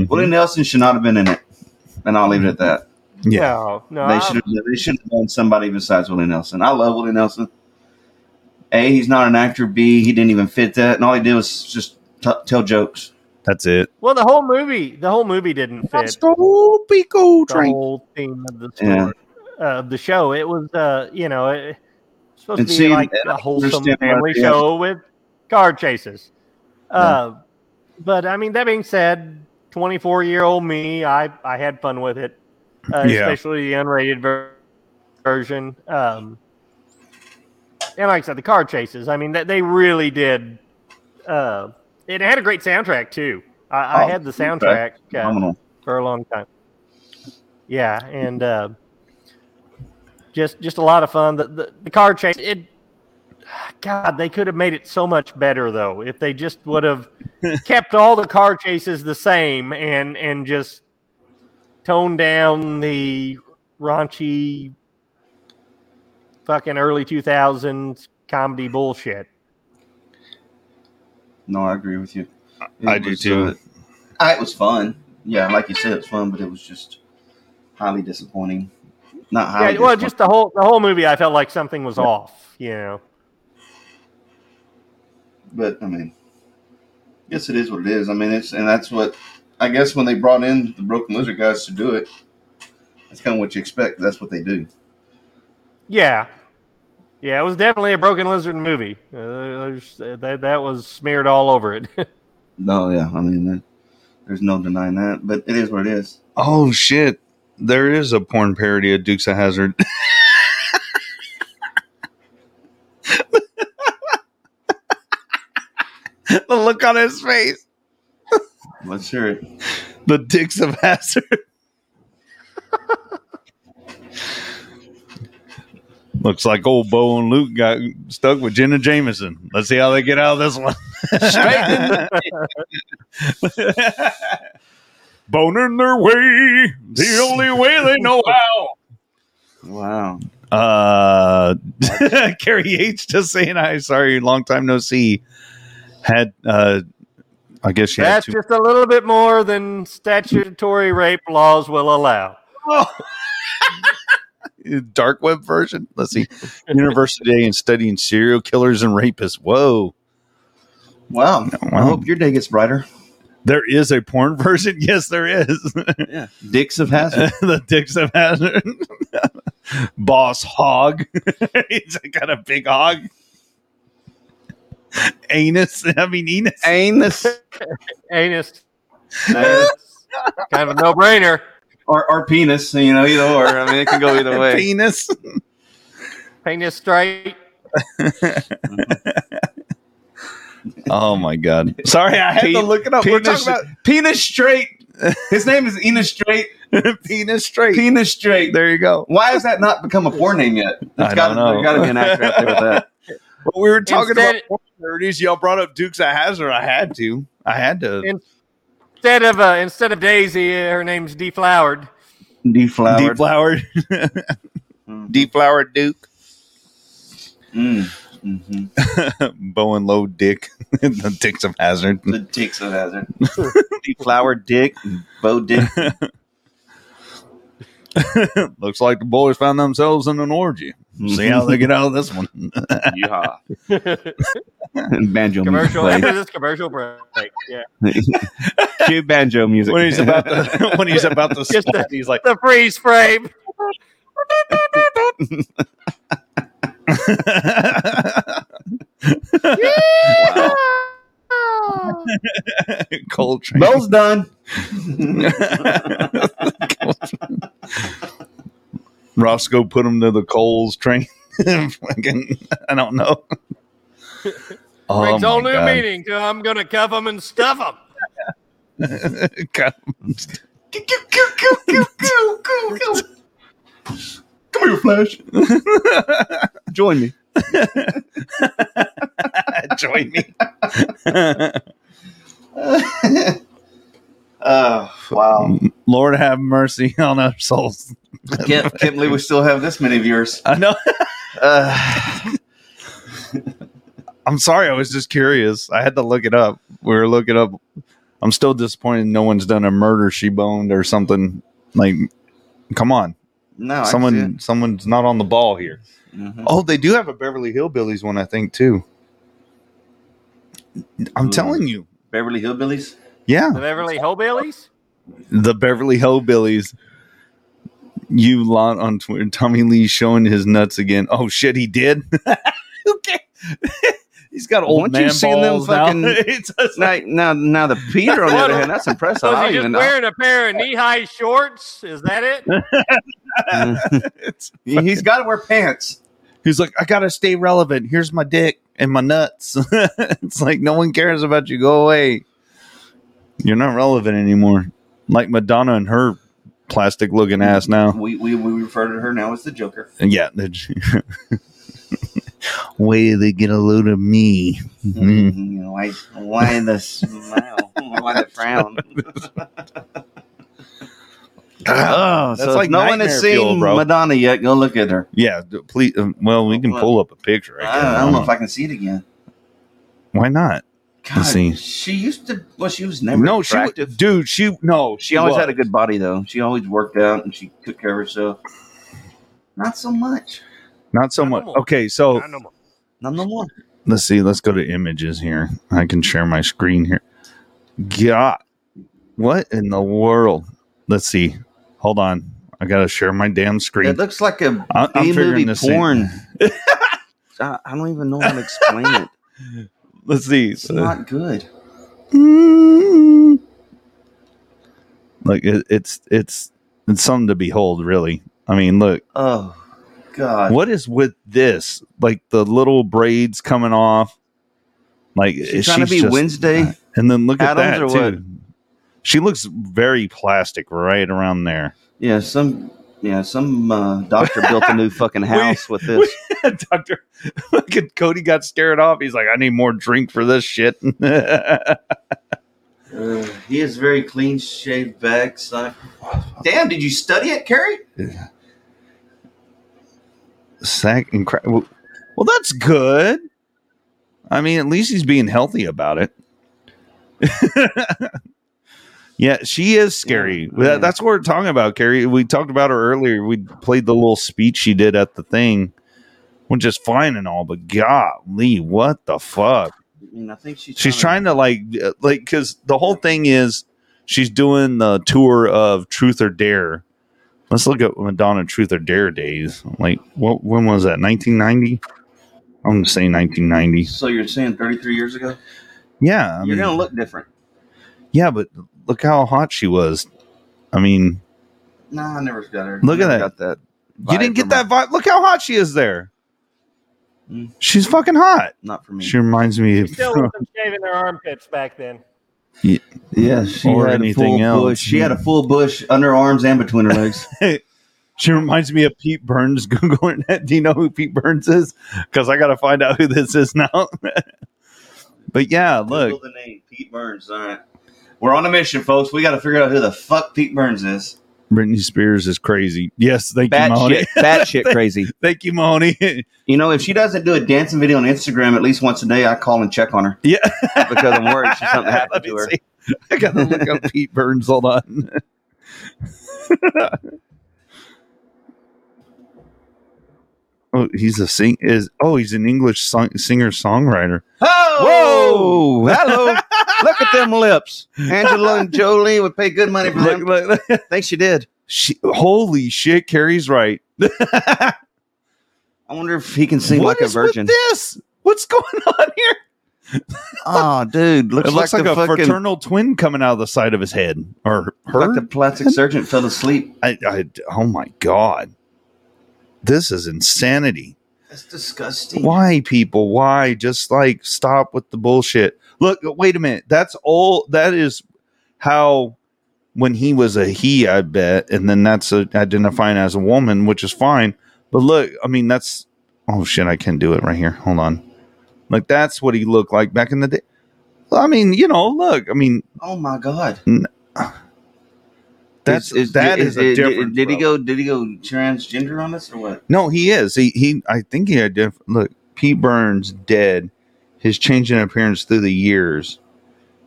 Speaker 5: Willie Nelson should not have been in it, and I'll leave it at that.
Speaker 4: Yeah.
Speaker 6: No, no,
Speaker 5: they
Speaker 6: I-
Speaker 5: should have. They should have done somebody besides Willie Nelson. I love Willie Nelson. A, he's not an actor. B, he didn't even fit that, and all he did was just t- tell jokes.
Speaker 4: That's it.
Speaker 6: Well, the whole movie, the whole movie didn't fit.
Speaker 4: Pico
Speaker 6: the
Speaker 5: Drake.
Speaker 6: whole theme of the story,
Speaker 5: Yeah.
Speaker 6: uh, of the show. It was, uh, you know, it, it's supposed
Speaker 5: And
Speaker 6: to be
Speaker 5: see,
Speaker 6: like
Speaker 5: and I
Speaker 6: a wholesome
Speaker 5: understand why
Speaker 6: family
Speaker 5: they-
Speaker 6: show with car chases. Uh, But I mean, that being said, twenty-four year old me, I I had fun with it, uh,
Speaker 4: Yeah.
Speaker 6: especially the unrated ver- version. Um, and like I said, the car chases. I mean, that they really did. Uh, it had a great soundtrack too. I, I
Speaker 5: Oh,
Speaker 6: had the soundtrack
Speaker 5: soundtrack.
Speaker 6: uh,
Speaker 5: Phenomenal.
Speaker 6: for a long time. Yeah, and uh, just just a lot of fun. The the, the car chase. It, God, they could have made it so much better though if they just would have kept all the car chases the same and and just toned down the raunchy fucking early 2000s comedy bullshit.
Speaker 5: No, I agree with you.
Speaker 4: I do
Speaker 5: was,
Speaker 4: too.
Speaker 5: uh, I, it was fun. Yeah, like you said, it was fun, but it was just highly disappointing. Not highly.
Speaker 6: Yeah, well,
Speaker 5: disappointing.
Speaker 6: just the whole the whole movie, I felt like something was off. You know,
Speaker 5: but I mean, yes, it is what it is. I mean, it's and that's what I guess when they brought in the Broken Lizard guys to do it, that's kind of what you expect. That's what they do.
Speaker 6: yeah, yeah, it was definitely a broken lizard movie. Uh, there's- that that was smeared all over it.
Speaker 5: No, yeah, I mean, there- there's no denying that. But it is what it is.
Speaker 4: Oh shit. There is a porn parody of Dukes of Hazard. the look on his face.
Speaker 5: Let's hear it.
Speaker 4: The Dukes of Hazard. Looks like old Bo and Luke got stuck with Jenna Jameson. Let's see how they get out of this one. Boning their way, the only way they know how.
Speaker 5: Wow.
Speaker 4: Uh, Carrie H just saying hi. Sorry, long time no see. Had uh, I guess she
Speaker 6: That's
Speaker 4: had two.
Speaker 6: just a little bit more than statutory rape laws will allow.
Speaker 4: Dark web version. Let's see. University Day and studying serial killers and rapists. Whoa.
Speaker 5: Wow. I hope your day gets brighter.
Speaker 4: There is a porn version. Yes, there is.
Speaker 5: Yeah. Dicks of Hazard.
Speaker 4: the Dicks of Hazard. Boss Hog. He's got a big hog. Anus. I mean, Enos.
Speaker 5: Anus.
Speaker 6: Anus. Anus. kind of a no brainer.
Speaker 5: Or, or penis, you know, either or. I mean, it can go either way.
Speaker 4: Penis.
Speaker 6: Penis straight.
Speaker 4: Oh my god. Sorry, I had
Speaker 5: Pe-
Speaker 4: to look it up. We're
Speaker 5: penis-
Speaker 4: talking about
Speaker 5: Penis Straight. His name is Enos Straight.
Speaker 4: penis straight.
Speaker 5: Penis Straight.
Speaker 4: There you go.
Speaker 5: Why has that not become a porn name yet? It's
Speaker 4: I
Speaker 5: gotta,
Speaker 4: don't know.
Speaker 5: There's got to be an actor out there with that.
Speaker 4: But we were talking
Speaker 6: Instead-
Speaker 4: about porn 30s. Y'all brought up Dukes of Hazard. I had to. I had to.
Speaker 6: Instead of uh, instead of Daisy, uh, her name's Deflowered.
Speaker 5: Deflowered.
Speaker 4: Deflowered. Deflowered Duke.
Speaker 5: mm, mm-hmm.
Speaker 4: Bow and low dick. the dicks of hazard.
Speaker 5: The Dicks of Hazard. Deflowered Dick. Bo Dick.
Speaker 4: Looks like the boys found themselves in an orgy. See how they get out of this one.
Speaker 5: Yeehaw. Mm-hmm. And banjo
Speaker 6: Commercial
Speaker 5: music.
Speaker 6: after
Speaker 5: played.
Speaker 6: this commercial break. Yeah.
Speaker 5: Cue banjo music.
Speaker 4: When he's about to when he's about to
Speaker 6: Just
Speaker 4: splat, he's like
Speaker 6: The freeze frame.
Speaker 4: cold train.
Speaker 5: Bell's done.
Speaker 4: Roscoe put him to the coals train. Fucking- I don't know. Oh
Speaker 6: Brings all
Speaker 4: my
Speaker 6: new
Speaker 4: God.
Speaker 6: meaning to I'm gonna cuff them and stuff them.
Speaker 4: God.
Speaker 5: Come here, Flash. Join me.
Speaker 4: Join me.
Speaker 5: Oh, wow.
Speaker 4: Lord have mercy on our souls.
Speaker 5: Can't, can't believe we still have this many viewers.
Speaker 4: I know.
Speaker 5: Uh,
Speaker 4: I'm sorry. I was just curious. I had to look it up. We were looking up. I'm still disappointed no one's done a murder she boned or something. Like, come on.
Speaker 5: no,
Speaker 4: Someone, someone's not on the ball here.
Speaker 5: Mm-hmm.
Speaker 4: Oh, they do have a Beverly Hillbillies one, I think, too. I'm
Speaker 5: Ooh.
Speaker 4: telling you.
Speaker 5: Beverly Hillbillies.
Speaker 4: Yeah.
Speaker 6: The Beverly Hillbillies.
Speaker 4: the Beverly Hillbillies. You lot on Twitter. Tommy Lee showing his nuts again. Oh shit, he did. okay, he's got old
Speaker 5: Once
Speaker 4: man
Speaker 5: you've seen them
Speaker 4: balls now.
Speaker 5: fucking-
Speaker 4: It's just
Speaker 5: Now,
Speaker 4: like-
Speaker 5: now, now the Peter on the other hand, that's impressive.
Speaker 4: Oh,
Speaker 6: So
Speaker 5: I
Speaker 6: is
Speaker 5: don't
Speaker 6: he just
Speaker 4: uh,
Speaker 5: even
Speaker 6: wearing a pair of knee-high shorts? Is that it?
Speaker 4: it's-
Speaker 5: know. He's got to wear pants.
Speaker 4: he's like, I gotta stay relevant. Here's my dick and my nuts. it's like no one cares about you. Go away. You're not relevant anymore. Like Madonna and her plastic looking ass now.
Speaker 5: We, we we refer to her now as the Joker.
Speaker 4: Yeah. the- Way they get a load of me. Mhm.
Speaker 5: Mm-hmm. You know, why why the smile? Why the frown? oh,
Speaker 4: Ah, That's like
Speaker 5: no one has
Speaker 4: nightmare fuel,
Speaker 5: seen
Speaker 4: bro.
Speaker 5: Madonna yet. Go look at her.
Speaker 4: Yeah, d- please. um, Well, we can pull up a picture.
Speaker 5: I, I don't know if I can see it again.
Speaker 4: Why not?
Speaker 5: God,
Speaker 4: see.
Speaker 5: she used to. Well, she was never.
Speaker 4: No,
Speaker 5: No,
Speaker 4: she, wa- dude, she no,
Speaker 5: she always had a good body though. She always worked out and she took care of herself. Not so much.
Speaker 4: not so much.
Speaker 6: Animal.
Speaker 4: Okay, so
Speaker 6: Animal.
Speaker 5: Not no more.
Speaker 4: let's see. Let's go to images here. I can share my screen here. God, what in the world? Let's see. Hold on, I gotta share my damn screen.
Speaker 5: It looks like a
Speaker 4: I- I'm
Speaker 5: B
Speaker 4: figuring
Speaker 5: movie
Speaker 4: this thing-
Speaker 5: porn. I, I don't even know how to explain it.
Speaker 4: Let's see.
Speaker 5: It's not good.
Speaker 4: Like it, it's it's it's something to behold, really. I mean, look,
Speaker 5: Oh God.
Speaker 4: what is with this? Like the little braids coming off. Like
Speaker 5: She's
Speaker 4: she's
Speaker 5: trying to be
Speaker 4: just-
Speaker 5: Wednesday.
Speaker 4: And then look at
Speaker 5: Adams
Speaker 4: that
Speaker 5: or
Speaker 4: too. She looks very plastic right around there.
Speaker 5: Yeah, some yeah, some uh, doctor built a new fucking house with this.
Speaker 4: Doctor, fucking Cody got scared off. He's like, I need more drink for this shit.
Speaker 5: Uh, he is very clean shaved back, son. Damn, did you study it, Carrie?
Speaker 4: Sack and crap. Well, well, that's good. I mean, at least he's being healthy about it. Yeah, she is scary. That- that's what we're talking about, Carrie. We talked about her earlier. We played the little speech she did at the thing, which is fine and all, but golly, what the fuck?
Speaker 5: And I think she's
Speaker 4: She's trying to like, uh, like, because the whole thing is she's doing the tour of Truth or Dare. Let's look at Madonna Truth or Dare days. Like, what? When was that? 1990. I'm gonna say 1990.
Speaker 5: So you're saying 33 years ago?
Speaker 4: Yeah, I
Speaker 5: You're
Speaker 4: mean-
Speaker 5: gonna look different.
Speaker 4: yeah, but look how hot she was. I mean,
Speaker 5: No, I never got her.
Speaker 4: Look at
Speaker 5: Never
Speaker 4: that.
Speaker 5: Got that.
Speaker 4: you didn't get that vibe. Look how hot she is there.
Speaker 5: Mm.
Speaker 4: She's fucking hot.
Speaker 5: Not for me.
Speaker 4: She reminds me of
Speaker 6: Still with them shaving their armpits back then.
Speaker 4: yeah,
Speaker 5: she
Speaker 4: or
Speaker 5: had a
Speaker 4: anything
Speaker 5: full
Speaker 4: else.
Speaker 5: bush. She had a full bush under her arms and between her legs.
Speaker 4: she reminds me of Pete Burns. Googling that. Do you know who Pete Burns is? Because I got to find out who this is now. but yeah,
Speaker 5: Google
Speaker 4: look.
Speaker 5: the name Pete Burns. All right, we're on a mission, folks. We got to figure out who the fuck Pete Burns is.
Speaker 4: Britney Spears is crazy. Yes, thank you,
Speaker 5: Bad
Speaker 4: Mahoney.
Speaker 5: shit, bad shit, crazy.
Speaker 4: Thank you, Mahoney.
Speaker 5: You know, if she doesn't do a dancing video on Instagram at least once a day, I call and check on her.
Speaker 4: Yeah,
Speaker 5: because I'm worried she's something happened to her.
Speaker 4: I gotta look up Pete Burns. Hold on. oh, he's a sing is oh he's an English song- singer songwriter.
Speaker 5: Oh,
Speaker 4: Whoa!
Speaker 5: hello! look at them lips. Angela and Jolie would pay good money for them. Think she did.
Speaker 4: She, holy shit, Carrie's right.
Speaker 5: I wonder if he can sing
Speaker 4: What
Speaker 5: like a
Speaker 4: is with
Speaker 5: virgin.
Speaker 4: this? What's going on here?
Speaker 5: Oh, dude, looks,
Speaker 4: it looks like,
Speaker 5: the
Speaker 4: a
Speaker 5: fucking,
Speaker 4: fraternal twin coming out of the side of his head, or her.
Speaker 5: Like the plastic surgeon fell asleep.
Speaker 4: I, I, oh my god, this is insanity.
Speaker 5: That's disgusting.
Speaker 4: Why, people? Why? Just like stop with the bullshit. Look, wait a minute. That's all. That is how when he was a he, I bet, and then that's a, identifying as a woman, which is fine. But look, I mean, that's oh shit. I can do it right here. Hold on. Like that's what he looked like back in the day. I mean, you know, look. I mean,
Speaker 5: Oh my god.
Speaker 4: n- that's
Speaker 5: Is- is-
Speaker 4: that is,
Speaker 5: is- is-
Speaker 4: a different.
Speaker 5: Did he go? Did he go transgender on us or what?
Speaker 4: No, he is. He he. I think he identified. Look, Pete Burns dead. His change in appearance through the years.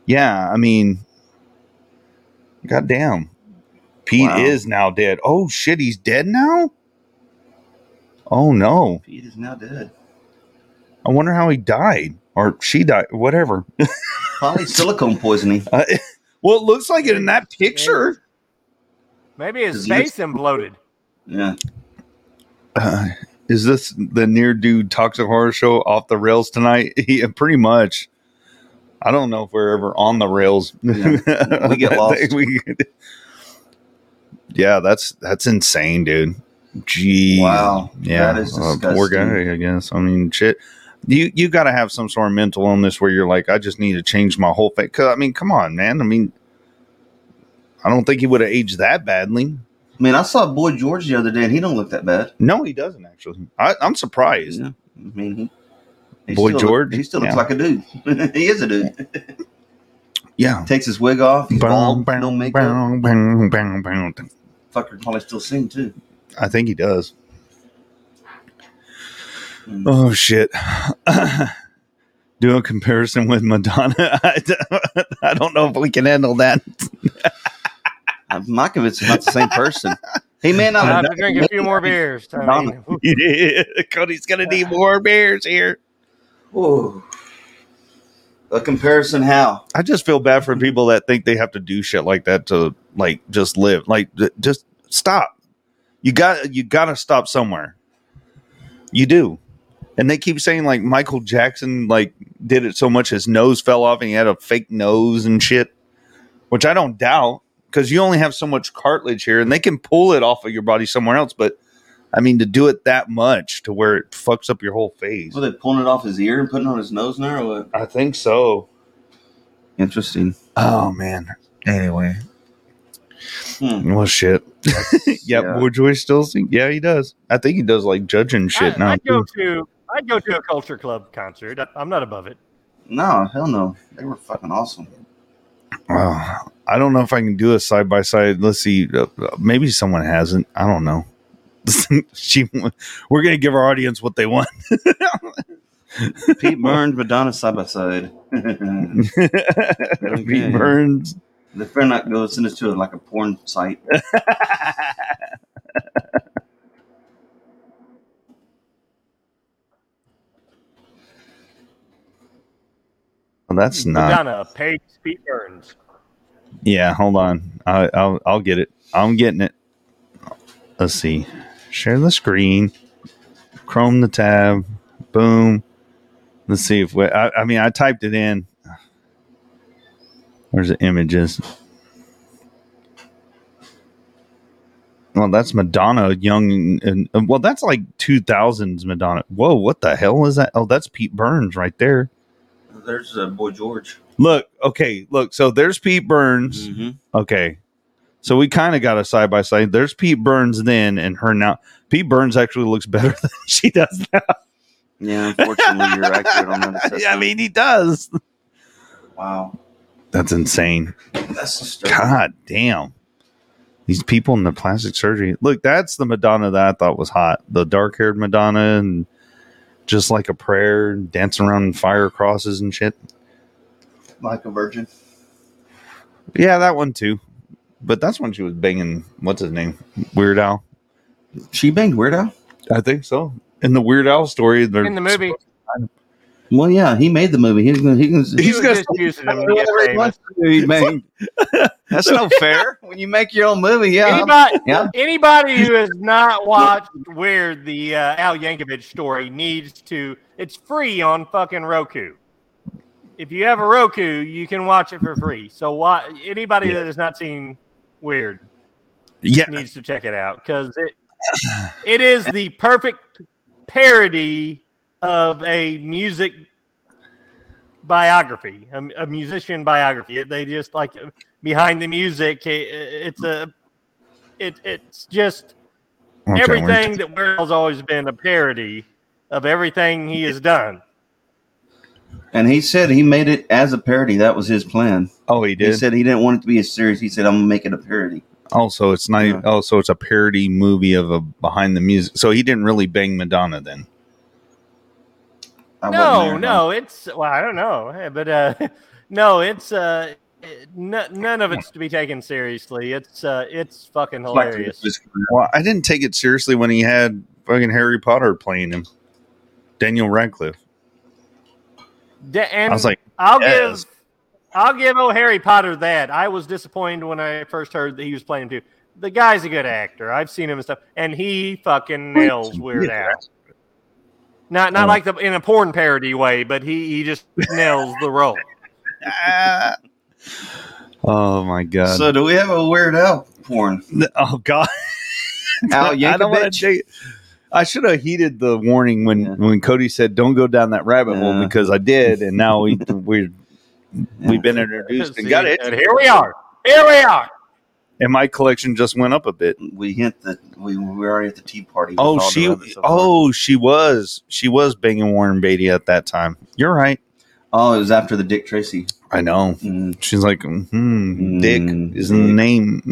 Speaker 4: Yeah, I mean, goddamn, Pete
Speaker 5: Wow.
Speaker 4: is now dead. Oh shit, he's dead now. Oh no,
Speaker 5: Pete is now dead.
Speaker 4: I wonder how he died or she died. Whatever.
Speaker 5: Probably silicone poisoning.
Speaker 4: Uh, well, it looks like it in that picture.
Speaker 6: Maybe his
Speaker 4: Does he look-
Speaker 6: face imploded.
Speaker 5: Yeah.
Speaker 4: Uh, is this the near dude toxic horror show off the rails tonight? Yeah, pretty much. I don't know if we're ever on the rails.
Speaker 5: Yeah, we get lost.
Speaker 4: We- yeah, that's that's insane, dude. Gee,
Speaker 5: Wow,
Speaker 4: E, yeah,
Speaker 5: that is
Speaker 4: uh, poor
Speaker 5: disgusting.
Speaker 4: guy. I guess. I mean, shit. You you got to have some sort of mental illness where you're like, I just need to change my whole face. Cause I mean, come on, man. I mean, I don't think he would have aged that badly.
Speaker 5: I mean, I saw Boy George the other day, and he don't look that bad.
Speaker 4: No, he doesn't actually. I, I'm surprised.
Speaker 5: I mean, he, he
Speaker 4: Boy
Speaker 5: still look-
Speaker 4: George?
Speaker 5: he still looks
Speaker 4: Yeah.
Speaker 5: like a dude. he is a dude.
Speaker 4: Yeah.
Speaker 5: Takes his wig off. He's bald. No makeup. Fucker probably still sing too.
Speaker 4: I think he does. Oh shit! Do a comparison with Madonna. I don't- I don't know if we can handle that.
Speaker 5: I'm not convinced it's not the same person. He may not
Speaker 6: I'll
Speaker 5: have
Speaker 6: have to drink a few more beers. I mean,
Speaker 4: Cody's gonna need more bears here.
Speaker 5: Ooh. A comparison how?
Speaker 4: I just feel bad for people that think they have to do shit like that to like just live. Like j- just stop. You got you got to stop somewhere. You do. And they keep saying like Michael Jackson like did it so much his nose fell off and he had a fake nose and shit, which I don't doubt cuz you only have so much cartilage here and they can pull it off of your body somewhere else, but I mean to do it that much to where it fucks up your whole face.
Speaker 5: Were they pulling it off his ear and putting it on his nose now or what?
Speaker 4: I think so.
Speaker 5: Interesting.
Speaker 4: Oh man. Anyway.
Speaker 5: Hmm.
Speaker 4: Well, shit. yeah,
Speaker 5: yeah.
Speaker 4: Boy Joy still sing. Yeah, he does. I think he does like judging shit now.
Speaker 6: I'd go
Speaker 4: too.
Speaker 6: to I'd go to a culture club concert. I- I'm not above it.
Speaker 5: No, hell no. They were fucking awesome.
Speaker 4: Wow. I don't know if I can do a side by side. Let's see. Uh, uh, maybe someone hasn't. I don't know. she, we're gonna give our audience what they want.
Speaker 5: Pete Burns, Madonna side by side.
Speaker 4: Pete Burns,
Speaker 5: The friend not go send us to like a porn site.
Speaker 4: Well, that's not.
Speaker 6: Madonna, Paige Pete Burns.
Speaker 4: Yeah, hold on. I, I'll I'll get it. I'm getting it. Let's see. Share the screen. Chrome the tab. Boom. Let's see if we, I, I mean I typed it in. Where's the images? Well, that's Madonna, young, and and- well, that's like two thousands Madonna. Whoa, what the hell is that? Oh, that's Pete Burns right there.
Speaker 5: There's uh, boy George.
Speaker 4: Look, okay, look. So there's Pete Burns.
Speaker 5: Mm-hmm.
Speaker 4: Okay. So we kind of got a side by side. There's Pete Burns then and her now. Pete Burns actually looks better than she does now.
Speaker 5: Yeah, unfortunately, you're accurate on that.
Speaker 4: I mean, he does.
Speaker 5: Wow,
Speaker 4: That's insane.
Speaker 5: that's disturbing.
Speaker 4: God damn. These people in the plastic surgery. Look, that's the Madonna that I thought was hot. The dark haired Madonna and just like a prayer, dancing around in fire crosses and shit.
Speaker 5: Like a virgin.
Speaker 4: Yeah, that one too. But that's when she was banging what's his name? Weird Al.
Speaker 5: She banged Weird Al?
Speaker 4: I think so. In the Weird Al story, they're-
Speaker 6: In the movie,
Speaker 5: Well, yeah, he made the movie. He's gonna. He can,
Speaker 6: he was just using them to get famous.
Speaker 5: He made. That's no fair. When you make your own movie, yeah,
Speaker 6: Anybody,
Speaker 5: yeah.
Speaker 6: anybody who has not watched Weird the uh, Al Yankovic story needs to. It's free on fucking Roku. If you have a Roku, you can watch it for free. So why anybody that has not seen Weird
Speaker 4: Yeah.
Speaker 6: needs to check it out because it it is the perfect parody of a music biography, a, a musician biography. They just like behind the music. i- i- It's a it it's just
Speaker 4: Okay, we're-
Speaker 6: everything that Weird's always been a parody of everything he has done.
Speaker 5: And he said he made it as a parody. That was his plan.
Speaker 4: Oh, he
Speaker 5: He
Speaker 4: did.
Speaker 5: said he didn't want it to be a series. He said I'm gonna make it a parody.
Speaker 4: also, it's not. Oh, so it's a parody movie of a behind the music. So he didn't really bang Madonna then.
Speaker 5: I wasn't
Speaker 6: No,
Speaker 5: there,
Speaker 6: no, it's well, I don't know, eh, but uh, no, it's uh, n- none of it's to be taken seriously. It's uh, it's fucking hilarious.
Speaker 4: Well, I didn't take it seriously when he had fucking Harry Potter playing him, Daniel Radcliffe.
Speaker 6: Da- and
Speaker 4: I was like,
Speaker 6: I'll
Speaker 4: yes.
Speaker 6: give, I'll give old Harry Potter that. I was disappointed when I first heard that he was playing too. The guy's a good actor. I've seen him and stuff, and he fucking nails Weird Al.
Speaker 4: Oh.
Speaker 6: Not not like the in a porn parody way, but he he just nails the role.
Speaker 4: Oh my
Speaker 5: no.
Speaker 4: god!
Speaker 5: So do we have a Weird Al porn?
Speaker 4: oh god,
Speaker 5: Al
Speaker 4: I don't wanna
Speaker 5: Yankovic.
Speaker 4: take- I should have heeded the warning when when Cody said, "Don't go down that rabbit hole," because I did, and now we we we've been introduced and got
Speaker 6: See,
Speaker 4: it.
Speaker 6: And here we are. Here we are.
Speaker 4: and my collection just went up a bit.
Speaker 5: We hit the we we already at the tea party. with
Speaker 4: Oh,
Speaker 5: all the
Speaker 4: she
Speaker 5: rabbits so far.
Speaker 4: oh she was she was banging Warren Beatty at that time. You're right.
Speaker 5: Oh, it was after the Dick Tracy. Mm.
Speaker 4: I know. She's like, hmm, Dick is the
Speaker 5: Hmm, Dick.
Speaker 4: name.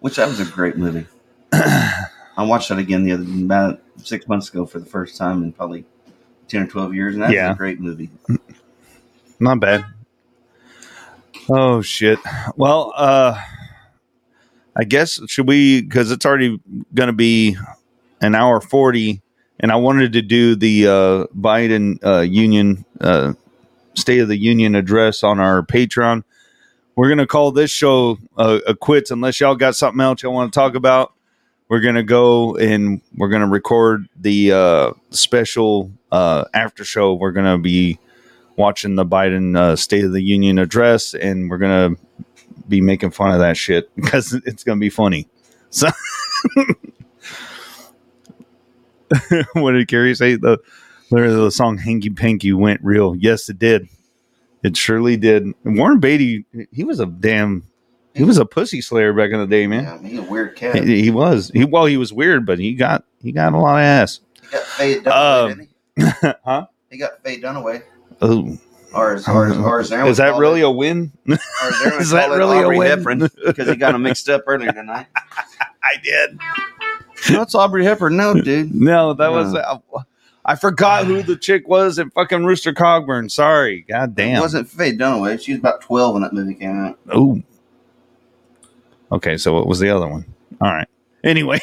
Speaker 5: Which that was a great movie. I watched that again the other about six months ago for the first time in probably ten or twelve years, and that
Speaker 4: Yeah.
Speaker 5: was a great movie.
Speaker 4: Not bad. Oh shit. Well, uh I guess should we cuz it's already going to be an hour 40 and I wanted to do the uh Biden uh union uh state of the union address on our Patreon. We're going to call this show uh, a quits unless y'all got something else y'all want to talk about. We're going to go and we're going to record the uh special uh after show. We're going to be watching the Biden uh, State of the Union address, and we're gonna be making fun of that shit because it's gonna be funny. So, what did Carrie say? The literally the song "Hanky Panky" went real. Yes, it did. It surely did. And Warren Beatty, he was a damn, he was a pussy slayer back in the day, man.
Speaker 5: I mean, a weird cat.
Speaker 4: He, he was. He well, he was weird, but he got he got a lot of ass.
Speaker 5: He got Faye Dunaway,
Speaker 4: Um,
Speaker 5: didn't
Speaker 4: huh?
Speaker 5: he? He got Faye Dunaway.
Speaker 4: Oh.
Speaker 5: Or is, or is, or is,
Speaker 4: Is that really a win? Is that really a win?
Speaker 5: Because he got him mixed up earlier tonight.
Speaker 4: I did.
Speaker 5: No, it's Aubrey Hepburn. No, dude.
Speaker 4: No, that was.
Speaker 5: No.
Speaker 4: I, I forgot who the chick was at fucking Rooster Cogburn. Sorry. God damn.
Speaker 5: It wasn't Faye Dunaway. She was about 12 when that movie came out.
Speaker 4: Oh. Okay, so what was the other one? All right. Anyway,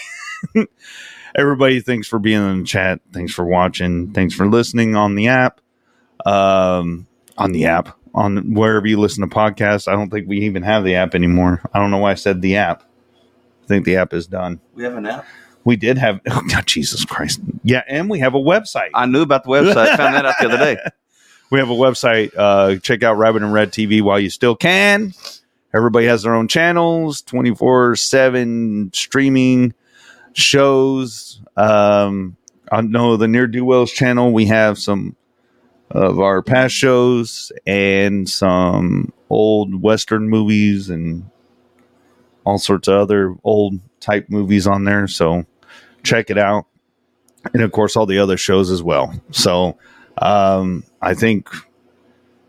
Speaker 4: everybody, thanks for being in the chat. Thanks for watching. Thanks for listening on the app. Um, on the app, on wherever you listen to podcasts. I don't think we even have the app anymore. I don't know why I said the app. I think the app is done.
Speaker 5: We have an app.
Speaker 4: We did have oh God, Jesus Christ. Yeah, and we have a website.
Speaker 5: I knew about the website. Found that out the other day.
Speaker 4: We have a website. Uh, check out Rabbit and Red TV while you still can. Everybody has their own channels, 24 7 streaming shows. Um, I know the Near Do Wells channel, we have some of our past shows and some old Western movies and all sorts of other old type movies on there. So check it out. And of course, all the other shows as well. So um, I think,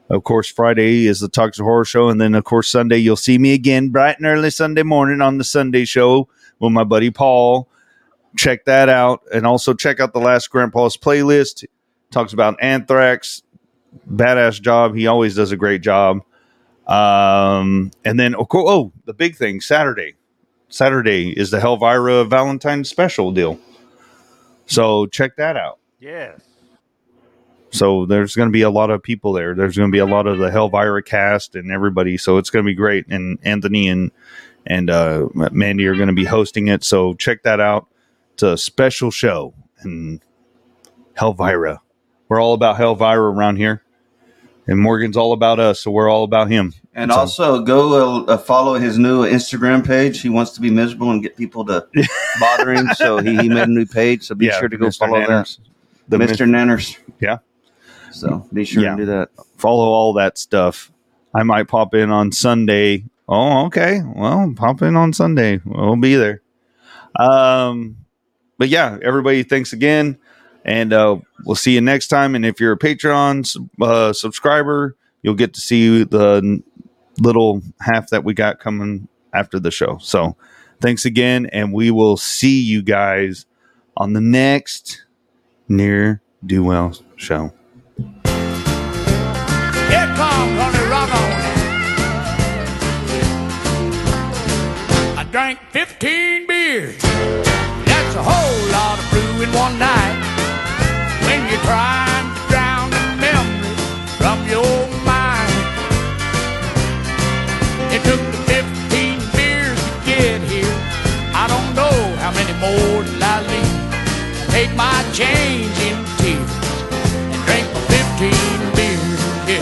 Speaker 4: of course, Friday is the Talks of Horror show. And then, of course, Sunday, you'll see me again bright and early Sunday morning on the Sunday show with my buddy Paul. Check that out. And also check out the last Grandpa's playlist. Talks about Anthrax. Badass job. He always does a great job. Um, and then, of course, oh, the big thing Saturday. Saturday is the Helvira Valentine's special deal. So check that out.
Speaker 6: Yes.
Speaker 4: So there's going to be a lot of people there. There's going to be a lot of the Helvira cast and everybody. So it's going to be great. And Anthony and and uh, Mandy are going to be hosting it. So check that out. It's a special show and Helvira. We're all about Helvira around here, and Morgan's all about us. So we're all about him.
Speaker 5: And
Speaker 4: So-
Speaker 5: also go uh, uh, follow his new Instagram page. He wants to be miserable and get people to bother him. So he, he made a new page. So be
Speaker 4: Yeah,
Speaker 5: sure to go
Speaker 4: Mr.
Speaker 5: follow
Speaker 4: Nanners. The
Speaker 5: that. Mr.
Speaker 4: Mis-
Speaker 5: Nanners.
Speaker 4: Yeah.
Speaker 5: So be sure
Speaker 4: Yeah.
Speaker 5: to do that.
Speaker 4: follow all that stuff. I might pop in on Sunday. Oh, okay. Well, pop in on Sunday. We'll be there. Um, but yeah, everybody, thanks again, and uh, we'll see you next time. And if you're a Patreon sub- uh, subscriber, you'll get to see the n- little half that we got coming after the show. So, thanks again, and we will see you guys on the next near do well show.
Speaker 2: Here comes on the rock on. I drank 15 beers. That's a whole lot of brew in one night. When you're trying to drown the memories from your mind. It took the 15 beers to get here. I don't know how many more till I leave. Take my change in tears and drink my 15 beers.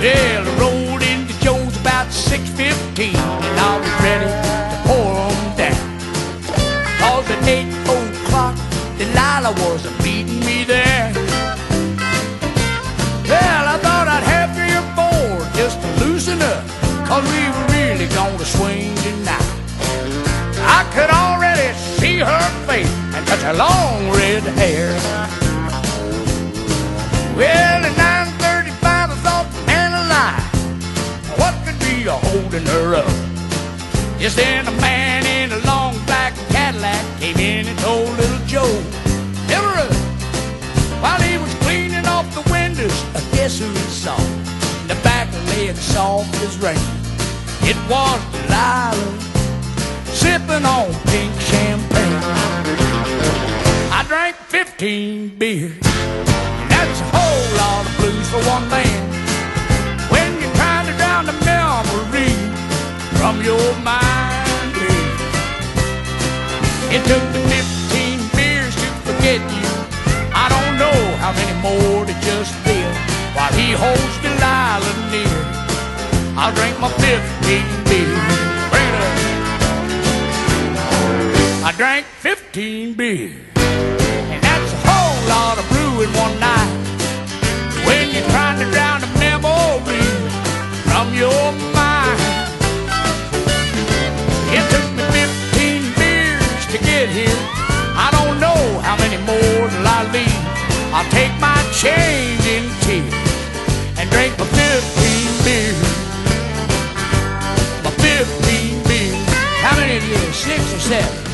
Speaker 2: Yeah. Well, I rolled into Joe's about 6.15 And I was ready to pour 'em down Cause at 8 o'clock Delilah was meeting me there Well, I thought I'd have three or four Just to loosen up Cause we were really gonna swing tonight I could already see her face And such a long red hair well, at 9.35 I thought, man alive, what could be a holding her up? Just then a man in a long black Cadillac came in and told little Joe, Fill her up. While he was cleaning off the windows, I guess who he saw? In the back leg soft as rain. It was Delilah, sipping on pink champagne. I drank 15 beers. That's a whole lot of blues for one man. When you're trying to drown the memory from your mind, dear. It took me 15 beers to forget you. I don't know how many more to just feel while he holds Delilah near. I'll drink my 15 beers. Bring it up. I drank 15 beers. And that's a whole lot of brew in one night. When you're trying to drown a memory from your mind. It took me 15 beers to get here. I don't know how many more till I leave. I'll take my change in tears and drink my 15 beers. My 15 beers. How many of you? Six or seven? uh,